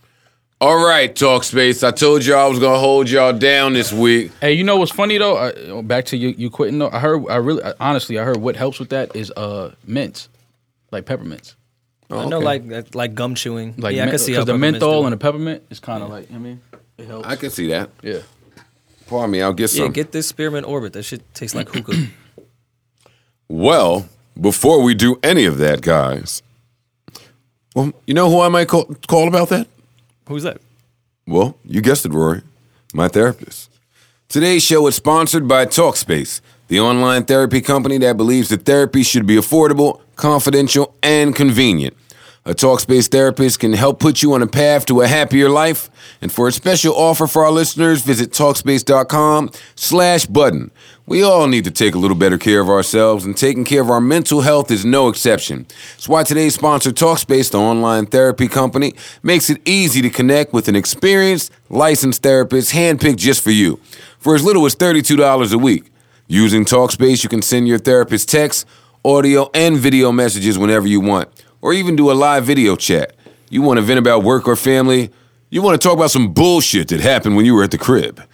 Speaker 2: All right, Talkspace. I told y'all I was gonna hold y'all down this week.
Speaker 4: Hey, you know what's funny though? I, back to you, you quitting though. I heard, I really, I, honestly, I heard what helps with that is uh mints, like peppermints,
Speaker 3: I know, like like gum chewing.
Speaker 4: like
Speaker 3: yeah, I
Speaker 4: men-
Speaker 3: can see how
Speaker 4: the
Speaker 3: peppermints
Speaker 4: menthol
Speaker 3: do.
Speaker 4: and the peppermint is kind of like, I mean, it helps.
Speaker 2: I can see that.
Speaker 4: yeah,
Speaker 2: Pardon me. I'll get
Speaker 3: yeah,
Speaker 2: some.
Speaker 3: get this spearmint orbit. That shit tastes like hookah.
Speaker 2: Well, before we do any of that, guys, well, you know who I might call, call about that?
Speaker 3: Who's that?
Speaker 2: Well, you guessed it, Rory, my therapist. Today's show is sponsored by Talkspace, the online therapy company that believes that therapy should be affordable, confidential, and convenient. A Talkspace therapist can help put you on a path to a happier life. And for a special offer for our listeners, visit Talkspace.com slash button. We all need to take a little better care of ourselves, and taking care of our mental health is no exception. It's why today's sponsor, Talkspace, the online therapy company, makes it easy to connect with an experienced, licensed therapist handpicked just for you for as little as $32 a week. Using Talkspace, you can send your therapist text, audio, and video messages whenever you want, or even do a live video chat. You want to vent about work or family? You want to talk about some bullshit that happened when you were at the crib? You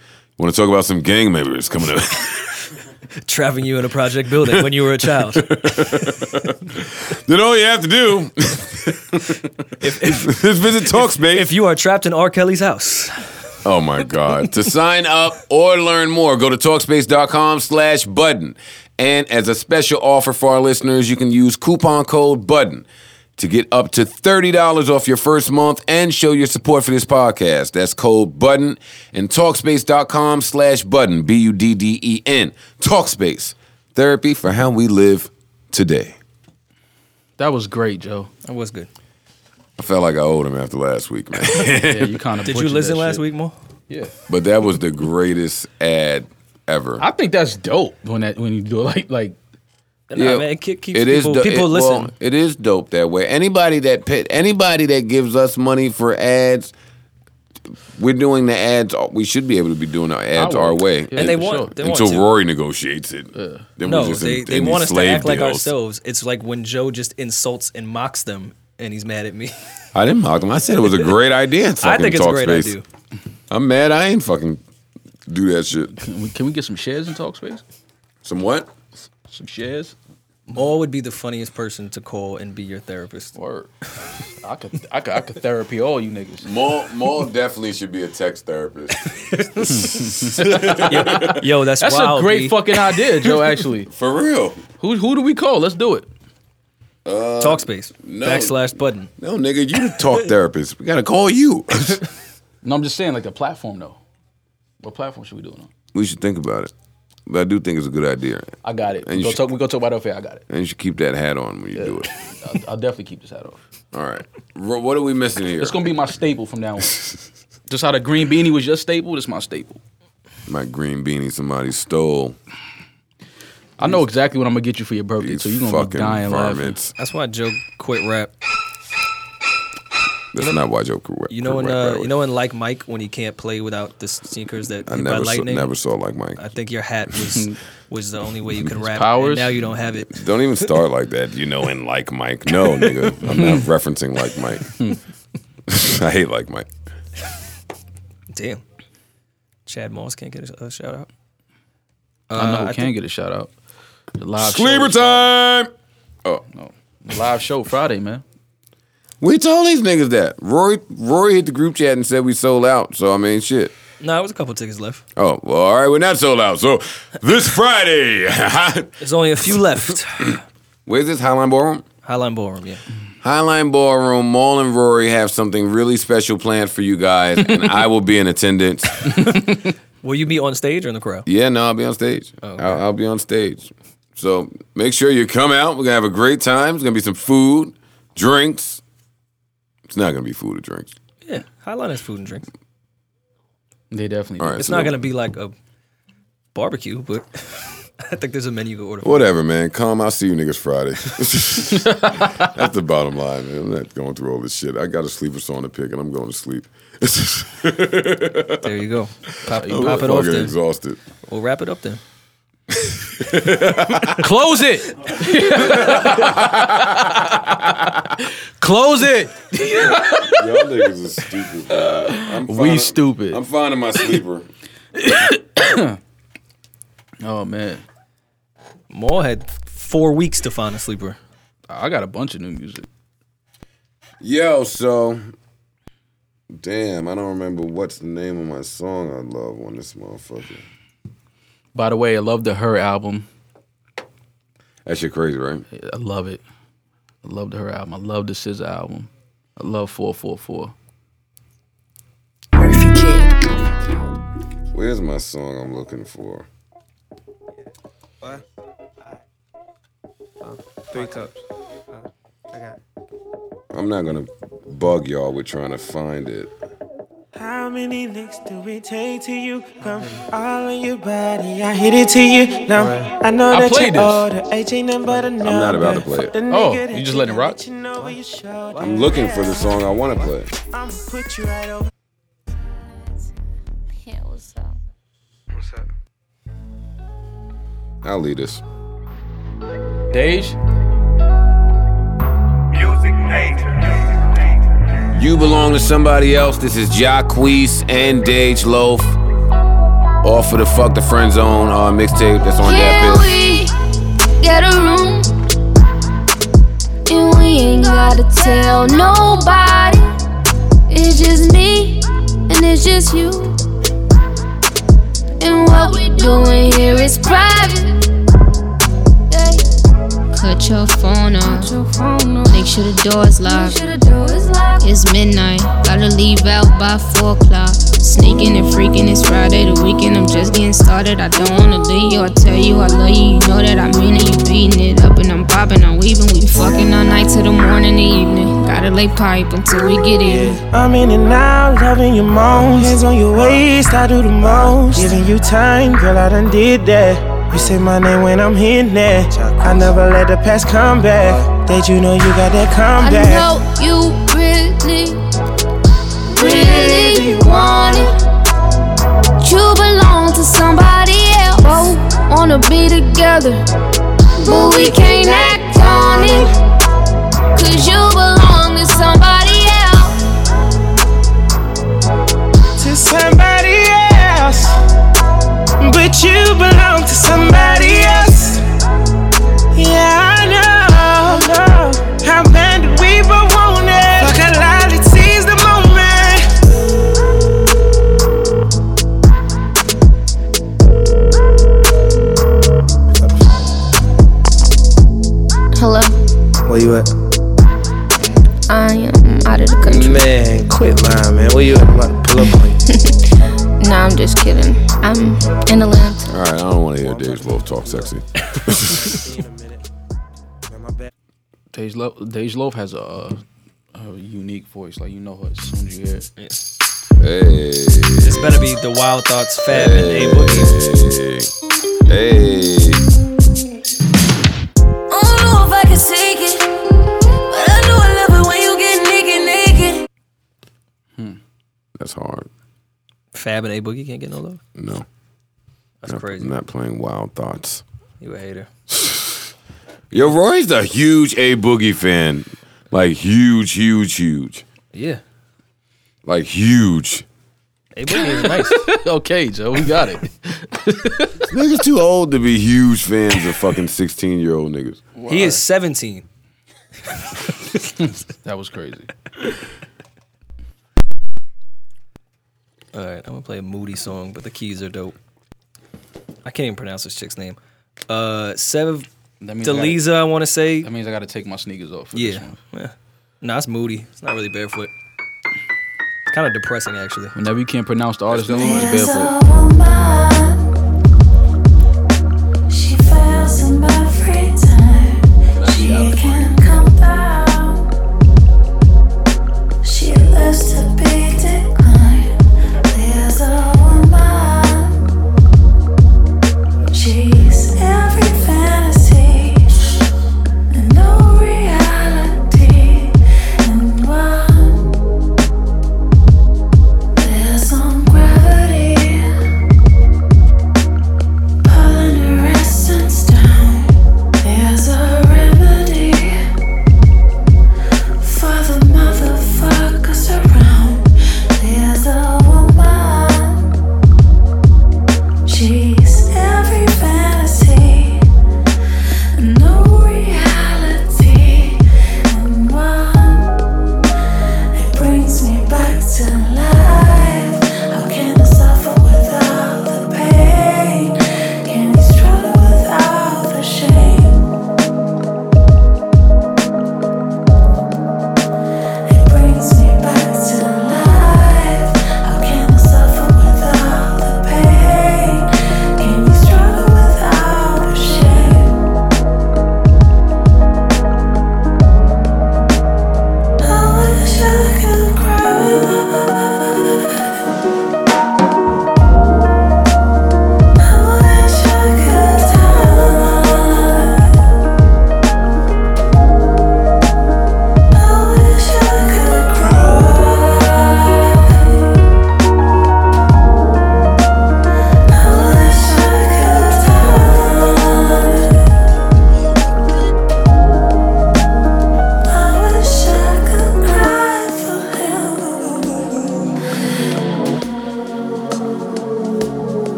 Speaker 2: want to talk about some gang members coming up?
Speaker 3: Trapping you in a project building when you were a child.
Speaker 2: then all you have to do is visit Talkspace.
Speaker 3: if you are trapped in R. Kelly's house,
Speaker 2: Oh my God. to sign up or learn more, go to Talkspace.com slash button. And as a special offer for our listeners, you can use coupon code button to get up to $30 off your first month and show your support for this podcast. That's code button and Talkspace.com slash button, B U D D E N. Talkspace, therapy for how we live today.
Speaker 4: that was great, Joe.
Speaker 3: that was good.
Speaker 2: I felt like I owed him after last week, man.
Speaker 4: Yeah, you kind of.
Speaker 3: Did you listen last week, Mo?
Speaker 4: Yeah,
Speaker 2: but that was the greatest ad ever.
Speaker 4: I think that's dope when that when you do it like like
Speaker 3: Nah,
Speaker 2: Yeah,
Speaker 3: man, it keep- keeps
Speaker 2: It is
Speaker 3: people,
Speaker 2: do-
Speaker 3: people
Speaker 2: it-
Speaker 3: listen.
Speaker 2: well, it is dope that way.
Speaker 7: Anybody that pit, anybody that gives us money for ads, we're doing the ads. We should be able to be doing our ads
Speaker 4: Our
Speaker 7: our
Speaker 4: way.
Speaker 7: way.
Speaker 4: Yeah,
Speaker 3: and they
Speaker 4: for
Speaker 3: want
Speaker 4: sure.
Speaker 3: they want
Speaker 2: Until
Speaker 3: to.
Speaker 2: Rory negotiates it. Then
Speaker 3: no,
Speaker 2: we're just
Speaker 3: they,
Speaker 2: in,
Speaker 3: they
Speaker 2: in
Speaker 3: want
Speaker 2: these
Speaker 3: us to
Speaker 2: slave
Speaker 3: act like
Speaker 2: deals.
Speaker 3: ourselves. It's like when Joe just insults and mocks them, and he's mad at me.
Speaker 7: I didn't mock them. I said
Speaker 2: It was a great idea. In
Speaker 3: I
Speaker 2: fucking
Speaker 3: think it's a
Speaker 2: Talkspace.
Speaker 3: great idea.
Speaker 2: I'm mad. I ain't fucking do that shit.
Speaker 4: can we, can we get some shares in Talkspace?
Speaker 2: Some what?
Speaker 4: Some shares.
Speaker 3: Maul would be the funniest person to call and be your therapist.
Speaker 4: Word. I could I could I could therapy all you niggas.
Speaker 2: Maul, Maul definitely should be a text therapist.
Speaker 3: Yo, that's,
Speaker 4: That's
Speaker 3: wild.
Speaker 4: a great
Speaker 3: B.
Speaker 4: fucking idea, Joe. Actually,
Speaker 2: For real.
Speaker 4: who who do we call? Let's do it.
Speaker 3: Talkspace
Speaker 2: no.
Speaker 3: backslash button.
Speaker 2: No, nigga, you the talk therapist. We gotta call you.
Speaker 4: No, I'm just saying like the platform though. What platform should we do it on?
Speaker 2: we should think about it. But I do think it's a good idea.
Speaker 4: I got it.
Speaker 2: And
Speaker 4: We
Speaker 2: you
Speaker 4: go
Speaker 2: should-
Speaker 4: talk. We go talk about it off air. I got it.
Speaker 2: And you should keep that hat on when you do it.
Speaker 4: I'll, I'll definitely keep this hat on.
Speaker 2: All right. Ro- What are we missing here?
Speaker 4: It's gonna be my staple from now on. Just how the green beanie was your staple, that's my staple.
Speaker 2: My green beanie somebody stole.
Speaker 4: I know exactly what I'm gonna get you for your birthday,
Speaker 2: These
Speaker 4: so you're gonna be
Speaker 2: fucking
Speaker 4: dying laughing.
Speaker 2: varmints.
Speaker 3: That's why Joe quit rap.
Speaker 2: That's not why Joker. wa-
Speaker 3: You know, in
Speaker 2: correct, by
Speaker 3: uh,
Speaker 2: the way.
Speaker 3: you know, in like Mike when he can't play without the sneakers that
Speaker 2: I
Speaker 3: hit by
Speaker 2: never saw,
Speaker 3: lightning.
Speaker 2: never saw like Mike.
Speaker 3: I think your hat was was the only way you could rap.
Speaker 4: powers?
Speaker 3: And now you don't have it.
Speaker 2: Don't even start like that. You know, in like Mike. No, nigga, I'm not referencing like Mike. I hate like Mike.
Speaker 3: Damn. Chad Moss can't get a, a shout out.
Speaker 4: I know
Speaker 3: Uh,
Speaker 4: we
Speaker 3: I
Speaker 4: can
Speaker 3: think-
Speaker 4: get a shout out. The live
Speaker 2: Sleeper
Speaker 4: show,
Speaker 2: time.
Speaker 4: live show Friday, man.
Speaker 2: We told these niggas that Rory Rory hit the group chat and said we sold out. So I mean, shit.
Speaker 3: No, nah, it was a couple tickets left.
Speaker 2: Oh well, all right, we're not sold out. So this Friday,
Speaker 3: There's only a few left.
Speaker 2: where's this Highline Ballroom?
Speaker 3: Highline Ballroom, yeah.
Speaker 2: Highline Ballroom, Maul and Rory have something really special planned for you guys, and I will be in attendance.
Speaker 3: Will you be on stage or in the crowd?
Speaker 2: Yeah, no, I'll be on stage. I'll, I'll be on stage. So make sure you come out. We're gonna have a great time. It's gonna be some food, drinks. It's not gonna be food or drinks.
Speaker 3: Yeah, Highline is food and drink.
Speaker 4: They definitely.
Speaker 2: All
Speaker 4: All
Speaker 2: right,
Speaker 4: right.
Speaker 3: It's
Speaker 2: so
Speaker 3: not gonna be like a barbecue, but I think there's a menu you can order.
Speaker 2: Whatever, man. Come. I'll see you niggas Friday. That's the bottom line, man. I'm not going through all this shit. I got a sleeper song to pick, and I'm going to sleep.
Speaker 3: There you go. Pop,
Speaker 2: I'm
Speaker 3: pop it off
Speaker 2: fucking
Speaker 3: then.
Speaker 2: exhausted.
Speaker 3: We'll wrap it up then.
Speaker 4: Close it. Close it.
Speaker 2: Y'all niggas is stupid. man. I'm
Speaker 4: We
Speaker 2: finding-
Speaker 4: stupid.
Speaker 2: I'm finding my sleeper.
Speaker 4: Oh man,
Speaker 3: Maul had four weeks to find a sleeper.
Speaker 4: I got a bunch of new music.
Speaker 2: Yo, so damn, I don't remember what's the name of my song I love on this motherfucker.
Speaker 4: By the way, I love the Her album.
Speaker 2: That shit crazy, right?
Speaker 4: I love it. I love the Her album. I love the SZA album. I love 444.
Speaker 1: Murphy Kid.
Speaker 2: Where's my song I'm looking for?
Speaker 8: Three cups. I got.
Speaker 2: I'm not gonna bug y'all with trying to find it.
Speaker 8: How many licks do it take to you? Come all in your body. I hit it to you. Now I know
Speaker 4: I
Speaker 8: that
Speaker 4: played
Speaker 8: you
Speaker 4: this.
Speaker 8: older. Age ain't nothing but a number.
Speaker 2: not about to play it.
Speaker 8: The
Speaker 4: Oh,
Speaker 8: nigga that
Speaker 4: you just letting it rock?
Speaker 8: let you know where you showed up.
Speaker 2: I'm looking for the song I want to play.
Speaker 8: I'ma put you right over.
Speaker 1: Yeah, what's up?
Speaker 2: I'll lead us.
Speaker 4: Dej,
Speaker 9: Music major.
Speaker 7: You belong to somebody else. This is Jacquees and Dage Loaf. Off of the Fuck the Friend Zone uh, mixtape that's on
Speaker 1: Yeah,
Speaker 7: that bitch.
Speaker 1: we get a room. And we ain't gotta tell nobody. It's just me and it's just you. And what we doing here is private. Yeah.
Speaker 10: Cut your phone off.
Speaker 1: Your phone
Speaker 10: Make sure the door's locked.
Speaker 1: the door is locked. It's midnight, gotta leave out by four o'clock. Sneaking and freaking, it's Friday the weekend. I'm just getting started. I don't wanna leave you. I tell you I love you, you know that I mean it. You beating it up and I'm bobbing, I'm weaving. We fucking all night till the morning, the evening. Gotta lay pipe until we get in.
Speaker 8: I'm in it now, loving you most. Hands on your waist, I do the most. Giving you time, girl, I done did that. You say my name when I'm hitting that. I never let the past come back. That you know you got that
Speaker 11: I
Speaker 8: comeback.
Speaker 11: know you really, really want it. You belong to somebody else. Both wanna be together, but we can't act on it. Cause you belong to somebody else.
Speaker 8: to somebody else. But you belong to somebody else. Yeah, I know. How bad do we both want it? Fuck a lot, it seize the moment.
Speaker 1: Hello,
Speaker 12: Where you at?
Speaker 1: I am out of the country.
Speaker 12: Man, quit lying, man. Where you at? I'm about to pull up on you.
Speaker 1: Nah, I'm just kidding. I'm in Atlanta.
Speaker 2: All right, I don't want to hear Dave's love talk sexy.
Speaker 4: Dej Loaf, Dej Loaf has a, uh, a unique voice. Like you know her as soon as you hear it.
Speaker 2: Hey,
Speaker 3: This better be the Wild Thoughts, Fab, and A Boogie.
Speaker 2: hey,
Speaker 11: I don't know if I can take it, but I know I love it when you get naked, naked.
Speaker 2: that's hard.
Speaker 3: Fab and A Boogie can't get no love.
Speaker 2: No,
Speaker 3: That's
Speaker 2: not-
Speaker 3: crazy.
Speaker 2: not playing wild thoughts.
Speaker 3: You a hater.
Speaker 2: Yo, Roy's a huge A Boogie fan. Like huge, huge, huge.
Speaker 3: Yeah.
Speaker 2: Like huge.
Speaker 3: A Boogie is nice.
Speaker 4: okay, Joe, we got it.
Speaker 2: Niggas too old to be huge fans of fucking sixteen year old niggas.
Speaker 3: He is 17.
Speaker 4: that was crazy.
Speaker 3: All right, I'm gonna play a moody song, but the keys are dope. I can't even pronounce this chick's name. Uh, Sev
Speaker 4: That means I gotta-
Speaker 3: Deliza, I want to say.
Speaker 4: that means I got to take my sneakers off. For This
Speaker 3: Yeah.
Speaker 4: one.
Speaker 3: yeah. No, it's moody. It's not really barefoot. It's kind of depressing, actually.
Speaker 4: Whenever you can't pronounce the artist name, it's barefoot.
Speaker 13: She fails in my free time. She can't come down. She lives to be declined. There's a woman. She's every fantasy and no reality in one. There's some gravity.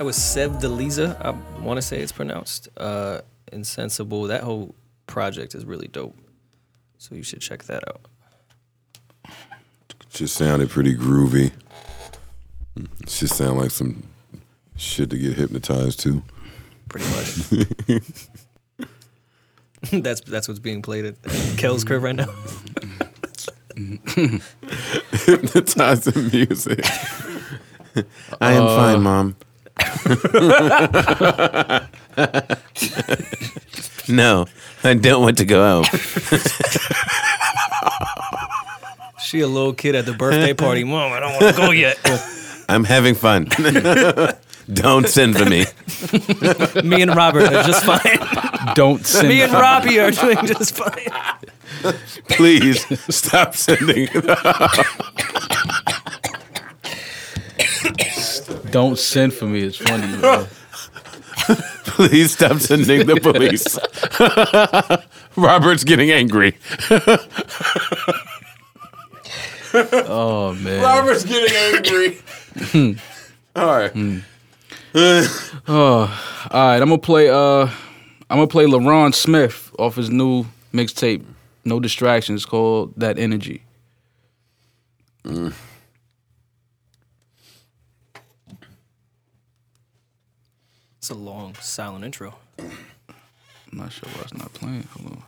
Speaker 3: was Sev Deliza. I want to say it's pronounced uh, Insensible. That whole project is really dope. So you should check that out.
Speaker 5: Just sounded pretty groovy.
Speaker 2: Hmm.
Speaker 5: Just sound like some shit to get hypnotized to.
Speaker 3: Pretty much. that's that's what's being played at Kel's crib right now.
Speaker 5: Hypnotizing music.
Speaker 14: I am
Speaker 2: Uh,
Speaker 14: fine, mom.
Speaker 2: No, I don't want to go out.
Speaker 3: She a little kid at the birthday party. Mom, I don't want to go yet.
Speaker 2: I'm having fun. don't send for me.
Speaker 3: Me and Robert are just fine.
Speaker 4: Don't send
Speaker 3: Me and
Speaker 4: her.
Speaker 3: Robbie are doing just fine.
Speaker 2: Please stop sending.
Speaker 4: Don't send for me. It's funny. bro.
Speaker 2: Please stop sending the police. Robert's getting angry.
Speaker 4: Oh man.
Speaker 2: Robert's getting angry. All right.
Speaker 4: All right, I'm gonna play. Uh, I'm gonna play LaRon Smith off his new mixtape, No Distractions, called That Energy.
Speaker 3: It's a long silent intro.
Speaker 4: I'm not sure why it's not playing. Hold on.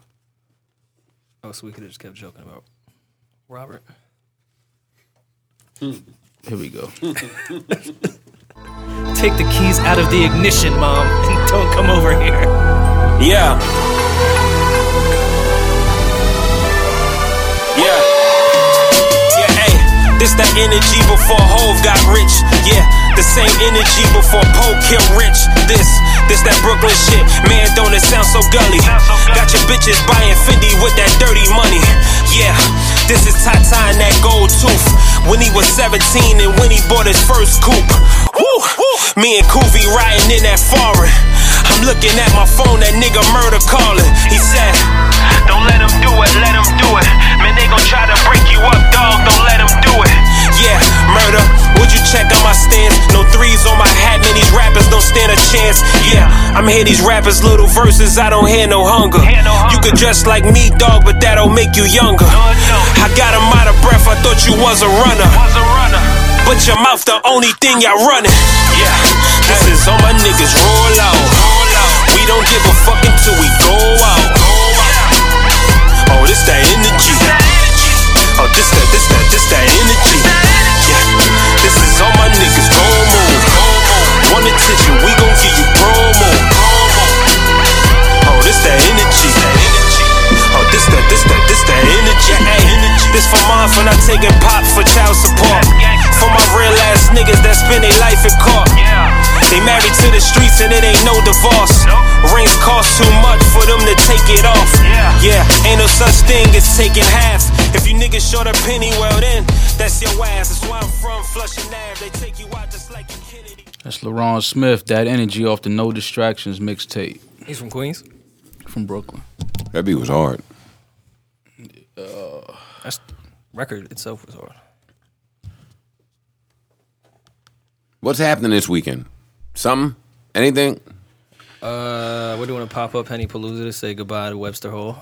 Speaker 3: Oh, so we could have just kept joking about Robert.
Speaker 4: Here we go.
Speaker 3: Take the keys out of the ignition, mom, and don't come over here.
Speaker 8: Yeah. Yeah. Yeah, hey. This that energy before Hove got rich. Yeah. The same energy before Poe Kim Rich. This, this that Brooklyn shit. Man, don't it sound so gully? Got your bitches buying 50 with that dirty money. Yeah. This is Tata and that gold tooth. When he was 17 and when he bought his first coupe. Woo! Me and Koofy riding in that foreign. I'm looking at my phone, that nigga murder calling. He said, Don't let him do it, let him do it. Man, they gon' try to break you up, dog, don't let him do it. Yeah, murder, would you check on my stand? No threes on my hat, man, these rappers don't stand a chance. Yeah, I'm hear these rappers' little verses, I don't hear no hunger. You could dress like me, dog, but that'll make you younger. I got him out of breath, I thought you was a runner. But your mouth the only thing y'all running. Yeah, this is all my niggas roll out. We don't give a fuck until we go out. Oh, this that energy. Oh, this that, this that, this that energy. Yeah, this is all my niggas promo. Want attention? We gon' give you promo. Oh, this that energy. Oh, this that, this that, this that energy. Ay, This for mine for not taking pop for child support. For my real ass niggas that spend their life in court. They married to the streets and it ain't no divorce. Rings cost too much for them to take it off. Yeah, ain't no such thing as taking half. If you niggas short a penny, well then, that's your ass. That's where I'm from, Flushing Ave. They take you out just like you Kennedy.
Speaker 4: That's LaRon Smith. That Energy off the No Distractions mixtape
Speaker 3: He's from Queens.
Speaker 4: from Brooklyn.
Speaker 5: That beat was hard.
Speaker 3: That's record itself was hard.
Speaker 2: What's happening this weekend? Something? Anything?
Speaker 3: Uh, we're doing a pop up Henny Palooza to say goodbye to Webster Hall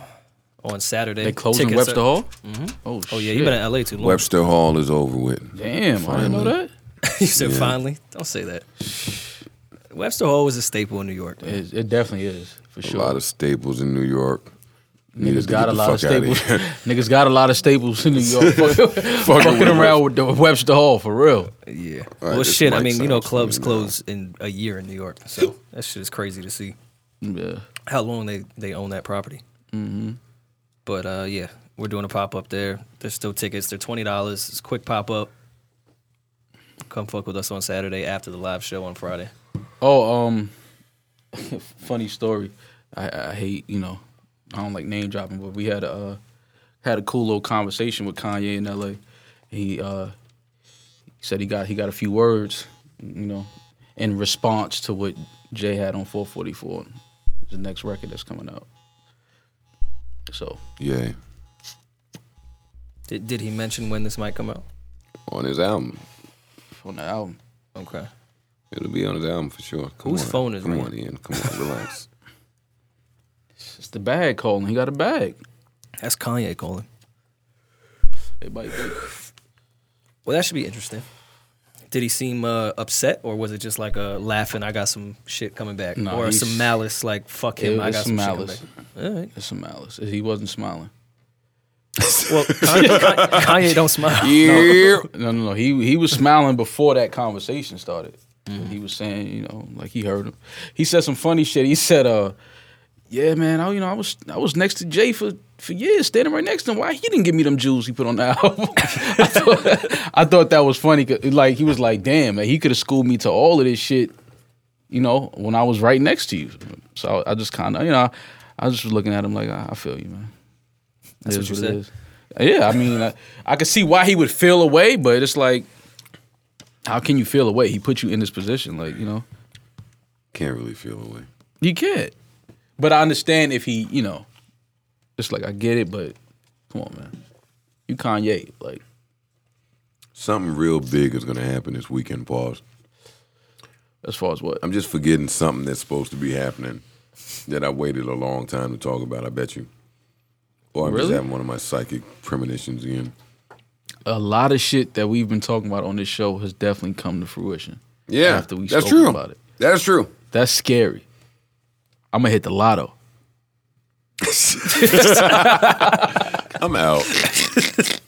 Speaker 3: on Saturday.
Speaker 4: They closing
Speaker 3: Tickets
Speaker 4: Webster
Speaker 3: are-
Speaker 4: Hall. Oh,
Speaker 3: Oh yeah,
Speaker 4: shit.
Speaker 3: you've been in LA too long.
Speaker 5: Webster Hall is over with.
Speaker 4: Damn, I didn't know that.
Speaker 3: you said finally. Don't say that. Webster Hall was a staple in New York. man.
Speaker 4: It, it definitely is for
Speaker 5: A
Speaker 4: sure.
Speaker 5: lot of staples in New York. Needed
Speaker 4: Niggas
Speaker 5: to
Speaker 4: got
Speaker 5: get
Speaker 4: a
Speaker 5: the
Speaker 4: lot of
Speaker 5: fuck outta
Speaker 4: staples.
Speaker 5: here.
Speaker 4: Niggas got a lot of staples in New York. Fucking around with the Webster Hall for real.
Speaker 3: Yeah.
Speaker 5: right,
Speaker 3: well,
Speaker 5: this
Speaker 3: shit. I
Speaker 5: mic
Speaker 3: mean, you know,
Speaker 5: sounds
Speaker 3: clubs
Speaker 5: familiar.
Speaker 3: close in a year in New York, so that shit is crazy to see
Speaker 4: Yeah.
Speaker 3: how long they they own that property. Mm-hmm. But uh, yeah, we're doing a pop up there. There's still tickets. They're twenty dollars. It's a quick pop up. Come fuck with us on Saturday after the live show on Friday.
Speaker 4: Oh, um, funny story. I, I hate you know, I don't like name dropping, but we had a uh, had a cool little conversation with Kanye in L.A. He uh, he said he got he got a few words, you know, in response to what Jay had on 444, the next record that's coming out. So
Speaker 5: Yeah,
Speaker 3: Did, did he mention when this might come out?
Speaker 5: on his album.
Speaker 4: on the album,
Speaker 3: Okay.
Speaker 2: It'll be on his album for sure. Come
Speaker 3: Whose
Speaker 2: on.
Speaker 3: phone is
Speaker 2: Come
Speaker 3: ringing?
Speaker 2: on, Ian. Come on, relax.
Speaker 4: It's the bag calling. He got a bag.
Speaker 3: That's Kanye calling.
Speaker 4: Everybody think.
Speaker 3: Well, that should be interesting. Did he seem uh, upset, or was it just like a laughing? I got some shit coming back,
Speaker 4: Nah,
Speaker 3: or
Speaker 4: he's-
Speaker 3: some malice, like fuck
Speaker 4: It
Speaker 3: him. I
Speaker 4: was
Speaker 3: got some,
Speaker 4: some
Speaker 3: shit
Speaker 4: malice.
Speaker 3: coming back. All right.
Speaker 4: It's some malice. He wasn't smiling.
Speaker 3: Well, Kanye, Kanye don't smile.
Speaker 2: Yeah.
Speaker 4: No, no, no. He he was smiling before that conversation started. He was saying, you know, like he heard him. He said some funny shit. He said, "Uh, yeah, man. I, you know, I was I was next to Jay for for years, standing right next to him. Why he didn't give me them jewels he put on the album? I, thought, I thought that was funny. 'cause, Like he was like, damn, man, he could have schooled me to all of this shit. You know, when I was right next to you. So I, I just kind of, you know, I, I just was looking at him like, I, I feel you, man. That's
Speaker 3: what you said?
Speaker 4: Yeah, I mean, I, I could see why he would feel away, but it's like, how can you feel away? He put you in this position, like you know.
Speaker 5: Can't really feel away.
Speaker 4: You can't. But I understand if he, you know, it's like I get it, but come on, man. You Kanye, like
Speaker 5: Something real big is gonna happen this weekend. Pause.
Speaker 4: as far as what?
Speaker 5: I'm just forgetting something that's supposed to be happening that I waited a long time to talk about. I bet you. Or I'm just
Speaker 4: Really?
Speaker 5: having one of my psychic premonitions again.
Speaker 4: A lot of shit that we've been talking about on this show has definitely come to fruition.
Speaker 5: Yeah,
Speaker 4: After we
Speaker 5: that's
Speaker 4: spoke
Speaker 5: true.
Speaker 4: about it.
Speaker 5: That's true.
Speaker 4: That's scary. I'm gonna hit the lotto.
Speaker 5: I'm out.